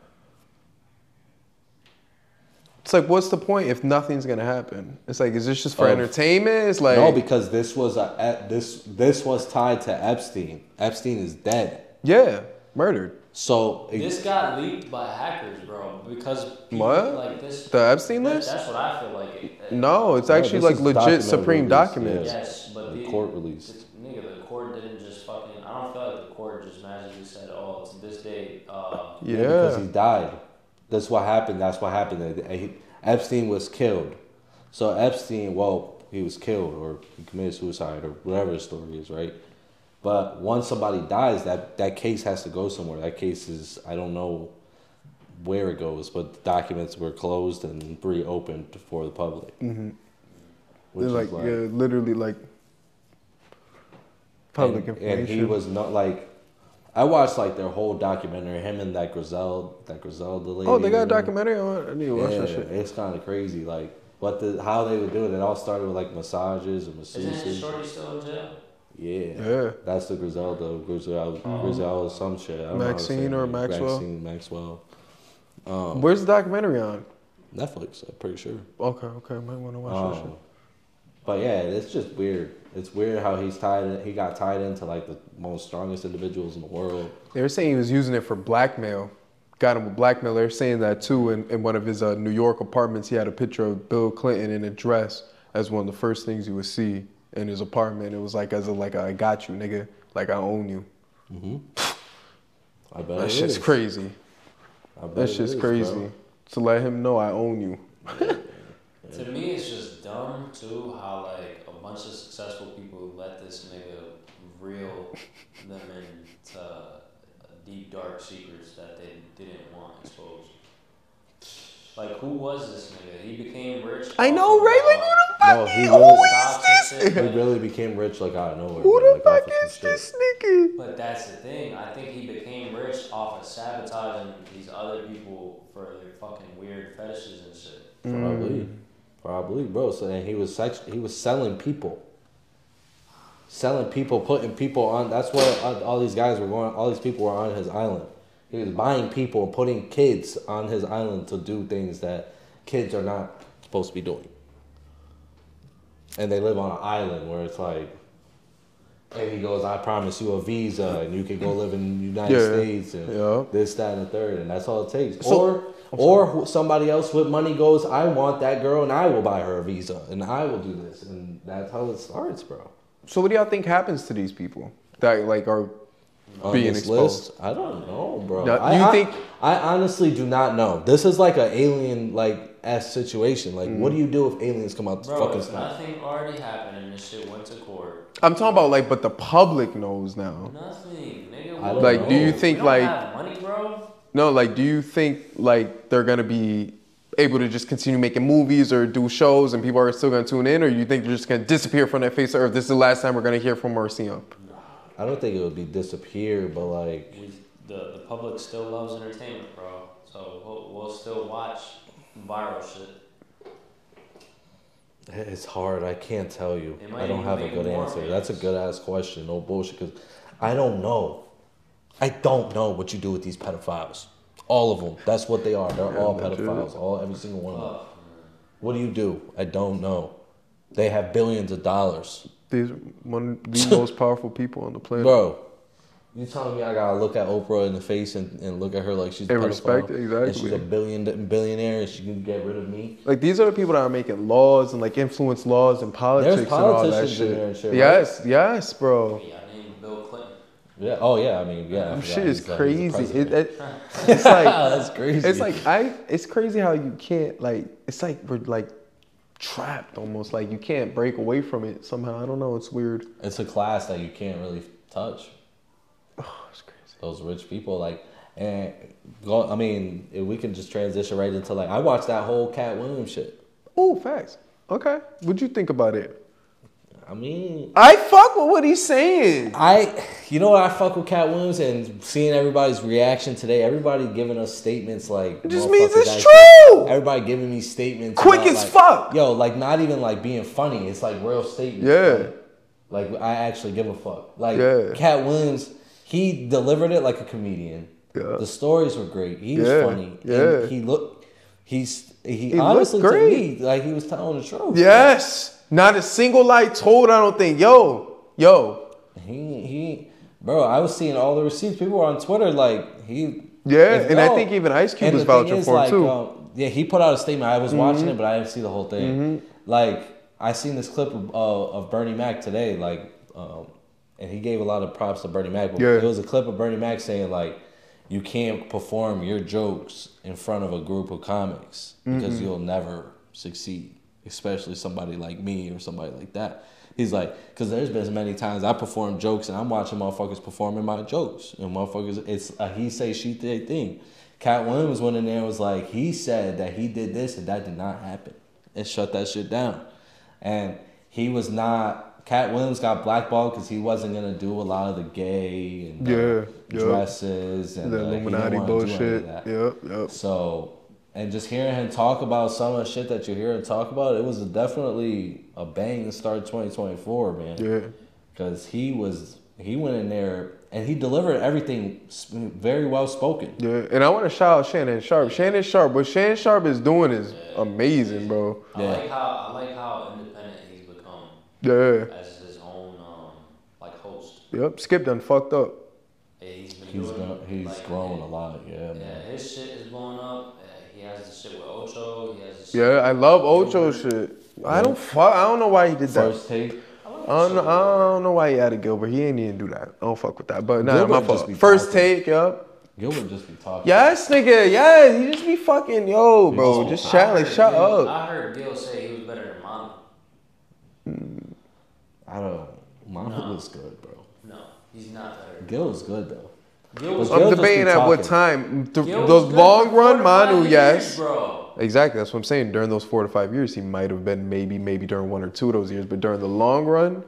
[SPEAKER 1] It's like what's the point if nothing's gonna happen? It's like is this just for
[SPEAKER 3] Oh.
[SPEAKER 1] entertainment? It's like
[SPEAKER 3] no, because this was a e- this this was tied to Epstein. Epstein is dead.
[SPEAKER 1] yeah, murdered.
[SPEAKER 3] So it-
[SPEAKER 4] This got leaked by hackers, bro, because people
[SPEAKER 1] What?
[SPEAKER 4] like this.
[SPEAKER 1] The Epstein
[SPEAKER 4] that-
[SPEAKER 1] list?
[SPEAKER 4] That's what I feel like. It, it-
[SPEAKER 1] No, it's
[SPEAKER 3] No,
[SPEAKER 1] actually
[SPEAKER 3] this
[SPEAKER 1] like
[SPEAKER 3] is
[SPEAKER 1] legit
[SPEAKER 3] documented
[SPEAKER 1] Supreme
[SPEAKER 3] release,
[SPEAKER 1] documents.
[SPEAKER 3] yeah.
[SPEAKER 4] Yes, but
[SPEAKER 3] The
[SPEAKER 4] the
[SPEAKER 3] court release.
[SPEAKER 4] this- Nigga, the court didn't just fucking. I don't feel like the court just magically said, "Oh, it's this date." Uh,
[SPEAKER 1] Yeah,
[SPEAKER 3] because he died. That's what happened. That's what happened. And he- Epstein was killed. So Epstein, well, he was killed or he committed suicide or whatever the story is, right? But once somebody dies, that that case has to go somewhere. That case is I don't know where it goes, but the documents were closed and reopened for the public.
[SPEAKER 1] Mm-hmm.
[SPEAKER 3] Which
[SPEAKER 1] They're
[SPEAKER 3] is
[SPEAKER 1] like, yeah, literally like public
[SPEAKER 3] and,
[SPEAKER 1] information.
[SPEAKER 3] and he was not like. I watched like their whole documentary, him and that Griselda, that Griselda lady.
[SPEAKER 1] oh, they got a documentary on. it? I need to watch
[SPEAKER 3] Yeah,
[SPEAKER 1] that shit.
[SPEAKER 3] it's kind of crazy. Like what the how they would do it. It all started with like massages and
[SPEAKER 4] Isn't his
[SPEAKER 3] masseuses.
[SPEAKER 4] shorty still in jail?
[SPEAKER 3] Yeah.
[SPEAKER 1] Yeah.
[SPEAKER 3] That's the Griselda, Griselda, Griselda, some shit. I don't know how to say
[SPEAKER 1] Maxine or
[SPEAKER 3] her name.
[SPEAKER 1] Maxwell?
[SPEAKER 3] Maxine Maxwell. Um,
[SPEAKER 1] Where's the documentary on?
[SPEAKER 3] Netflix, I'm pretty sure.
[SPEAKER 1] Okay, okay, might want to watch that
[SPEAKER 3] Um,
[SPEAKER 1] shit.
[SPEAKER 3] but yeah, it's just weird. It's weird how he's tied. In, he got tied into like the most strongest individuals in the world.
[SPEAKER 1] They were saying he was using it for blackmail. Got him with blackmail. They were saying that too. In, in one of his uh, New York apartments, he had a picture of Bill Clinton in a dress as one of the first things you would see in his apartment. It was like as a like a, I got you, nigga. Like I own you.
[SPEAKER 3] I bet
[SPEAKER 1] That
[SPEAKER 3] Oh, it
[SPEAKER 1] shit's
[SPEAKER 3] is.
[SPEAKER 1] crazy.
[SPEAKER 3] I bet
[SPEAKER 1] That
[SPEAKER 3] it
[SPEAKER 1] shit's
[SPEAKER 3] is,
[SPEAKER 1] crazy.
[SPEAKER 3] bro.
[SPEAKER 1] To let him know I own you.
[SPEAKER 4] To me, it's just dumb too how like a bunch of successful people let this nigga reel them into deep dark secrets that they didn't want exposed. Like who was this nigga? He became rich.
[SPEAKER 1] I know,
[SPEAKER 4] off of,
[SPEAKER 1] right? Like
[SPEAKER 4] uh,
[SPEAKER 1] who the
[SPEAKER 3] No,
[SPEAKER 1] fuck?
[SPEAKER 3] he
[SPEAKER 1] is- (laughs)
[SPEAKER 3] really-
[SPEAKER 1] who
[SPEAKER 4] stocks
[SPEAKER 1] is
[SPEAKER 4] and
[SPEAKER 1] this?
[SPEAKER 4] shit,
[SPEAKER 3] He
[SPEAKER 4] like-
[SPEAKER 3] really became rich like out of nowhere.
[SPEAKER 1] Who
[SPEAKER 3] bro,
[SPEAKER 1] the
[SPEAKER 3] like, off
[SPEAKER 1] fuck
[SPEAKER 3] of some
[SPEAKER 1] is
[SPEAKER 3] shit.
[SPEAKER 1] this nigga?
[SPEAKER 4] But that's the thing. I think he became rich off of sabotaging these other people for their fucking weird fetishes and shit.
[SPEAKER 1] Mm.
[SPEAKER 3] Probably, probably, bro. So and he was sex. He was selling people, selling people, putting people on. That's what all- all these guys were going. All these people were on his island. He was buying people and putting kids on his island to do things that kids are not supposed to be doing. And they live on an island where it's like, and he goes, "I promise you a visa, and you can go live in the United
[SPEAKER 1] Yeah.
[SPEAKER 3] States." And
[SPEAKER 1] Yeah.
[SPEAKER 3] this, that, and the third, and that's all it takes.
[SPEAKER 1] So-
[SPEAKER 3] or or who- somebody else with money goes, I want that girl, and I will buy her a visa, and I will do this, and that's how it starts, bro.
[SPEAKER 1] So what do y'all think happens to these people that like are
[SPEAKER 3] On
[SPEAKER 1] Being
[SPEAKER 3] this
[SPEAKER 1] exposed.
[SPEAKER 3] list, I don't know, bro.
[SPEAKER 1] Now,
[SPEAKER 3] I,
[SPEAKER 1] you
[SPEAKER 3] I-
[SPEAKER 1] think-
[SPEAKER 3] I honestly do not know. This is like an alien like s situation. Like,
[SPEAKER 1] Mm.
[SPEAKER 3] what do you do if aliens come out the
[SPEAKER 4] Bro,
[SPEAKER 3] fucking
[SPEAKER 4] if
[SPEAKER 3] sky?
[SPEAKER 4] nothing already happened and this shit went to court,
[SPEAKER 1] I'm talking about like but the public knows now.
[SPEAKER 4] nothing, nigga.
[SPEAKER 3] I
[SPEAKER 4] what-
[SPEAKER 1] Like do you
[SPEAKER 3] No.
[SPEAKER 4] we
[SPEAKER 1] think
[SPEAKER 4] don't
[SPEAKER 1] like
[SPEAKER 4] have money, bro?
[SPEAKER 1] no like do you think like they're going to be able to just continue making movies or do shows and people are still going to tune in or you think they're just going to disappear from that face of earth this is the last time we're going to hear from or see them
[SPEAKER 3] I don't think it would be disappear, but like,
[SPEAKER 4] We, the the public still loves entertainment, bro. So we'll, we'll still watch viral shit.
[SPEAKER 3] It's hard. I can't tell you.
[SPEAKER 4] It might
[SPEAKER 3] I don't
[SPEAKER 4] even
[SPEAKER 3] have a
[SPEAKER 4] make
[SPEAKER 3] good
[SPEAKER 4] more
[SPEAKER 3] answer. That's a
[SPEAKER 4] famous.
[SPEAKER 3] good ass question. No bullshit. Because I don't know. I don't know what you do with these pedophiles. All of them. That's what they are. They're all
[SPEAKER 1] legit.
[SPEAKER 3] pedophiles. All every single one of them.
[SPEAKER 4] Fuck,
[SPEAKER 3] What do you do? I don't know. They have billions of dollars,
[SPEAKER 1] these are one of the (laughs) most powerful people on the planet
[SPEAKER 3] bro. You telling me I gotta look at Oprah in the face and, and look at her like she's a
[SPEAKER 1] And
[SPEAKER 3] pedophile,
[SPEAKER 1] respect-
[SPEAKER 3] And she's a
[SPEAKER 1] exactly.
[SPEAKER 3] billion billionaire and she can get rid of me.
[SPEAKER 1] like these are the people that are making laws and like influence laws and politics and all that
[SPEAKER 3] politicians in
[SPEAKER 1] shit.
[SPEAKER 3] there and shit, right?
[SPEAKER 1] yes, yes,
[SPEAKER 4] man.
[SPEAKER 1] bro.
[SPEAKER 4] I named Bill Clinton.
[SPEAKER 3] Yeah. Oh yeah. I mean yeah. I
[SPEAKER 1] That
[SPEAKER 3] forgot
[SPEAKER 1] shit is
[SPEAKER 3] he's like- he's the
[SPEAKER 1] crazy. It,
[SPEAKER 3] president.
[SPEAKER 1] it- it's like
[SPEAKER 3] Oh, (laughs) that's crazy.
[SPEAKER 1] it's like I. It's crazy how you can't like. It's like we're like trapped almost. Like you can't break away from it somehow. I don't know. It's weird.
[SPEAKER 3] it's a class that you can't really touch.
[SPEAKER 1] Oh, (sighs) it's crazy.
[SPEAKER 3] Those rich people, like, and go, I mean, if we can just transition right into like, I watched that whole Cat Williams shit.
[SPEAKER 1] Oh, facts. Okay. What'd you think about it?
[SPEAKER 3] I mean,
[SPEAKER 1] I fuck with what he's saying.
[SPEAKER 3] I, you know what, I fuck with Cat Williams and seeing everybody's reaction today. Everybody giving us statements like,
[SPEAKER 1] It just
[SPEAKER 3] motherfuckers
[SPEAKER 1] means it's
[SPEAKER 3] actually-
[SPEAKER 1] true.
[SPEAKER 3] Everybody giving me statements,
[SPEAKER 1] Quick
[SPEAKER 3] about,
[SPEAKER 1] as
[SPEAKER 3] like-
[SPEAKER 1] fuck.
[SPEAKER 3] Yo, like not even like being funny. It's like real statements.
[SPEAKER 1] Yeah.
[SPEAKER 3] Like, like, I actually give a fuck. Like
[SPEAKER 1] Yeah.
[SPEAKER 3] Cat Williams, he delivered it like a comedian.
[SPEAKER 1] Yeah.
[SPEAKER 3] The stories were great. He was
[SPEAKER 1] Yeah.
[SPEAKER 3] funny.
[SPEAKER 1] Yeah.
[SPEAKER 3] And he looked. He's he,
[SPEAKER 1] looked
[SPEAKER 3] honestly
[SPEAKER 1] great.
[SPEAKER 3] to me like he was telling the truth.
[SPEAKER 1] Yes. Not a single lie told. I don't think. Yo, yo.
[SPEAKER 3] He he, bro. I was seeing all the receipts. People were on Twitter like he.
[SPEAKER 1] Yeah,
[SPEAKER 3] if
[SPEAKER 1] and I
[SPEAKER 3] y'all-
[SPEAKER 1] think even Ice Cube
[SPEAKER 3] and
[SPEAKER 1] was
[SPEAKER 3] the thing
[SPEAKER 1] vouching
[SPEAKER 3] is,
[SPEAKER 1] for him, too. Mm-hmm.
[SPEAKER 3] um, yeah, he put out a statement. I was watching it, but I didn't see the whole thing. Like I seen this clip of, uh, of Bernie Mac today. Like, um, and he gave a lot of props to Bernie Mac. But
[SPEAKER 1] Yeah.
[SPEAKER 3] it was a clip of Bernie Mac saying like, "You can't perform your jokes in front of a group of comics because you'll never succeed, especially somebody like me or somebody like that." He's like, because there's been many times I perform jokes and I'm watching motherfuckers performing my jokes. And motherfuckers, it's a he say, she say thing. Cat Williams went in there and was like, he said that he did this and that did not happen. And shut that shit down. And he was not, Cat Williams got blackballed because he wasn't going to do a lot of the gay and
[SPEAKER 1] Yeah,
[SPEAKER 3] the
[SPEAKER 1] yeah.
[SPEAKER 3] uh, dresses and
[SPEAKER 1] The
[SPEAKER 3] the he didn't
[SPEAKER 1] Illuminati
[SPEAKER 3] wanna do any of
[SPEAKER 1] bullshit.
[SPEAKER 3] that.
[SPEAKER 1] Yep, yep.
[SPEAKER 3] So, and just hearing him talk about some of the shit that you hear him talk about, it was definitely a bang to start 2024, man.
[SPEAKER 1] Yeah.
[SPEAKER 3] Because he was, he went in there and he delivered everything s- very well spoken.
[SPEAKER 1] Yeah, and I want to shout out Shannon Sharp. Shannon Sharp, what Shannon Sharp is doing is amazing, bro.
[SPEAKER 2] I
[SPEAKER 3] Yeah.
[SPEAKER 2] like how I like how independent he's become
[SPEAKER 1] Yeah.
[SPEAKER 2] as his own um, like host.
[SPEAKER 1] Yep. Skip done fucked up.
[SPEAKER 2] Yeah, he's been
[SPEAKER 3] He's
[SPEAKER 2] doing
[SPEAKER 3] gonna, he's
[SPEAKER 2] like,
[SPEAKER 3] grown a lot, yeah,
[SPEAKER 2] Yeah,
[SPEAKER 3] man.
[SPEAKER 2] his shit is blowing up. Uh, he has the shit with Ocho. He has the shit.
[SPEAKER 1] Yeah, I love Ocho shit. I don't fuck. I don't know why he did that.
[SPEAKER 3] First take,
[SPEAKER 1] I don't, know, I don't know why he added Gilbert. He ain't even do that. I don't fuck with that. But nah,
[SPEAKER 3] Gilbert
[SPEAKER 1] my
[SPEAKER 3] just
[SPEAKER 1] fault.
[SPEAKER 3] be
[SPEAKER 1] First
[SPEAKER 3] talking.
[SPEAKER 1] take, yup.
[SPEAKER 3] Gilbert just be talking.
[SPEAKER 1] Yes, nigga. Yes, he just be fucking yo, bro.
[SPEAKER 3] Oh,
[SPEAKER 1] Just
[SPEAKER 2] I
[SPEAKER 1] chat like
[SPEAKER 2] heard
[SPEAKER 1] shut
[SPEAKER 2] Gil-
[SPEAKER 1] up.
[SPEAKER 2] I heard Gil say he was better than Mono.
[SPEAKER 3] I don't, Monica was good, bro.
[SPEAKER 2] No, he's not better.
[SPEAKER 3] Gil was good, though.
[SPEAKER 2] Gil was,
[SPEAKER 3] Gil
[SPEAKER 1] I'm
[SPEAKER 3] just be
[SPEAKER 1] debating at what
[SPEAKER 3] talking.
[SPEAKER 1] time. Th-
[SPEAKER 2] Gil
[SPEAKER 1] the
[SPEAKER 2] was good
[SPEAKER 1] long
[SPEAKER 2] for
[SPEAKER 1] run,
[SPEAKER 2] 45
[SPEAKER 1] Manu,
[SPEAKER 2] years,
[SPEAKER 1] yes.
[SPEAKER 2] Bro,
[SPEAKER 1] Exactly. That's what I'm saying. During those four to five years, he might have been maybe, maybe during one or two of those years, but during the long run,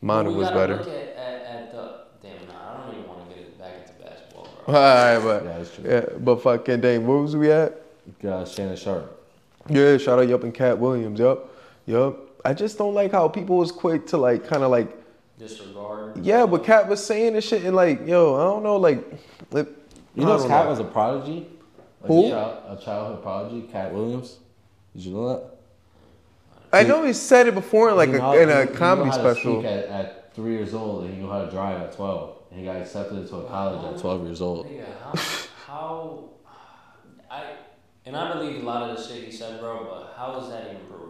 [SPEAKER 1] Manu
[SPEAKER 2] We
[SPEAKER 1] was
[SPEAKER 2] gotta
[SPEAKER 1] better. (laughs)
[SPEAKER 2] Look at, at, at the, damn, nah, I don't even want to get it back into basketball,
[SPEAKER 1] All
[SPEAKER 2] bro.
[SPEAKER 1] right, but
[SPEAKER 3] Yeah, that's true.
[SPEAKER 1] yeah, but fucking dang, what was we at?
[SPEAKER 3] Uh, Shannon Sharp.
[SPEAKER 1] Yeah, shout out Yup and Cat Williams. Yup, yup. I just don't like how people was quick to like kind of like
[SPEAKER 2] Disregard.
[SPEAKER 1] yeah, what Cat was saying and shit and like yo, I don't know like. It,
[SPEAKER 3] You
[SPEAKER 1] I
[SPEAKER 3] know,
[SPEAKER 1] don't
[SPEAKER 3] Cat was a prodigy. Like
[SPEAKER 1] Who?
[SPEAKER 3] A, child, a childhood prodigy, Cat Williams. Did you know that?
[SPEAKER 1] I know he said it before in like
[SPEAKER 3] He
[SPEAKER 1] a,
[SPEAKER 3] know-
[SPEAKER 1] in
[SPEAKER 3] he-
[SPEAKER 1] a
[SPEAKER 3] he knew
[SPEAKER 1] comedy
[SPEAKER 3] how to
[SPEAKER 1] special.
[SPEAKER 3] speak At, at three years old, and he knew how to drive at twelve, and he got accepted into a college at twelve years old.
[SPEAKER 2] Nigga, how, how, I, and I believe a lot of the shit he said, bro, but how is that even proven?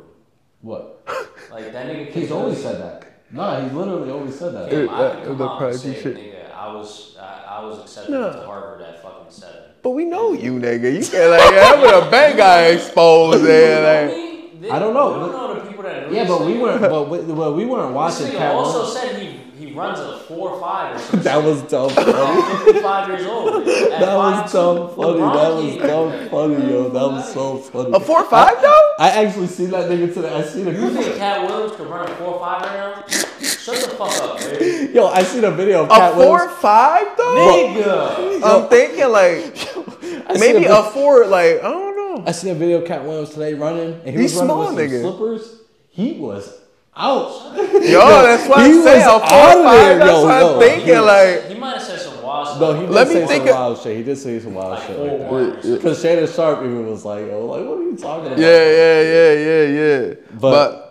[SPEAKER 3] What?
[SPEAKER 2] Like, that nigga
[SPEAKER 3] He's
[SPEAKER 2] could-
[SPEAKER 3] always said that. No, he literally always said that.
[SPEAKER 2] Damn, I
[SPEAKER 1] Yeah,
[SPEAKER 2] could come
[SPEAKER 1] the
[SPEAKER 2] out and say,
[SPEAKER 1] prodigy shit.
[SPEAKER 2] nigga, I was, I, I was accepted
[SPEAKER 1] No.
[SPEAKER 2] to Harvard at fucking seven.
[SPEAKER 1] But we know you, nigga. You can't like (laughs) yeah, I'm a bad guy exposed there. Like,
[SPEAKER 3] I don't know.
[SPEAKER 2] We don't know the people that.
[SPEAKER 3] Yeah, but we weren't. But we, but we weren't watching
[SPEAKER 2] This nigga
[SPEAKER 3] Cat
[SPEAKER 2] also
[SPEAKER 3] Williams.
[SPEAKER 2] said he he runs a four or five or something.
[SPEAKER 3] (laughs) That was dumb. Funny.
[SPEAKER 2] At 55
[SPEAKER 3] (laughs)
[SPEAKER 2] years old. At
[SPEAKER 3] That was
[SPEAKER 2] 5'2",
[SPEAKER 3] dumb funny. That
[SPEAKER 2] LeBron
[SPEAKER 3] was
[SPEAKER 2] came.
[SPEAKER 3] dumb funny, yo. That was so funny.
[SPEAKER 1] a four or five though.
[SPEAKER 3] I actually seen that nigga today. I seen a
[SPEAKER 2] You think Cat Williams could run a four or five right now? Shut the fuck up, baby.
[SPEAKER 3] (laughs) yo. I seen a video of
[SPEAKER 1] A
[SPEAKER 3] Cat
[SPEAKER 1] four or
[SPEAKER 3] Williams.
[SPEAKER 1] five though.
[SPEAKER 2] Nigga.
[SPEAKER 1] I'm thinking like
[SPEAKER 3] (laughs) I seen
[SPEAKER 1] maybe
[SPEAKER 3] vi-
[SPEAKER 1] a four. Like I don't know.
[SPEAKER 3] (laughs) I seen a video of Cat Williams today running, and he
[SPEAKER 1] He's
[SPEAKER 3] was running
[SPEAKER 1] small,
[SPEAKER 3] with
[SPEAKER 1] nigga.
[SPEAKER 3] some slippers. He was out.
[SPEAKER 1] Yo, that's why I'm
[SPEAKER 3] he
[SPEAKER 1] saying a
[SPEAKER 3] was
[SPEAKER 1] four or
[SPEAKER 3] out of
[SPEAKER 1] five.
[SPEAKER 3] there,
[SPEAKER 1] That's
[SPEAKER 3] yo,
[SPEAKER 1] what
[SPEAKER 3] yo.
[SPEAKER 1] I'm thinking.
[SPEAKER 3] He-
[SPEAKER 1] Like
[SPEAKER 2] He might have said some wild stuff.
[SPEAKER 3] No, he did
[SPEAKER 1] Let me
[SPEAKER 3] say
[SPEAKER 1] think
[SPEAKER 3] some
[SPEAKER 1] of-
[SPEAKER 3] wild shit. He did say some wild shit like
[SPEAKER 2] four
[SPEAKER 3] that. Because Shannon Sharp even was like, "Yo, like, what are you talking about?"
[SPEAKER 1] yeah, yeah, yeah, yeah, yeah. But,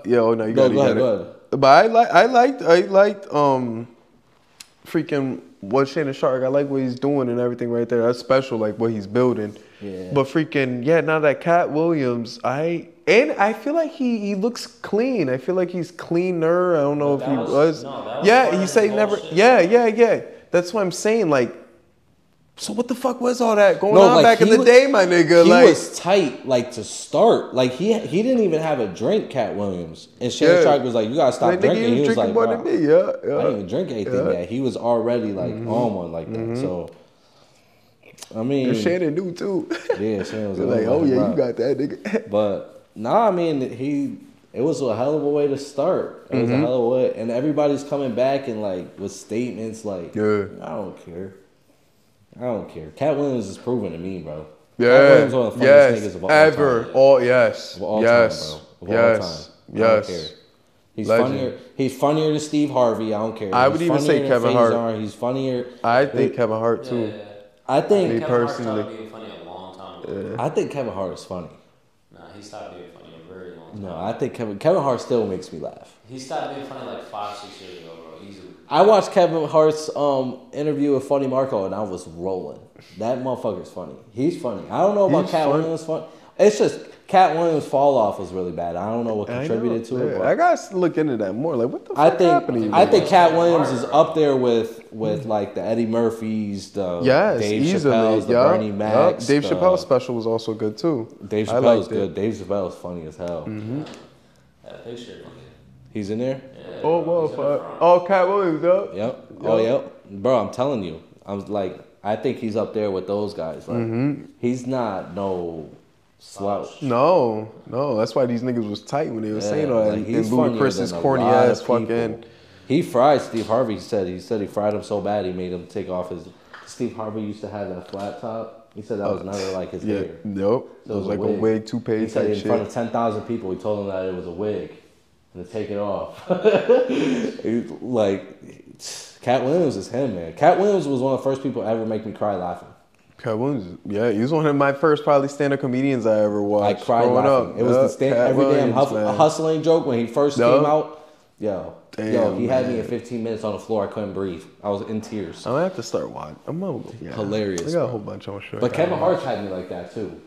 [SPEAKER 3] But-
[SPEAKER 1] yo, no, you
[SPEAKER 3] No,
[SPEAKER 1] got
[SPEAKER 3] go ahead,
[SPEAKER 1] it.
[SPEAKER 3] go ahead.
[SPEAKER 1] But I like I liked I liked um freaking what Shannon Shark, I like what he's doing and everything right there. That's special, like what he's building.
[SPEAKER 3] Yeah.
[SPEAKER 1] But freaking yeah, now that Cat Williams, I and I feel like he he looks clean. I feel like he's cleaner. I don't know if
[SPEAKER 2] But
[SPEAKER 1] he
[SPEAKER 2] that
[SPEAKER 1] was,
[SPEAKER 2] was- no, that was part
[SPEAKER 1] Yeah, he
[SPEAKER 2] of
[SPEAKER 1] said
[SPEAKER 2] his
[SPEAKER 1] he never
[SPEAKER 2] bullshit.
[SPEAKER 1] Yeah, yeah, yeah. That's what I'm saying. Like so what the fuck was all that going
[SPEAKER 3] No,
[SPEAKER 1] on
[SPEAKER 3] like,
[SPEAKER 1] back in
[SPEAKER 3] he
[SPEAKER 1] the
[SPEAKER 3] was-
[SPEAKER 1] day, my nigga?
[SPEAKER 3] He
[SPEAKER 1] like
[SPEAKER 3] was tight, like to start. Like he he didn't even have a drink, Cat Williams. And Shannon
[SPEAKER 1] Yeah.
[SPEAKER 3] Sharp was like, "You gotta stop
[SPEAKER 1] like, nigga,
[SPEAKER 3] drinking."
[SPEAKER 1] you
[SPEAKER 3] He was
[SPEAKER 1] drinking
[SPEAKER 3] like,
[SPEAKER 1] more
[SPEAKER 3] "Bro,
[SPEAKER 1] than me, yeah. yeah.
[SPEAKER 3] I didn't even drink anything
[SPEAKER 1] Yeah. Mm-hmm.
[SPEAKER 3] yet." He was already like on one like that. So, I mean,
[SPEAKER 1] And Shannon knew
[SPEAKER 3] (laughs)
[SPEAKER 1] too.
[SPEAKER 3] yeah, Shannon was
[SPEAKER 1] like, oh yeah, you
[SPEAKER 3] bro."
[SPEAKER 1] got that nigga.
[SPEAKER 3] But nah, I mean he. It was a hell of a way to start. It was
[SPEAKER 1] Mm-hmm.
[SPEAKER 3] a hell of a way, and everybody's coming back and like with statements like,
[SPEAKER 1] Yeah.
[SPEAKER 3] "I don't care, I don't care." Cat Williams is proven to me, bro. Cat
[SPEAKER 1] (laughs) Yeah.
[SPEAKER 3] Williams one of the funniest
[SPEAKER 1] yes.
[SPEAKER 3] niggas of all
[SPEAKER 1] Ever.
[SPEAKER 3] time.
[SPEAKER 1] All yes.
[SPEAKER 3] Of all
[SPEAKER 1] yes.
[SPEAKER 3] time, bro. Of
[SPEAKER 1] yes.
[SPEAKER 3] all time. I don't
[SPEAKER 1] Yes.
[SPEAKER 3] care. He's
[SPEAKER 1] Legend.
[SPEAKER 3] funnier. He's funnier than Steve Harvey. I don't care.
[SPEAKER 1] I
[SPEAKER 3] He's
[SPEAKER 1] would even
[SPEAKER 3] funnier
[SPEAKER 1] say
[SPEAKER 3] than
[SPEAKER 1] Kevin Hart.
[SPEAKER 3] Faison. He's funnier.
[SPEAKER 1] I think Kevin Hart too.
[SPEAKER 2] Yeah.
[SPEAKER 3] I
[SPEAKER 1] Me
[SPEAKER 3] think.
[SPEAKER 2] Kevin Hart stopped
[SPEAKER 1] personally.
[SPEAKER 2] being funny a long time ago.
[SPEAKER 3] I think Kevin Hart is funny.
[SPEAKER 2] Nah, he stopped being funny a very long time.
[SPEAKER 3] No, I think Kevin Kevin Hart still makes me laugh.
[SPEAKER 2] He stopped being funny like five, six years ago, bro. Easily.
[SPEAKER 3] I watched Kevin Hart's um, interview with Funny Marco and I was rolling. That motherfucker's funny. He's funny. I don't know about
[SPEAKER 1] He's
[SPEAKER 3] Cat
[SPEAKER 1] funny.
[SPEAKER 3] Williams. Fun. It's just Cat Williams' fall off was really bad. I don't know what
[SPEAKER 1] I
[SPEAKER 3] contributed
[SPEAKER 1] know.
[SPEAKER 3] to it.
[SPEAKER 1] Yeah.
[SPEAKER 3] But
[SPEAKER 1] I gotta look into that more. Like, what the fuck
[SPEAKER 3] I think
[SPEAKER 1] happened?
[SPEAKER 3] I
[SPEAKER 1] I,
[SPEAKER 3] think Cat Williams is up there with with like the Eddie Murphys, the
[SPEAKER 1] yes,
[SPEAKER 3] Dave
[SPEAKER 1] easily.
[SPEAKER 3] Chappelle's, the
[SPEAKER 1] Yup,
[SPEAKER 3] Bernie
[SPEAKER 1] yup.
[SPEAKER 3] Macs.
[SPEAKER 1] Dave
[SPEAKER 3] the-
[SPEAKER 1] Chappelle's special was also good too.
[SPEAKER 3] Dave
[SPEAKER 1] I
[SPEAKER 3] Chappelle's
[SPEAKER 1] liked it. Mm-hmm.
[SPEAKER 3] good. Dave Chappelle's funny as hell.
[SPEAKER 2] That picture, nigga.
[SPEAKER 3] He's in there.
[SPEAKER 1] Oh, well, fuck. Oh, Cat Williams, up.
[SPEAKER 3] Yep. Oh, yep. Bro, I'm telling you. I'm like, I think he's up there with those guys. Like,
[SPEAKER 1] Mm-hmm.
[SPEAKER 3] he's not no slouch.
[SPEAKER 1] No, no. That's why these niggas was tight when they was saying
[SPEAKER 3] Yeah,
[SPEAKER 1] all that.
[SPEAKER 3] like,
[SPEAKER 1] and
[SPEAKER 3] funnier
[SPEAKER 1] Louis Chris's
[SPEAKER 3] than a
[SPEAKER 1] corny
[SPEAKER 3] lot of
[SPEAKER 1] ass fucking.
[SPEAKER 3] people. He fried Steve Harvey. He said he said he fried him so bad he made him take off his. Steve Harvey used to have that flat top. He said that was never like his
[SPEAKER 1] Oh. Yeah,
[SPEAKER 3] hair.
[SPEAKER 1] nope. it was like a wig, two
[SPEAKER 3] He
[SPEAKER 1] page
[SPEAKER 3] said
[SPEAKER 1] type
[SPEAKER 3] in front
[SPEAKER 1] shit.
[SPEAKER 3] of ten thousand people, he told them that it was a wig, and to take it (laughs) off. He- like, Cat Williams is him, man. Cat Williams was one of the first people to ever make me cry laughing.
[SPEAKER 1] Cat Williams, yeah, he was one of my first probably stand up comedians I ever
[SPEAKER 3] I
[SPEAKER 1] watched.
[SPEAKER 3] cried
[SPEAKER 1] growing
[SPEAKER 3] laughing.
[SPEAKER 1] up.
[SPEAKER 3] It was the
[SPEAKER 1] Yup,
[SPEAKER 3] stand,
[SPEAKER 1] Cat
[SPEAKER 3] every damn
[SPEAKER 1] Williams,
[SPEAKER 3] hustle,
[SPEAKER 1] man.
[SPEAKER 3] hustling joke when he first
[SPEAKER 1] Yup.
[SPEAKER 3] came out. Yo, yo,
[SPEAKER 1] Damn,
[SPEAKER 3] he had me
[SPEAKER 1] man.
[SPEAKER 3] in 15 minutes on the floor. I couldn't breathe. I was in tears.
[SPEAKER 1] I'm gonna have to start watching. I'm gonna go. Yeah. I
[SPEAKER 3] Hilarious,
[SPEAKER 1] got a
[SPEAKER 3] bro.
[SPEAKER 1] whole bunch on show.
[SPEAKER 3] But Kevin Hart had me like that too,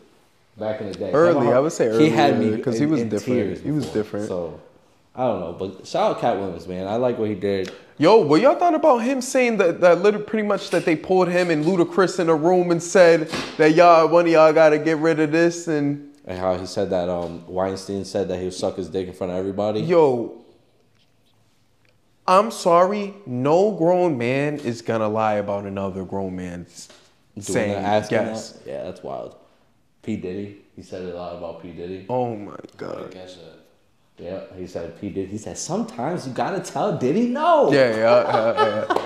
[SPEAKER 3] back in the day.
[SPEAKER 1] um, Early,
[SPEAKER 3] Kevin Hart-
[SPEAKER 1] I would say
[SPEAKER 3] He had
[SPEAKER 1] earlier,
[SPEAKER 3] me
[SPEAKER 1] 'cause
[SPEAKER 3] because
[SPEAKER 1] he was different. He was different.
[SPEAKER 3] So I don't know, but shout out Cat Williams, man. I like what he did.
[SPEAKER 1] Yo, what y'all thought about him saying that that little pretty much that they pulled him and Ludacris in a room and said that y'all one of y'all gotta get rid of this and
[SPEAKER 3] And how he said that um, Weinstein said that he would suck his dick in front of everybody.
[SPEAKER 1] yo. I'm sorry, no grown man is gonna lie about another grown man
[SPEAKER 3] Doing
[SPEAKER 1] saying
[SPEAKER 3] that, asking
[SPEAKER 1] yes.
[SPEAKER 3] that. Yeah, that's wild. P Diddy, he said a lot about P Diddy.
[SPEAKER 1] Oh my god.
[SPEAKER 4] Catch that.
[SPEAKER 3] Yeah, he said P Diddy. He said sometimes you gotta tell Diddy no.
[SPEAKER 1] Yeah, yeah, yeah,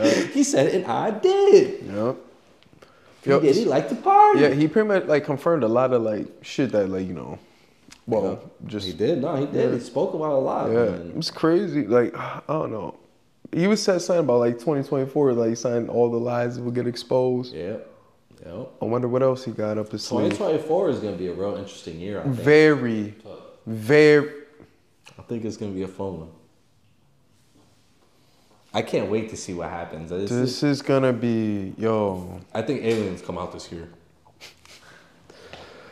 [SPEAKER 1] yeah.
[SPEAKER 3] He said and I did.
[SPEAKER 1] Yup.
[SPEAKER 3] P
[SPEAKER 1] Yup.
[SPEAKER 3] Diddy liked to party.
[SPEAKER 1] Yeah, he pretty much like confirmed a lot of like shit that like you know, well, just
[SPEAKER 3] he did. No, he did. He spoke about it a lot.
[SPEAKER 1] yeah,
[SPEAKER 3] man.
[SPEAKER 1] it was crazy. Like I don't know, he was said something about like 2024, like saying all the lies will get exposed.
[SPEAKER 3] Yep. Yep.
[SPEAKER 1] I wonder what else he got up his sleeve.
[SPEAKER 3] 2024 is going to be a real interesting year, I think.
[SPEAKER 1] Very, very.
[SPEAKER 3] I think it's going to be a fun one. I can't wait to see what happens. This is-
[SPEAKER 1] This is gonna be yo.
[SPEAKER 3] I think aliens come out this year.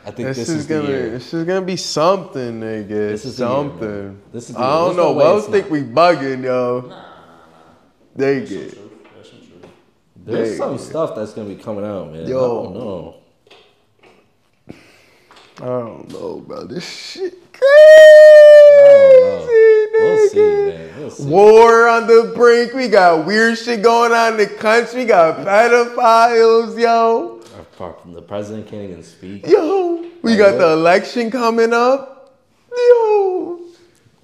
[SPEAKER 3] I think
[SPEAKER 1] This,
[SPEAKER 3] this,
[SPEAKER 1] is, gonna.
[SPEAKER 3] the year.
[SPEAKER 1] This is gonna be something, nigga.
[SPEAKER 3] This is the year, man.
[SPEAKER 1] something.
[SPEAKER 3] This is the
[SPEAKER 1] I
[SPEAKER 3] year.
[SPEAKER 1] don't
[SPEAKER 3] There's no
[SPEAKER 1] know.
[SPEAKER 3] way
[SPEAKER 1] Wells
[SPEAKER 3] it's
[SPEAKER 1] think
[SPEAKER 3] not.
[SPEAKER 1] we bugging, yo. They get.
[SPEAKER 4] Truth. There's some truth.
[SPEAKER 3] There's
[SPEAKER 1] big.
[SPEAKER 3] some stuff that's going to be coming out, man.
[SPEAKER 1] Yo.
[SPEAKER 3] I don't know.
[SPEAKER 1] I don't know, bro. This shit crazy.
[SPEAKER 3] I don't know. We'll see,
[SPEAKER 1] nigga.
[SPEAKER 3] man. We'll see.
[SPEAKER 1] War on the brink. We got weird shit going on in the country. We got pedophiles, yo.
[SPEAKER 3] Uh, fuck, The president can't even speak.
[SPEAKER 1] Yo. We got the election coming up. Yo.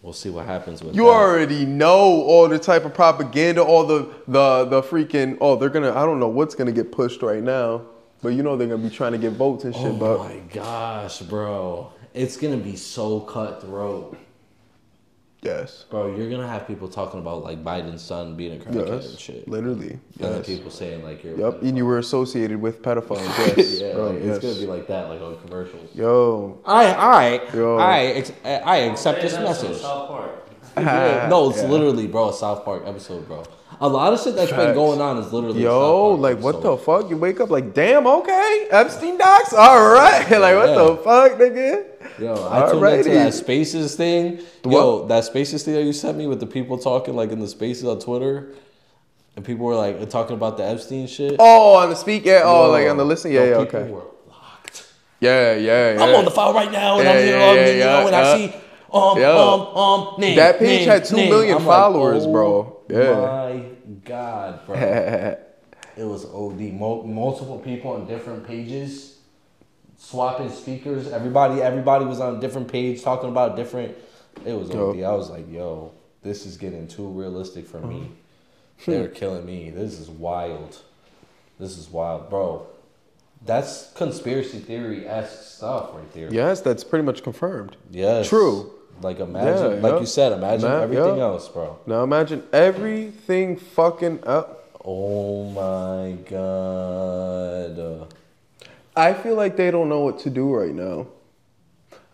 [SPEAKER 3] We'll see what happens with
[SPEAKER 1] You
[SPEAKER 3] that.
[SPEAKER 1] already know all the type of propaganda, all the the the freaking oh, they're gonna I don't know what's gonna get pushed right now. But you know they're gonna be trying to get votes and shit,
[SPEAKER 3] Oh
[SPEAKER 1] but
[SPEAKER 3] my gosh, bro. It's going to be so cutthroat.
[SPEAKER 1] yes.
[SPEAKER 3] Bro, you're gonna have people talking about like Biden's son being a crackhead
[SPEAKER 1] Yes.
[SPEAKER 3] and shit.
[SPEAKER 1] Literally.
[SPEAKER 3] And then
[SPEAKER 1] Yes.
[SPEAKER 3] people saying like you're.
[SPEAKER 1] Yep, and you were associated with
[SPEAKER 3] (laughs)
[SPEAKER 1] pedophiles. Yes,
[SPEAKER 3] yeah,
[SPEAKER 1] bro,
[SPEAKER 3] like,
[SPEAKER 1] yes.
[SPEAKER 3] it's gonna be like that, like on commercials.
[SPEAKER 1] Yo,
[SPEAKER 3] I, I,
[SPEAKER 1] Yo.
[SPEAKER 3] I, ex- I accept
[SPEAKER 4] Hey,
[SPEAKER 3] this
[SPEAKER 4] that's
[SPEAKER 3] message.
[SPEAKER 4] South Park.
[SPEAKER 3] Yeah,
[SPEAKER 1] (laughs)
[SPEAKER 3] no, it's literally, bro, a South Park episode, bro. A lot of shit that's been
[SPEAKER 1] Facts.
[SPEAKER 3] going on is literally. a
[SPEAKER 1] yo,
[SPEAKER 3] South Park
[SPEAKER 1] like what the
[SPEAKER 3] episode.
[SPEAKER 1] fuck? You wake up like, damn, okay, Epstein docs, all right. (laughs) like what the fuck, nigga?
[SPEAKER 3] Yo, I tuned into
[SPEAKER 1] Alrighty.
[SPEAKER 3] that Spaces thing. Yo,
[SPEAKER 1] What?
[SPEAKER 3] that Spaces thing that you sent me with the people talking like in the Spaces on Twitter, and people were like talking about the Epstein shit.
[SPEAKER 1] Oh, on the speak, yeah. Oh,
[SPEAKER 3] Yo,
[SPEAKER 1] like on the listen, yeah,
[SPEAKER 3] yo,
[SPEAKER 1] yeah,
[SPEAKER 3] people
[SPEAKER 1] okay,
[SPEAKER 3] were locked.
[SPEAKER 1] yeah, yeah, yeah.
[SPEAKER 3] I'm on the file right now, and
[SPEAKER 1] Yeah,
[SPEAKER 3] I'm here
[SPEAKER 1] yeah,
[SPEAKER 3] on
[SPEAKER 1] yeah,
[SPEAKER 3] you know,
[SPEAKER 1] yeah,
[SPEAKER 3] and
[SPEAKER 1] yeah.
[SPEAKER 3] I see um
[SPEAKER 1] Yo.
[SPEAKER 3] um um name.
[SPEAKER 1] That page
[SPEAKER 3] name,
[SPEAKER 1] had two
[SPEAKER 3] name.
[SPEAKER 1] million
[SPEAKER 3] I'm like,
[SPEAKER 1] followers,
[SPEAKER 3] oh
[SPEAKER 1] bro. Yeah.
[SPEAKER 3] My
[SPEAKER 1] (laughs)
[SPEAKER 3] God, bro, it was OD. Mo- multiple people on different pages, swapping speakers. Everybody, everybody was on a different page talking about different. It was
[SPEAKER 1] Yo.
[SPEAKER 3] OD. I was like, yo, this is getting too realistic for me.
[SPEAKER 1] Mm-hmm. (laughs)
[SPEAKER 3] They're killing me. This is wild. This is wild, bro. That's conspiracy theory esque stuff right there.
[SPEAKER 1] yes, that's pretty much confirmed.
[SPEAKER 3] Yes.
[SPEAKER 1] True.
[SPEAKER 3] Like imagine,
[SPEAKER 1] Yeah,
[SPEAKER 3] like
[SPEAKER 1] yeah.
[SPEAKER 3] you said, imagine
[SPEAKER 1] Ma-
[SPEAKER 3] everything
[SPEAKER 1] yeah.
[SPEAKER 3] else, bro.
[SPEAKER 1] Now imagine everything fucking up.
[SPEAKER 3] Oh my god.
[SPEAKER 1] I feel like they don't know what to do right now.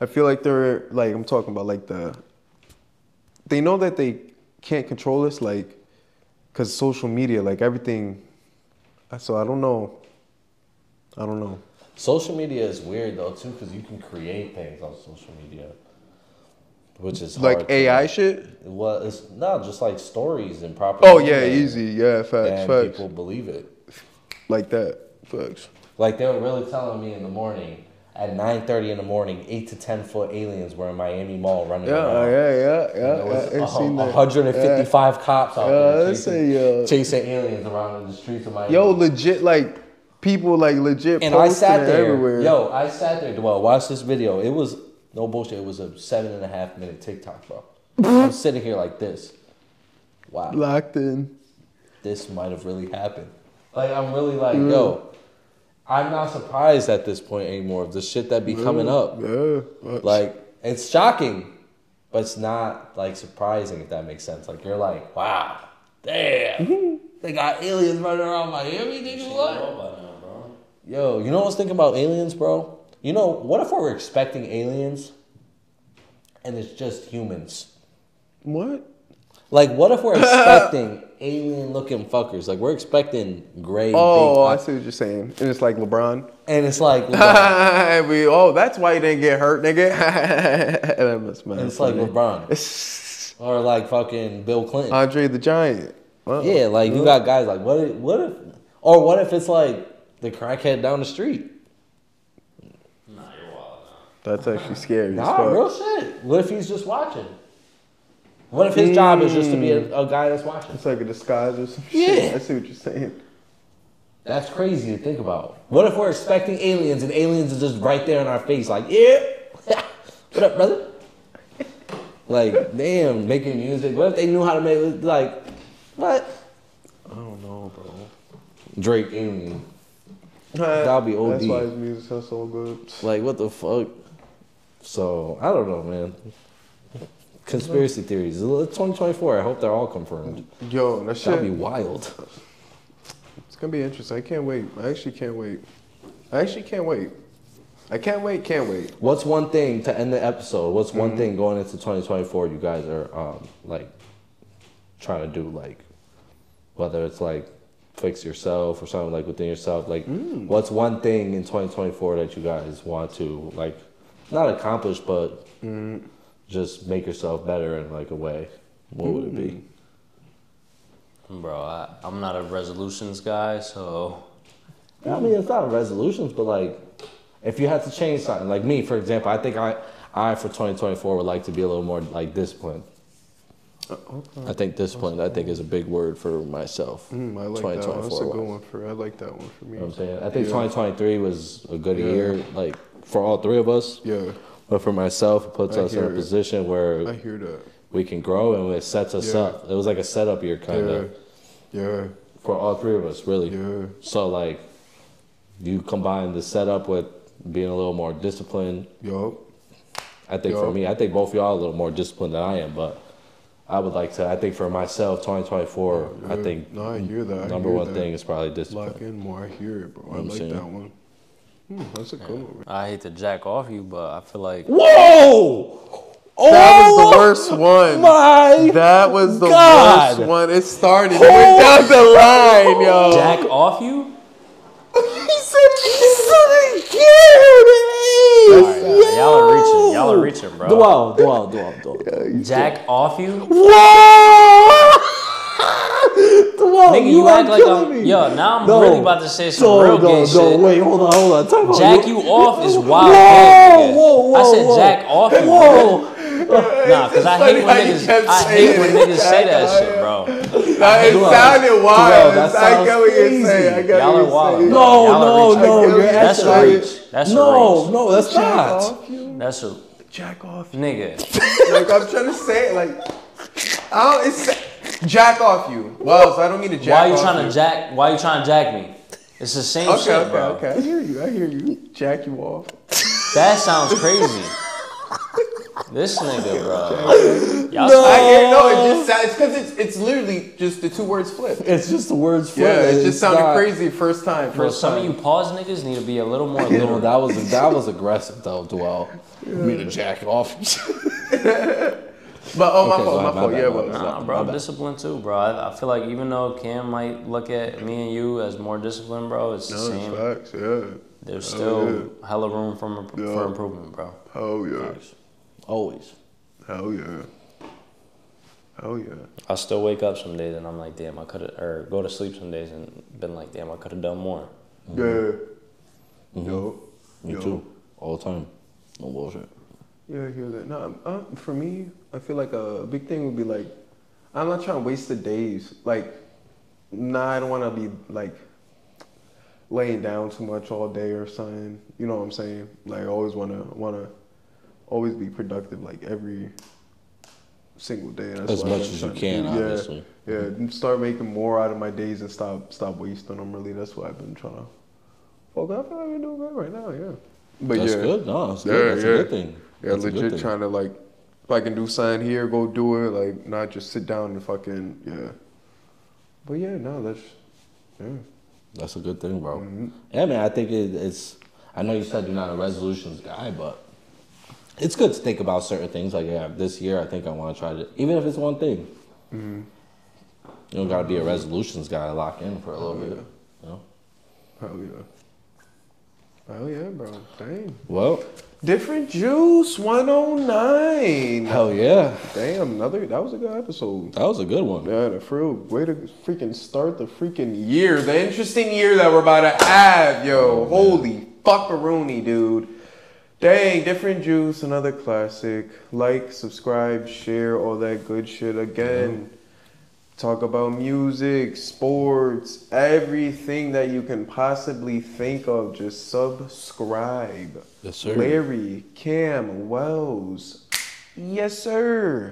[SPEAKER 1] I feel like they're like I'm talking about like the they know that they can't control us like cuz social media like everything so I don't know. I don't know.
[SPEAKER 3] Social media is weird though too, because you can create things on social media, which is hard
[SPEAKER 1] Like
[SPEAKER 3] to-
[SPEAKER 1] AI shit?
[SPEAKER 3] Well, it's not just like stories and proper.
[SPEAKER 1] Oh yeah, easy. Yeah, facts,
[SPEAKER 3] And
[SPEAKER 1] facts.
[SPEAKER 3] people believe it.
[SPEAKER 1] Like that. Facts.
[SPEAKER 3] Like they were really telling me in the morning at 9.30 in the morning, 8 to 10 foot aliens were in Miami Mall running
[SPEAKER 1] Yeah,
[SPEAKER 3] around.
[SPEAKER 1] yeah, yeah, yeah.
[SPEAKER 3] There was
[SPEAKER 1] I- I seen
[SPEAKER 3] a-
[SPEAKER 1] that.
[SPEAKER 3] (laughs) 155 cops out
[SPEAKER 1] Yeah,
[SPEAKER 3] there
[SPEAKER 1] I
[SPEAKER 3] chasing,
[SPEAKER 1] say, yo.
[SPEAKER 3] chasing aliens around in the streets of Miami.
[SPEAKER 1] Yo, legit, like people like legit.
[SPEAKER 3] and I sat
[SPEAKER 1] posted it
[SPEAKER 3] there.
[SPEAKER 1] everywhere.
[SPEAKER 3] Yo, I sat there. Dwell, watch this video. It was no bullshit. It was a seven and a half minute TikTok, bro.
[SPEAKER 1] (laughs)
[SPEAKER 3] I'm sitting here like this. Wow,
[SPEAKER 1] locked in.
[SPEAKER 3] this might have really happened. Like I'm really like, yo, I'm not surprised at this point anymore of the shit that be coming up.
[SPEAKER 1] Yeah,
[SPEAKER 3] Like it's shocking, but it's not like surprising if that makes sense. Like you're like, wow,
[SPEAKER 1] Mm-hmm.
[SPEAKER 3] damn, they got aliens running around Miami. Nigga, what? Yo, you know what's thinking about aliens, bro? You know, what if we're expecting aliens and it's just humans?
[SPEAKER 1] what?
[SPEAKER 3] Like,
[SPEAKER 1] (laughs)
[SPEAKER 3] what if we're expecting alien looking fuckers? Like, we're expecting gray.
[SPEAKER 1] Oh, I
[SPEAKER 3] big,
[SPEAKER 1] see what you're saying. And it's like
[SPEAKER 3] (laughs)
[SPEAKER 1] LeBron.
[SPEAKER 3] and
[SPEAKER 1] (laughs)
[SPEAKER 3] it's like, LeBron,
[SPEAKER 1] we, oh, that's why you didn't get hurt, nigga. (laughs) that must matter.
[SPEAKER 3] it's like LeBron or like fucking Bill Clinton.
[SPEAKER 1] Andre the Giant. Wow.
[SPEAKER 3] yeah, like you got guys like, what? If, what if? Or what if it's like the crackhead down the street?
[SPEAKER 4] Nah, you're wild. Nah.
[SPEAKER 1] that's actually scary. as
[SPEAKER 3] Nah,
[SPEAKER 1] fuck.
[SPEAKER 3] real shit. What if he's just watching? What if his job is just to be
[SPEAKER 1] Mm.
[SPEAKER 3] a, a guy that's watching?
[SPEAKER 1] It's like a disguise or some shit.
[SPEAKER 3] Yeah.
[SPEAKER 1] I see what you're saying. (laughs)
[SPEAKER 3] That's crazy to think about. What if we're expecting aliens and aliens are just right there in our face, like, yeah, (laughs) what up, brother? Like, damn, making music. What if they knew how to make, like, what?
[SPEAKER 1] I don't know, bro.
[SPEAKER 3] Drake alien. That'll be
[SPEAKER 1] That's
[SPEAKER 3] OD.
[SPEAKER 1] why his music sounds so good.
[SPEAKER 3] Like, what the fuck? So, I don't know, man. Conspiracy theories. It's 2024. I hope they're all confirmed.
[SPEAKER 1] Yo, that shit.
[SPEAKER 3] That'd be wild.
[SPEAKER 1] It's gonna be interesting. I can't wait. I actually can't wait. I actually can't wait. I can't wait. Can't wait.
[SPEAKER 3] What's one thing to end the episode? What's one thing going into 2024 you guys are um, like trying to do? Like, whether it's like fix yourself or something like within yourself. Like, what's one thing in 2024 that you guys want to like not accomplish, but just make yourself better in like a way? What would it be?
[SPEAKER 2] Bro, I, I'm not a resolutions guy, so
[SPEAKER 3] I mean, it's not resolutions, but like, if you had to change something, like me, for example, I think I, I for 2024 would like to be a little more like disciplined.
[SPEAKER 1] Uh,
[SPEAKER 3] I think disciplined, I think, is a big word for myself.
[SPEAKER 1] Mm, I like that one. That's a
[SPEAKER 3] 2024
[SPEAKER 1] good
[SPEAKER 3] wise.
[SPEAKER 1] one for. I like that one for me.
[SPEAKER 3] You know what I'm saying? I think
[SPEAKER 1] Yeah.
[SPEAKER 3] 2023 was a good
[SPEAKER 1] Yeah.
[SPEAKER 3] year, like, for all three of us.
[SPEAKER 1] Yeah,
[SPEAKER 3] But for myself, it puts
[SPEAKER 1] I
[SPEAKER 3] us in a
[SPEAKER 1] hear it.
[SPEAKER 3] position
[SPEAKER 1] I
[SPEAKER 3] where
[SPEAKER 1] hear that.
[SPEAKER 3] we can grow and it sets us
[SPEAKER 1] Yeah.
[SPEAKER 3] up. It was like a setup year, kind
[SPEAKER 1] Yeah,
[SPEAKER 3] of,
[SPEAKER 1] yeah,
[SPEAKER 3] for all three of us, really.
[SPEAKER 1] yeah.
[SPEAKER 3] So like, you combine the setup with being a little more disciplined.
[SPEAKER 1] Yo,
[SPEAKER 3] I think
[SPEAKER 1] Yeah.
[SPEAKER 3] for me, I think both of y'all are a little more disciplined than I am, but I would like to. I think for myself, 2024, I
[SPEAKER 1] Yeah.
[SPEAKER 3] think
[SPEAKER 1] No, I hear that. I
[SPEAKER 3] number
[SPEAKER 1] hear
[SPEAKER 3] one
[SPEAKER 1] that.
[SPEAKER 3] thing is probably discipline.
[SPEAKER 1] lock in more. I hear it, bro. I
[SPEAKER 3] I'm
[SPEAKER 1] like
[SPEAKER 3] saying.
[SPEAKER 1] that one. Hmm, that's a good one.
[SPEAKER 2] I hate to jack off you, but I feel like
[SPEAKER 3] Whoa! Oh
[SPEAKER 1] That was the worst one.
[SPEAKER 3] my!
[SPEAKER 1] That was the
[SPEAKER 3] God.
[SPEAKER 1] worst one. It started. It went down the line, yo.
[SPEAKER 2] jack off you.
[SPEAKER 1] he said, he said
[SPEAKER 2] All right, nah, y'all are reaching. Y'all are reaching, bro.
[SPEAKER 3] Dwell, dwell, dwell, dwell.
[SPEAKER 2] Jack off you.
[SPEAKER 3] Whoa! Dwell, Oh,
[SPEAKER 2] Nigga, you,
[SPEAKER 3] you are
[SPEAKER 2] act like
[SPEAKER 3] killing
[SPEAKER 2] I'm.
[SPEAKER 3] me.
[SPEAKER 2] Yo, now I'm
[SPEAKER 3] No.
[SPEAKER 2] really about to say some
[SPEAKER 3] No,
[SPEAKER 2] real
[SPEAKER 3] no,
[SPEAKER 2] gay
[SPEAKER 3] no,
[SPEAKER 2] shit.
[SPEAKER 3] wait, hold on, hold on. Talk
[SPEAKER 1] Oh,
[SPEAKER 3] about
[SPEAKER 2] Jack you off is wild.
[SPEAKER 3] Whoa,
[SPEAKER 2] gay, nigga.
[SPEAKER 3] whoa, whoa,
[SPEAKER 2] I said
[SPEAKER 3] whoa.
[SPEAKER 2] jack off you.
[SPEAKER 3] Whoa!
[SPEAKER 2] Nah, because I
[SPEAKER 1] funny
[SPEAKER 2] hate
[SPEAKER 1] how
[SPEAKER 2] when
[SPEAKER 1] you
[SPEAKER 2] niggas.
[SPEAKER 1] kept
[SPEAKER 2] I hate
[SPEAKER 1] saying
[SPEAKER 2] when
[SPEAKER 1] it.
[SPEAKER 2] niggas say that
[SPEAKER 1] Jack
[SPEAKER 2] shit, bro.
[SPEAKER 1] it
[SPEAKER 3] Dwell,
[SPEAKER 1] sounded
[SPEAKER 3] Dwell,
[SPEAKER 1] wild.
[SPEAKER 3] that
[SPEAKER 1] I get what
[SPEAKER 3] sounds
[SPEAKER 1] you're saying. I
[SPEAKER 3] crazy.
[SPEAKER 1] get
[SPEAKER 2] Y'all
[SPEAKER 1] what
[SPEAKER 2] are
[SPEAKER 1] you're
[SPEAKER 2] wild.
[SPEAKER 1] saying.
[SPEAKER 2] bro.
[SPEAKER 3] No,
[SPEAKER 2] Y'all are
[SPEAKER 3] no,
[SPEAKER 2] reaching.
[SPEAKER 3] no,
[SPEAKER 1] you're
[SPEAKER 2] That's a
[SPEAKER 1] actually-
[SPEAKER 2] reach. That's a
[SPEAKER 3] No,
[SPEAKER 2] reach.
[SPEAKER 3] no, that's
[SPEAKER 1] Jack
[SPEAKER 3] not.
[SPEAKER 1] off you.
[SPEAKER 2] That's a
[SPEAKER 1] Jack off.
[SPEAKER 2] nigga.
[SPEAKER 1] Like I'm trying to say it. Like I don't. It's jack off you. Wow. So I don't mean to jack.
[SPEAKER 2] Why you
[SPEAKER 1] off
[SPEAKER 2] trying to jack? Why you trying to jack me? It's the same
[SPEAKER 1] Okay,
[SPEAKER 2] shit,
[SPEAKER 1] okay,
[SPEAKER 2] bro.
[SPEAKER 1] okay. I hear you. I hear you. Jack you off.
[SPEAKER 2] That sounds crazy. this nigga,
[SPEAKER 1] (laughs)
[SPEAKER 2] bro. Y'all no.
[SPEAKER 1] I hear no. It just sounds. It's because it's it's literally just the two words flipped.
[SPEAKER 3] It's just the words flip.
[SPEAKER 1] Yeah, it just sounded
[SPEAKER 3] not-
[SPEAKER 1] crazy first time.
[SPEAKER 2] Bro,
[SPEAKER 1] First
[SPEAKER 2] some of you pause niggas need to be a little more
[SPEAKER 3] Yo,
[SPEAKER 2] literal.
[SPEAKER 3] that was that was aggressive though, Dwell. You mean to jack off? (laughs)
[SPEAKER 1] But oh, my
[SPEAKER 3] Okay,
[SPEAKER 1] fault,
[SPEAKER 3] my
[SPEAKER 1] my,
[SPEAKER 3] bad,
[SPEAKER 1] fault.
[SPEAKER 3] my
[SPEAKER 1] Yeah,
[SPEAKER 3] bad,
[SPEAKER 1] but
[SPEAKER 3] my bad.
[SPEAKER 2] Nah,
[SPEAKER 3] My
[SPEAKER 2] bro,
[SPEAKER 3] bad.
[SPEAKER 2] discipline too, bro. I, I feel like even though Cam might look at me and you as more disciplined, bro, it's the same.
[SPEAKER 1] facts. Yeah.
[SPEAKER 2] There's still hella room from, for improvement, bro.
[SPEAKER 1] Hell yeah.
[SPEAKER 3] Always.
[SPEAKER 1] Hell yeah. Hell yeah.
[SPEAKER 2] I still wake up some days and I'm like, damn, I could have, or go to sleep some days and been like, damn, I could have done more.
[SPEAKER 1] Yeah. Yo.
[SPEAKER 3] Mm-hmm. Me
[SPEAKER 1] Yo.
[SPEAKER 3] too. all the time. No bullshit.
[SPEAKER 1] Yeah, he was like, no, I'm- uh, for me, I feel like uh, a big thing would be like, I'm not trying to waste the days. Like, nah, I don't want to be like laying down too much all day or something. You know what I'm saying? Like, I always want to want to always be productive, like every single day. That's
[SPEAKER 3] As
[SPEAKER 1] what
[SPEAKER 3] much
[SPEAKER 1] I've been
[SPEAKER 3] as you
[SPEAKER 1] trying to
[SPEAKER 3] can,
[SPEAKER 1] do.
[SPEAKER 3] obviously.
[SPEAKER 1] Yeah, yeah. and Start making more out of my days and stop stop wasting them. Really, that's what I've been trying to. Fuck, I feel like we're doing good right now. Yeah, but
[SPEAKER 3] That's
[SPEAKER 1] yeah.
[SPEAKER 3] good. No, that's
[SPEAKER 1] Yeah,
[SPEAKER 3] good. That's
[SPEAKER 1] yeah.
[SPEAKER 3] a good thing.
[SPEAKER 1] Yeah,
[SPEAKER 3] That's a good
[SPEAKER 1] legit
[SPEAKER 3] thing.
[SPEAKER 1] trying to like, if I can do something here, go do it. Like, not just sit down and fucking yeah. But yeah, no, that's yeah.
[SPEAKER 3] That's a good thing, bro.
[SPEAKER 1] Mm-hmm.
[SPEAKER 3] Yeah, man. I think it, it's. I know you said you're not a resolutions guy, but it's good to think about certain things. Like, yeah, this year I think I want to try to, even if it's one thing.
[SPEAKER 1] Mm-hmm.
[SPEAKER 3] You don't gotta be a resolutions guy to lock in for a
[SPEAKER 1] Oh,
[SPEAKER 3] little bit. You know?
[SPEAKER 1] Hell yeah. Hell yeah, bro. Dang.
[SPEAKER 3] Well,
[SPEAKER 1] Different juice, 109.
[SPEAKER 3] hell yeah,
[SPEAKER 1] Damn, another that was a good episode.
[SPEAKER 3] that was a good one.
[SPEAKER 1] Yeah, the real way to freaking start the freaking year. The interesting year that we're about to have, yo.
[SPEAKER 3] Oh,
[SPEAKER 1] Holy fuckaroonie, dude. Dang, different juice, another classic. Like, subscribe, share, all that good shit. Again, talk about music, sports, everything that you can possibly think of. Just subscribe.
[SPEAKER 3] Yes, sir.
[SPEAKER 1] Larry, Cam, Wells. Yes, sir.